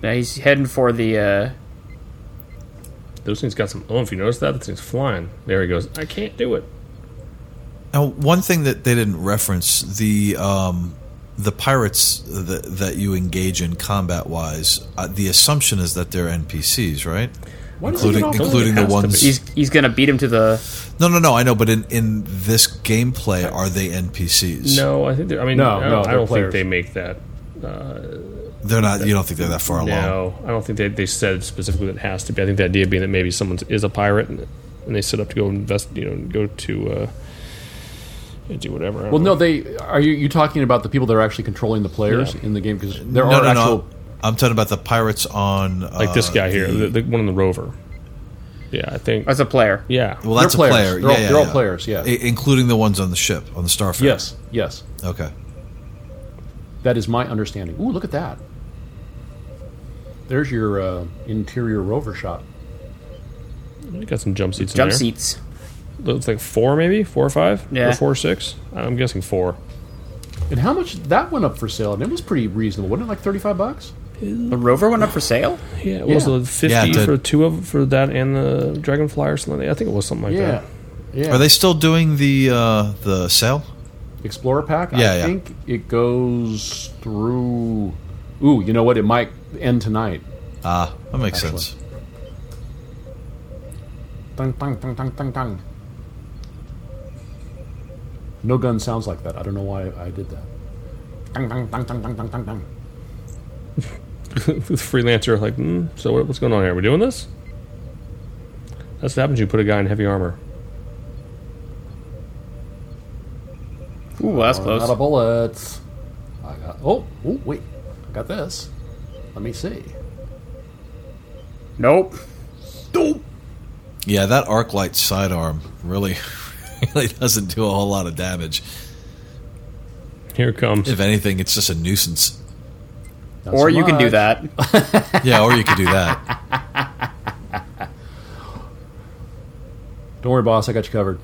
Speaker 3: yeah, he's heading for the. Uh,
Speaker 5: Those things got some oomph. You notice that? That thing's flying. There he goes. I can't do it.
Speaker 4: Now, one thing that they didn't reference the um, the pirates that, that you engage in combat wise. Uh, the assumption is that they're NPCs, right?
Speaker 5: Why does it
Speaker 4: Including-
Speaker 5: get off-
Speaker 4: including the
Speaker 5: It has to
Speaker 4: ones-
Speaker 5: be.
Speaker 3: He's he's gonna beat him to the.
Speaker 4: No, no, no. I know, but in, in this gameplay, are they NPCs?
Speaker 5: No, I think. they're- I mean,
Speaker 2: No,
Speaker 5: I don't,
Speaker 2: no,
Speaker 5: I
Speaker 2: they're
Speaker 5: don't think
Speaker 2: players.
Speaker 5: they make that. Uh,
Speaker 4: they're not. You don't think they're that far along?
Speaker 5: no, I don't think they, they said specifically that it has to be. I think the idea being that maybe someone is a pirate and, and they set up to go invest, you know, go to uh, do whatever. I don't
Speaker 2: Well,
Speaker 5: know.
Speaker 2: no, they are you you talking about the people that are actually controlling the players in the game because there
Speaker 4: No,
Speaker 2: are
Speaker 4: no,
Speaker 2: actual.
Speaker 4: no. I'm talking about the pirates on uh,
Speaker 5: like this guy here, the, the one on the rover. Yeah, I think.
Speaker 3: As a player,
Speaker 5: Yeah,
Speaker 4: well, that's
Speaker 2: They're
Speaker 4: a
Speaker 2: players.
Speaker 4: player.
Speaker 2: They're
Speaker 4: yeah,
Speaker 2: all-
Speaker 4: yeah,
Speaker 2: they're all
Speaker 4: yeah.
Speaker 2: players, yeah.
Speaker 4: I- including the ones on the ship on the Starfire.
Speaker 2: Yes, yes,
Speaker 4: Okay.
Speaker 2: that is my understanding. Ooh, look at that! There's your uh, interior rover shot.
Speaker 5: you got some jump seats. in
Speaker 3: jump
Speaker 5: there.
Speaker 3: seats.
Speaker 5: It's like four, maybe four or five.
Speaker 3: Yeah.
Speaker 5: or four or six. I'm guessing four.
Speaker 2: And how much that went up for sale? And it was pretty reasonable, wasn't it? Like thirty-five bucks.
Speaker 3: The rover went up for sale.
Speaker 5: Yeah, it was
Speaker 2: Yeah.
Speaker 5: the fifty
Speaker 4: Yeah, it did.
Speaker 5: for two of for that and the dragonfly or something. like that. I think it was something like
Speaker 2: Yeah,
Speaker 5: that.
Speaker 2: yeah.
Speaker 4: Are they still doing the uh, the sale?
Speaker 2: Explorer pack.
Speaker 4: Yeah,
Speaker 2: I
Speaker 4: yeah.
Speaker 2: think it goes through. Ooh, you know what? It might end tonight.
Speaker 4: Ah, that makes
Speaker 2: Actually.
Speaker 4: sense.
Speaker 2: Dun, dun, dun, dun, dun, dun. No gun sounds like that. I don't know why I did that. Dun, dun, dun, dun, dun, dun, dun, dun.
Speaker 5: the freelancer like mm, so what, what's going on here we're doing this that's what happens when you put a guy in heavy armor
Speaker 3: Ooh, that's
Speaker 2: Run Out
Speaker 3: close.
Speaker 2: of bullets. I got. Oh, oh, wait. I got this. Let me see.
Speaker 3: Nope.
Speaker 4: Yeah, that arc light sidearm really really doesn't do a whole lot of damage.
Speaker 5: here it comes
Speaker 4: If anything, it's just a nuisance.
Speaker 2: Not
Speaker 3: Or
Speaker 2: so
Speaker 3: you can
Speaker 2: much.
Speaker 3: do that.
Speaker 4: Yeah, or you could do that.
Speaker 2: Don't worry, boss. I got you covered.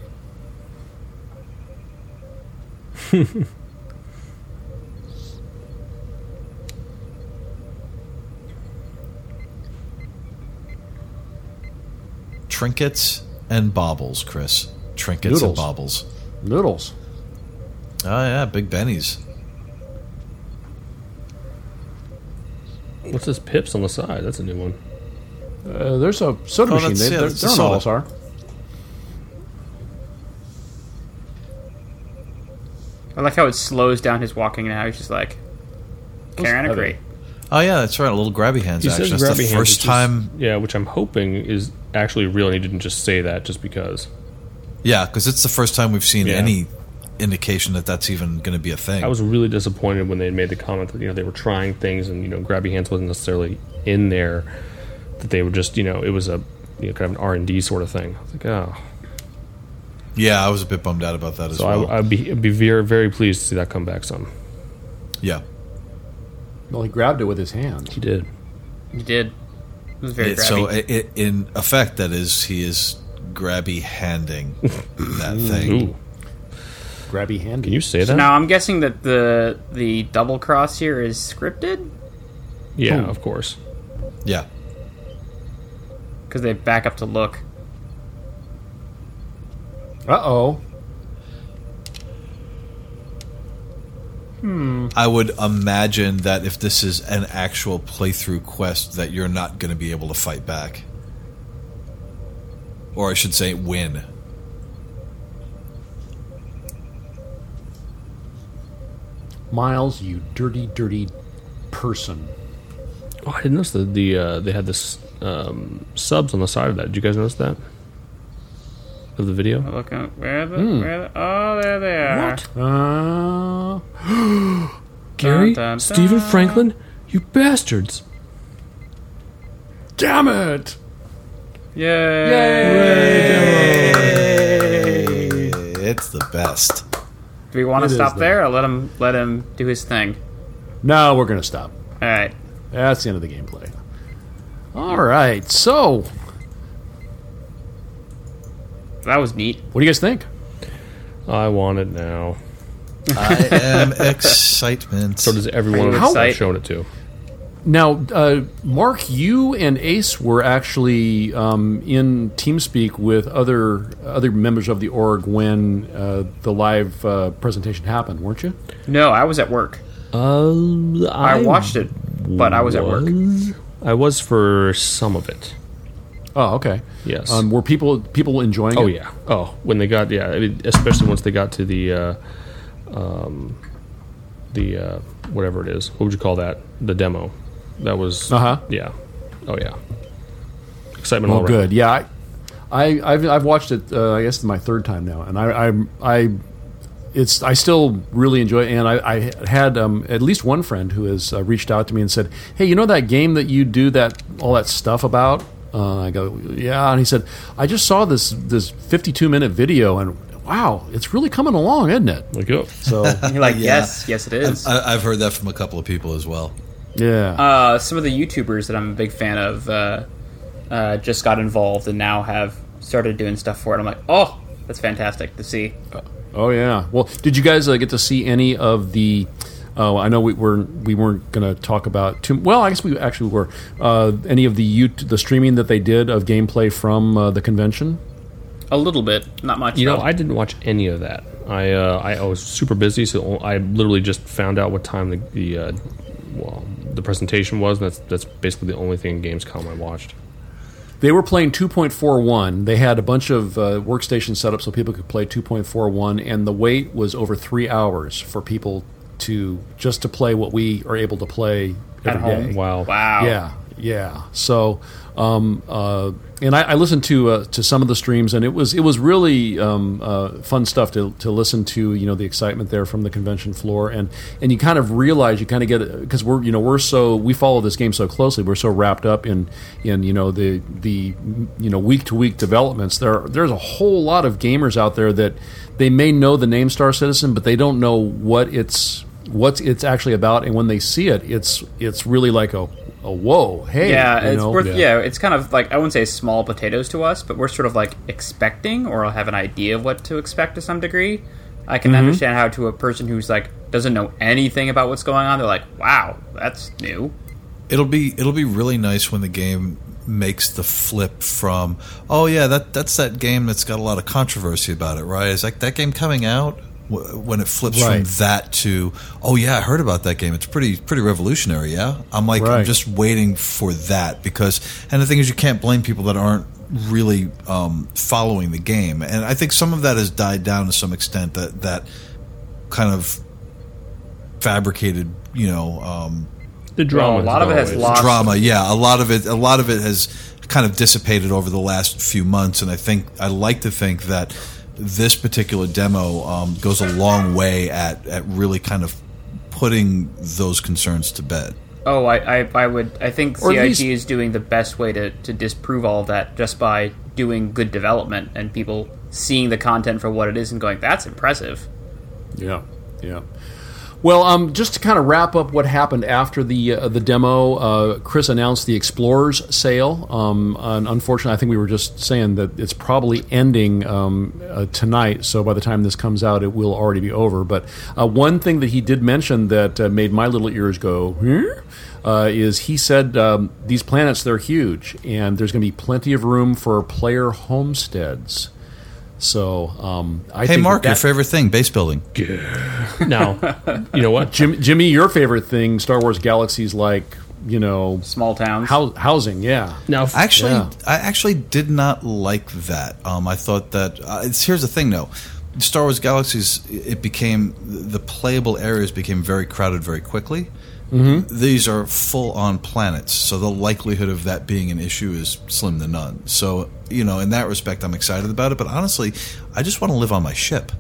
Speaker 4: Trinkets and baubles, Chris. Trinkets and
Speaker 2: Noodles.
Speaker 4: baubles.
Speaker 2: Noodles.
Speaker 4: Oh yeah, big bennies.
Speaker 5: what's this pips on the side that's a new one
Speaker 2: Uh, there's a soda
Speaker 4: Oh,
Speaker 2: machine.
Speaker 4: that's-
Speaker 2: They,
Speaker 4: yeah,
Speaker 2: they're
Speaker 4: that's
Speaker 2: they're
Speaker 4: the
Speaker 2: an all
Speaker 4: soda.
Speaker 2: star.
Speaker 3: I like how it slows down his walking now. He's just like carrying a
Speaker 5: heavy.
Speaker 3: crate.
Speaker 4: Oh yeah, that's right. A little grabby hands
Speaker 5: he
Speaker 4: action.
Speaker 5: says
Speaker 4: That's
Speaker 5: grabby
Speaker 4: the
Speaker 5: hands,
Speaker 4: first
Speaker 5: which is-
Speaker 4: time.
Speaker 5: yeah which i'm hoping is actually real and he didn't just say that just because
Speaker 4: Yeah, because it's the first time we've seen
Speaker 5: Yeah.
Speaker 4: any indication that that's even going to be a thing.
Speaker 5: i was really disappointed when they made the comment that you know they were trying things and you know grabby hands wasn't necessarily in there that they were just you know it was a you know kind of an r&d sort of thing i was like oh
Speaker 4: yeah, I was a bit bummed out about that as
Speaker 5: so
Speaker 4: well.
Speaker 5: I, i'd be, I'd be very very pleased to see that come back some
Speaker 4: yeah,
Speaker 2: Well, he grabbed it with his hand.
Speaker 5: he did
Speaker 3: He did. It was very
Speaker 4: It-
Speaker 3: grabby.
Speaker 4: so i i in effect, that is he is grabby handing that thing.
Speaker 5: ooh
Speaker 2: Grabby hand.
Speaker 5: can you say that
Speaker 3: now I'm guessing that the the double cross here is scripted
Speaker 5: yeah of course
Speaker 4: Yeah,
Speaker 3: because they back up to look.
Speaker 2: Uh oh.
Speaker 4: I would imagine that if this is an actual playthrough quest, that you're not going to be able to fight back, or I should say, win.
Speaker 2: Miles, you dirty, dirty person.
Speaker 5: Oh, I didn't notice that the uh, they had this um, subs on the side of that. Did you guys notice that of the video?
Speaker 3: Look at where the
Speaker 2: Hmm.
Speaker 3: where the oh there they are.
Speaker 2: Uh,
Speaker 5: Gary,
Speaker 3: dun, dun.
Speaker 5: Stephen Franklin, you bastards!
Speaker 2: damn it!
Speaker 3: Yay!
Speaker 4: It's the best.
Speaker 3: Do we want
Speaker 2: It
Speaker 3: to
Speaker 2: is
Speaker 3: stop
Speaker 2: the-
Speaker 3: there or let him let him do his thing?
Speaker 2: No, we're gonna stop.
Speaker 3: All right.
Speaker 2: That's the end of the gameplay. All right. So,
Speaker 3: That was neat.
Speaker 2: what do you guys think?
Speaker 5: I want it now.
Speaker 4: I am excitement.
Speaker 5: So does everyone
Speaker 3: you
Speaker 5: else
Speaker 3: excited?
Speaker 5: I've shown it to?
Speaker 2: Now, uh, Mark, you and Ace were actually um, in TeamSpeak with other other members of the org when uh, the live uh, presentation happened, weren't you?
Speaker 3: No, I was at work.
Speaker 5: Um,
Speaker 3: I watched it, but I was at work.
Speaker 5: I was for some of it.
Speaker 2: Oh, okay.
Speaker 5: Yes.
Speaker 2: Um, were people people enjoying
Speaker 5: Oh
Speaker 2: it?
Speaker 5: yeah. Oh, when they got yeah, I mean, especially once they got to the, uh, um, the uh, whatever it is. What would you call that? The demo. That was.
Speaker 2: Uh-huh.
Speaker 5: Yeah. Oh yeah. Excitement
Speaker 2: Oh,
Speaker 5: all
Speaker 2: good.
Speaker 5: around.
Speaker 2: Yeah, I, I I've, I've watched it. Uh, I guess it's my third time now, and I I, I it's I still really enjoy. It. And I, I had um, at least one friend who has uh, reached out to me and said, "Hey, you know that game that you do that all that stuff about?" Uh, I go, "Yeah," and he said, "I just saw this this 52 minute video, and wow, it's really coming along, isn't it?"
Speaker 5: Like oh,
Speaker 2: So
Speaker 3: You're like, yes, yes, it
Speaker 2: Uh,
Speaker 3: is.
Speaker 4: I, I've heard that from a couple of people as well.
Speaker 2: yeah,
Speaker 3: uh, some of the YouTubers that I'm a big fan of uh, uh, just got involved and now have started doing stuff for it. I'm like, oh, that's fantastic to see.
Speaker 2: Oh yeah. Well, did you guys uh, get to see any of the? Oh, I know we weren't we weren't going to talk about too. Well, I guess we actually were. Uh, any of the you the streaming that they did of gameplay from uh, the convention?
Speaker 3: A little bit, not much.
Speaker 5: you know,
Speaker 2: uh,
Speaker 3: though.
Speaker 5: I didn't watch any of that. I uh, I, I was super busy, so I literally just found out what time the, the uh, well the presentation was. And that's that's basically the only thing in Gamescom I watched.
Speaker 2: They were playing 2.41. They had a bunch of uh, workstations set up so people could play 2.41, and the wait was over three hours for people to just to play what we are able to play
Speaker 3: At
Speaker 2: every day.
Speaker 3: home.
Speaker 5: Wow.
Speaker 3: Wow.
Speaker 2: Yeah, yeah. So, um, uh, and I, I listened to uh, to some of the streams, and it was it was really um, uh, fun stuff to, to listen to. You know, the excitement there from the convention floor, and and you kind of realize you kind of get because we're you know we're so we follow this game so closely, we're so wrapped up in in you know the the you know week to week developments. There there's a whole lot of gamers out there that they may know the name Star Citizen, but they don't know what it's what it's actually about and when they see it it's it's really like a, a whoa hey
Speaker 3: Yeah,
Speaker 2: you
Speaker 3: it's
Speaker 2: know?
Speaker 3: worth. Yeah. it's kind of like I wouldn't say small potatoes to us, but we're sort of like expecting or have an idea of what to expect to some degree. I can understand how to a person who's like doesn't know anything about what's going on, they're like, "Wow, that's new."
Speaker 4: It'll be it'll be really nice when the game makes the flip from oh yeah that that's that game that's got a lot of controversy about it right it's like that game coming out Wh- when it flips
Speaker 2: Right.
Speaker 4: from that to oh yeah I heard about that game it's pretty pretty revolutionary yeah I'm like I'm
Speaker 2: Right.
Speaker 4: just waiting for that because and the thing is you can't blame people that aren't really um, following the game and I think some of that has died down to some extent that that kind of fabricated you know um,
Speaker 5: The drama.
Speaker 3: Well, a lot
Speaker 5: is
Speaker 3: of it has
Speaker 5: always-
Speaker 3: lost
Speaker 4: drama. Yeah, a lot of it. A lot of it has kind of dissipated over the last few months, and I think I like to think that this particular demo um, goes a long way at at really kind of putting those concerns to bed.
Speaker 3: Oh, I, I, I would. I think
Speaker 2: Or at
Speaker 3: CIG
Speaker 2: least-
Speaker 3: is doing the best way to, to disprove all of that just by doing good development and people seeing the content for what it is and going, "That's impressive."
Speaker 2: yeah yeah well um, just to kind of wrap up what happened after the uh, the demo uh, chris announced the explorers sale um, and unfortunately i think we were just saying that it's probably ending um, uh, tonight so by the time this comes out it will already be over but uh, one thing that he did mention that uh, made my little ears go "Huh?" uh, is he said um, these planets they're huge and there's going to be plenty of room for player homesteads. So um, I
Speaker 4: Hey,
Speaker 2: think
Speaker 4: Mark,
Speaker 2: that-
Speaker 4: your favorite thing, base building.
Speaker 5: Now, you know what?
Speaker 2: Jim, Jimmy, your favorite thing, Star Wars Galaxies, like you know
Speaker 3: Small towns.
Speaker 2: hou- housing, yeah.
Speaker 5: Now, if-
Speaker 4: Actually,
Speaker 2: Yeah.
Speaker 4: I actually did not like that. Um, I thought that. Uh, it's, here's the thing, though. Star Wars Galaxies, it became the playable areas became very crowded very quickly. These are full on planets, so the likelihood of that being an issue is slim to none. So, you know, in that respect, I'm excited about it. But honestly, I just want to live on my ship.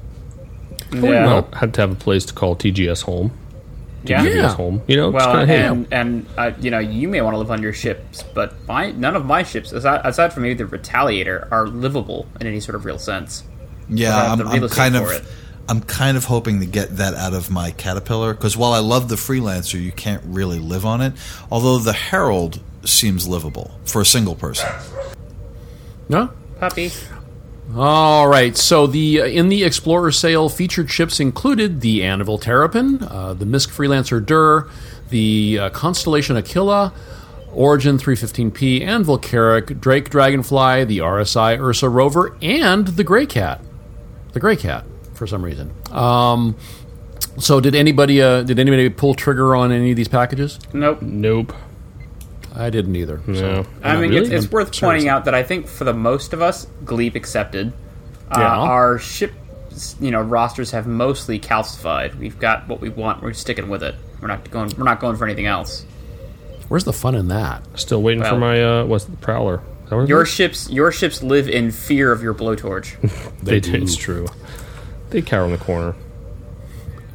Speaker 3: yeah.
Speaker 5: well, had to have a place to call TGS home.
Speaker 3: yeah.
Speaker 5: TGS home. You know, it's
Speaker 3: Well,
Speaker 5: kinda, hey,
Speaker 3: and and uh, you know, you may want to live on your ships, but my none of my ships, aside, aside from maybe the Retaliator, are livable in any sort of real sense.
Speaker 4: Yeah,
Speaker 3: Without
Speaker 4: I'm,
Speaker 3: the real
Speaker 4: I'm
Speaker 3: estate
Speaker 4: kind of.
Speaker 3: for it.
Speaker 4: I'm kind of hoping to get that out of my caterpillar because while I love the freelancer, you can't really live on it. Although the herald seems livable for a single person.
Speaker 2: No.
Speaker 3: Puppy.
Speaker 2: All right. So the uh, in the Explorer sale, featured ships included the Anvil Terrapin, uh, the Misk Freelancer Dur, the uh, Constellation Aquila, Origin 315P, and Volcaric, Drake Dragonfly, the RSI Ursa Rover, and the Gray Cat. The Gray Cat, for some reason. Um, so did anybody uh, did anybody pull trigger on any of these packages?
Speaker 3: Nope.
Speaker 5: nope.
Speaker 2: I didn't either. so-
Speaker 5: Yeah.
Speaker 3: I mean,
Speaker 5: Really?
Speaker 3: it's, it's worth
Speaker 2: Sorry,
Speaker 3: pointing
Speaker 2: sir.
Speaker 3: out that I think for the most of us, Glebe accepted, uh,
Speaker 5: Yeah.
Speaker 3: our ship, you know, rosters have mostly calcified. We've got what we want. We're sticking with it. We're not going. We're not going for anything else.
Speaker 2: Where's the fun in that?
Speaker 5: Still waiting for
Speaker 3: Well-
Speaker 5: my uh, what's the prowler? Is that what it
Speaker 3: Your
Speaker 5: is?
Speaker 3: ships, your ships live in fear of your blowtorch.
Speaker 5: they do. It's true. They cower in the corner.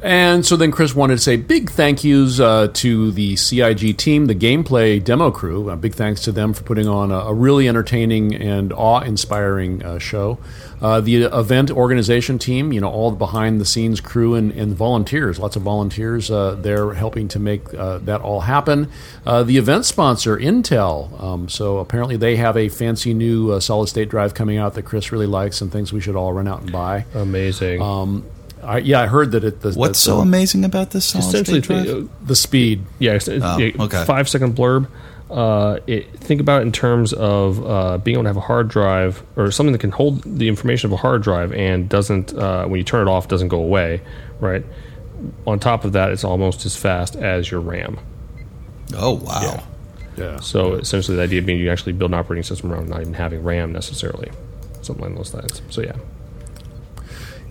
Speaker 2: And so then Chris wanted to say big thank yous uh, to the CIG team, the gameplay demo crew. Uh, big thanks to them for putting on a, a really entertaining and awe inspiring uh, show. Uh, the event organization team, you know, all the behind the scenes crew and, and volunteers, lots of volunteers uh, there helping to make uh, that all happen. Uh, the event sponsor, Intel. Um, so apparently they have a fancy new uh, solid state drive coming out that Chris really likes and thinks we should all run out and buy.
Speaker 5: Oh, Amazing.
Speaker 2: I, yeah, I heard that it. The,
Speaker 4: What's
Speaker 2: the,
Speaker 4: so amazing about this solid
Speaker 5: Essentially,
Speaker 4: state drive?
Speaker 5: uh,
Speaker 2: the speed.
Speaker 5: yeah, it's, it's-
Speaker 4: Oh,
Speaker 5: yeah,
Speaker 4: okay.
Speaker 5: five second blurb. Uh, it, think about it in terms of uh, being able to have a hard drive or something that can hold the information of a hard drive and doesn't, uh, when you turn it off, doesn't go away, right? On top of that, it's almost as fast as your RAM. uh,
Speaker 4: oh wow.
Speaker 2: Yeah.
Speaker 5: So essentially, the idea being you actually build an operating system around not even having RAM necessarily, something along those lines. So yeah,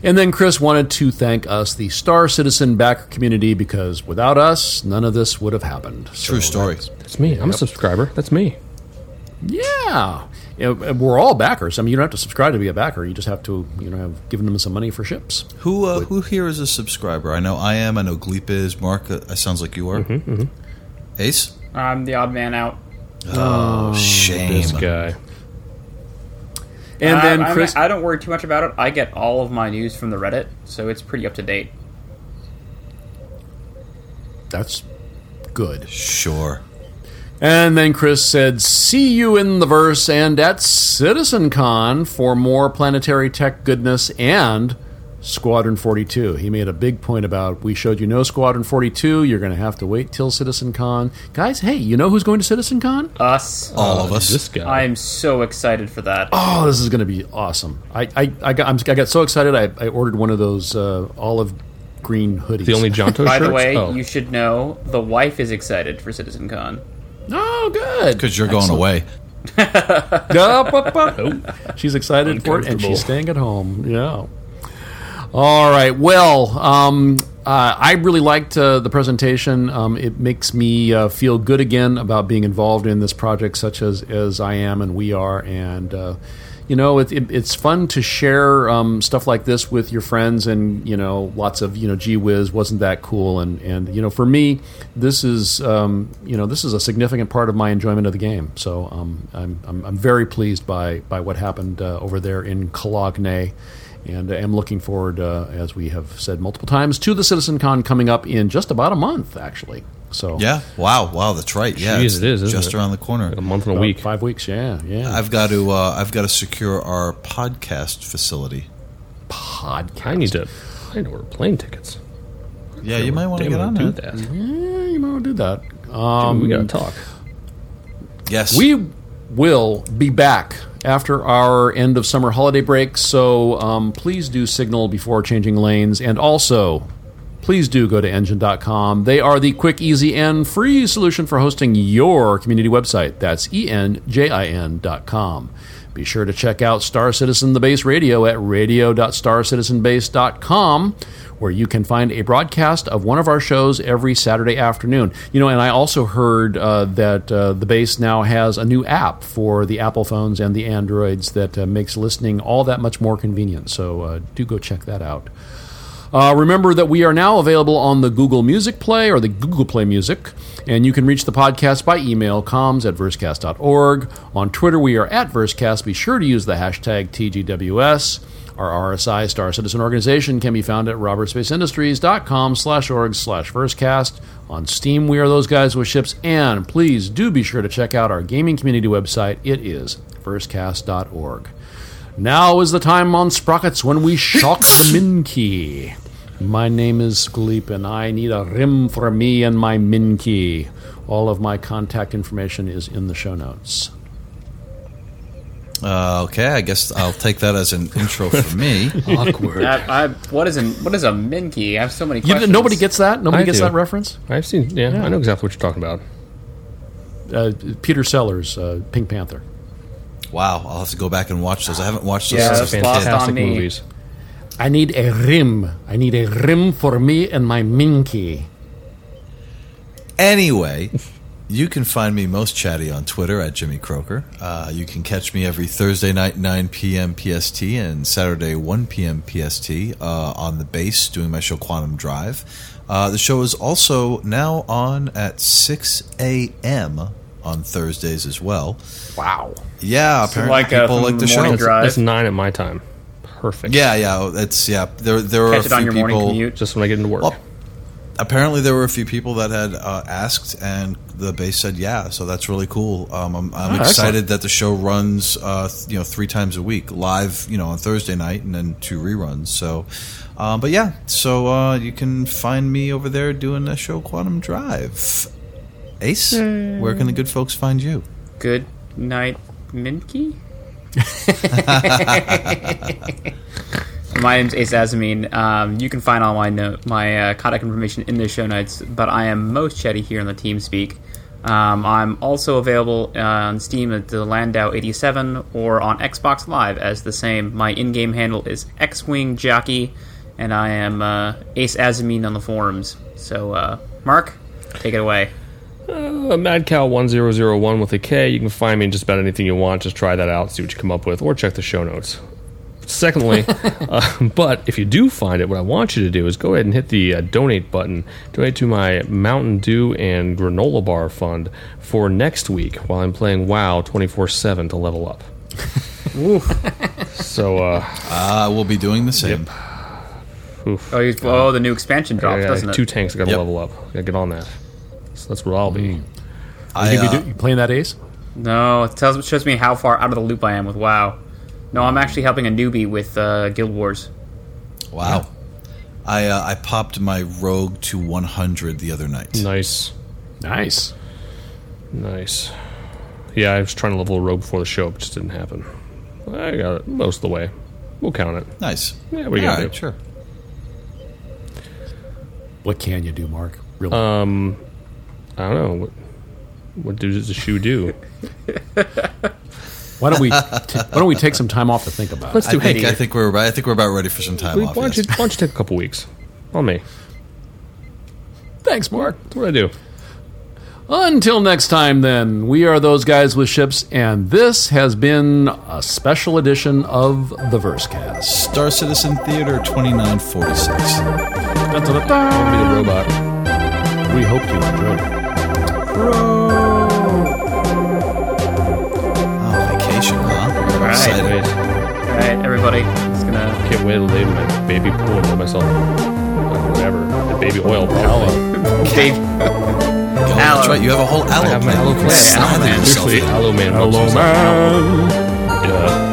Speaker 2: And then Chris wanted to thank us, the Star Citizen backer community, because without us, none of this would have happened. So
Speaker 4: True story.
Speaker 2: that's-
Speaker 5: that's me. I'm a subscriber. That's me.
Speaker 2: Yeah. Yeah, We're all backers. I mean, you don't have to subscribe to be a backer. You just have to, you know, have given them some money for ships.
Speaker 4: Who uh, who here is a subscriber? I know I am. I know Gleep is. Mark, uh, it sounds like you are.
Speaker 5: Mm-hmm,
Speaker 4: Ace.
Speaker 3: I'm the odd man out.
Speaker 4: Oh, shame.
Speaker 5: This guy.
Speaker 2: And
Speaker 3: I-
Speaker 2: then
Speaker 3: I'm-
Speaker 2: Chris.
Speaker 3: I don't worry too much about it. I get all of my news from the Reddit, so it's pretty up to date.
Speaker 2: that's good.
Speaker 4: Sure.
Speaker 2: And then Chris said, See you in the verse and at CitizenCon for more planetary tech goodness and Squadron 42. He made a big point about we showed you no Squadron 42. You're going to have to wait till CitizenCon. Guys, hey, you know who's going to CitizenCon?
Speaker 3: Us.
Speaker 4: All of us.
Speaker 5: Uh, This guy.
Speaker 3: I'm so excited for that.
Speaker 2: Oh, this is going to be awesome. I, I, I, got, I'm, I got so excited, I, I ordered one of those uh, olive green hoodies.
Speaker 5: the only Jonto
Speaker 3: By the
Speaker 5: shirts?
Speaker 3: way,
Speaker 5: Oh.
Speaker 3: you should know the wife is excited for Citizen Con.
Speaker 2: Oh, good.
Speaker 4: Because you're going away.
Speaker 2: Up, up, up. She's excited for it, and she's staying at home. Yeah. All right. Well, um, uh, I really liked uh, the presentation. Um, it makes me uh, feel good again about being involved in this project, such as as I am and we are, and. Uh, you know, it, it, it's fun to share um, stuff like this with your friends, and you know, lots of you know, gee whiz, wasn't that cool? And and you know, for me, this is um, you know, this is a significant part of my enjoyment of the game. So um, I'm, I'm I'm very pleased by by what happened uh, over there in Cologne, and am looking forward, uh, as we have said multiple times, to the CitizenCon coming up in just about a month, actually. So
Speaker 4: Yeah. Wow. Wow. That's right. Yeah.
Speaker 5: Jeez,
Speaker 4: it's
Speaker 5: it is, isn't
Speaker 4: just
Speaker 5: it?
Speaker 4: around the corner.
Speaker 5: a month and a
Speaker 2: about
Speaker 5: week.
Speaker 2: five weeks. Yeah, yeah.
Speaker 4: I've got to. Uh, I've got to secure our podcast facility.
Speaker 2: Podcast.
Speaker 5: I need to. I know where plane tickets.
Speaker 4: Yeah, you might want to
Speaker 5: Damn,
Speaker 4: get on
Speaker 5: do
Speaker 4: that.
Speaker 5: that. Mm-hmm.
Speaker 2: Yeah, you might want to do that. Um,
Speaker 5: we gotta talk.
Speaker 4: Yes.
Speaker 2: We will be back after our end of summer holiday break, so um, please do signal before changing lanes. And also, please do go to engine.com. They are the quick, easy, and free solution for hosting your community website. That's E enjin.com. Be sure to check out Star Citizen The Base Radio at radio.starcitizenbase.com, where you can find a broadcast of one of our shows every Saturday afternoon. You know, and I also heard uh, that uh, The Base now has a new app for the Apple phones and the Androids that uh, makes listening all that much more convenient. So uh, do go check that out. Uh, remember that we are now available on the Google Music Play or the Google Play Music, and you can reach the podcast by email comms at versecast.org. On Twitter, we are at versecast. Be sure to use the hashtag TGWS. Our RSI Star Citizen organization can be found at robertspaceindustries.com slash org slash versecast. On Steam, we are those guys with ships, and please do be sure to check out our gaming community website. It is versecast.org. Now is the time on Sprockets when we shock the Minkey. My name is Gleep, and I need a rim for me and my Minkey. All of my contact information is in the show notes.
Speaker 4: Uh, okay. I guess I'll take that as an intro for me.
Speaker 2: Awkward.
Speaker 3: I, I, what is a what is a Minkey? I have so many questions.
Speaker 2: nobody gets that? Nobody
Speaker 5: I
Speaker 2: gets
Speaker 5: do.
Speaker 2: that reference?
Speaker 5: I've seen. Yeah, I know exactly what you're talking about.
Speaker 2: uh, Peter Sellers, uh, Pink Panther.
Speaker 4: Wow, I'll have to go back and watch those. I haven't watched those
Speaker 3: Yeah,
Speaker 4: since I was a
Speaker 3: that's
Speaker 4: kid.
Speaker 3: lost on
Speaker 5: Fantastic
Speaker 3: me.
Speaker 5: movies.
Speaker 2: I need a rim. I need a rim for me and my minky.
Speaker 4: Anyway, you can find me most chatty on Twitter at Jimmy Croker. Uh, you can catch me every Thursday night, 9 p.m. PST, and Saturday, 1 p.m. PST, uh, on the base doing my show Quantum Drive. Uh, the show is also now on at 6 a.m. on Thursdays as well.
Speaker 2: Wow.
Speaker 4: Yeah, apparently
Speaker 3: like, uh,
Speaker 4: people
Speaker 3: from
Speaker 4: like the
Speaker 3: the
Speaker 4: show.
Speaker 3: morning
Speaker 5: That's,
Speaker 3: Drive.
Speaker 5: that's nine at my time. Perfect.
Speaker 4: Yeah, yeah, that's yeah. There, there are a
Speaker 3: Catch it
Speaker 4: few
Speaker 3: on your morning
Speaker 4: people.
Speaker 3: commute.
Speaker 5: Just when I get into work.
Speaker 4: Well, apparently there were a few people that had uh, asked, and the base said yeah. So that's really cool. Um, I'm,
Speaker 5: Ah,
Speaker 4: I'm excited that the show runs, uh, th- you know, three times a week, live, you know, on Thursday night, and then two reruns. So, um, but yeah, so uh, you can find me over there doing the show Quantum Drive. Ace,
Speaker 5: Hmm.
Speaker 4: where can the good folks find you?
Speaker 3: Good night, Minky. my name's Ace Azamine. Um, you can find all my no- my uh, contact information in the show notes, but I am most chatty here on the TeamSpeak. Um, I'm also available uh, on Steam at the Landau 87 or on Xbox Live as the same. My in-game handle is X-Wing Jockey, and I am uh, Ace Azamine on the forums. So, uh, Mark, take it away.
Speaker 5: Uh, MadCow1001 with a K. You can find me in just about anything you want. Just try that out, see what you come up with, or check the show notes. Secondly, uh, but if you do find it, what I want you to do is go ahead and hit the uh, donate button. Donate to my Mountain Dew and granola bar fund for next week while I'm playing WoW 24 7 to level up. so, uh,
Speaker 4: Uh, we'll be doing the same.
Speaker 5: oof.
Speaker 3: Oh, you, oh, the new expansion
Speaker 5: I
Speaker 3: dropped,
Speaker 5: got
Speaker 3: doesn't it?
Speaker 5: two tanks I gotta
Speaker 4: Yep.
Speaker 5: level up. I gotta get on that. So that's where I'll be.
Speaker 4: I,
Speaker 2: you,
Speaker 4: uh,
Speaker 2: do, you playing that ace?
Speaker 3: No, it tells shows me how far out of the loop I am with WoW. No, I'm actually helping a newbie with uh, Guild Wars.
Speaker 4: wow. I, uh, I popped my rogue to 100 the other night.
Speaker 3: Mm.
Speaker 5: Nice.
Speaker 2: Nice.
Speaker 5: Nice. Yeah, I was trying to level a rogue before the show, but it just didn't happen. I got it most of the way. We'll count it.
Speaker 4: Nice.
Speaker 5: Yeah, we
Speaker 4: All
Speaker 5: got
Speaker 4: right,
Speaker 5: it.
Speaker 4: sure.
Speaker 2: What can you do, Mark? Really?
Speaker 5: I don't know. What, what does the shoe do?
Speaker 2: why don't we? T- why don't we take some time off to think about it?
Speaker 5: Let's
Speaker 4: I
Speaker 5: do
Speaker 4: think,
Speaker 5: Hades.
Speaker 4: I think we're I think we're about ready for some time
Speaker 5: Why
Speaker 4: off.
Speaker 5: don't you,
Speaker 4: yes.
Speaker 5: why don't you take a couple weeks? On me.
Speaker 2: Thanks, Mark.
Speaker 5: That's what I do.
Speaker 2: Until next time, then, we are those guys with ships, and this has been a special edition of the Versecast.
Speaker 4: Star Citizen Theater Oh, 2946.
Speaker 5: Be the robot.
Speaker 2: We hope you enjoyed it.
Speaker 4: Oh, vacation, huh?
Speaker 3: All right,
Speaker 4: Excited.
Speaker 5: Wait,
Speaker 3: all right, everybody. It's gonna.
Speaker 5: can't wait to leave my baby pool and let myself. uh, Whatever. The baby oil palette.
Speaker 3: Dave,
Speaker 4: Oh, that's right. You have a whole
Speaker 5: I
Speaker 4: aloe
Speaker 5: have my
Speaker 4: plant.
Speaker 5: aloe
Speaker 4: You can
Speaker 5: plant.
Speaker 4: smother yourself
Speaker 5: Seriously,
Speaker 4: in it.
Speaker 5: Aloe Man. Aloe Man. Yeah.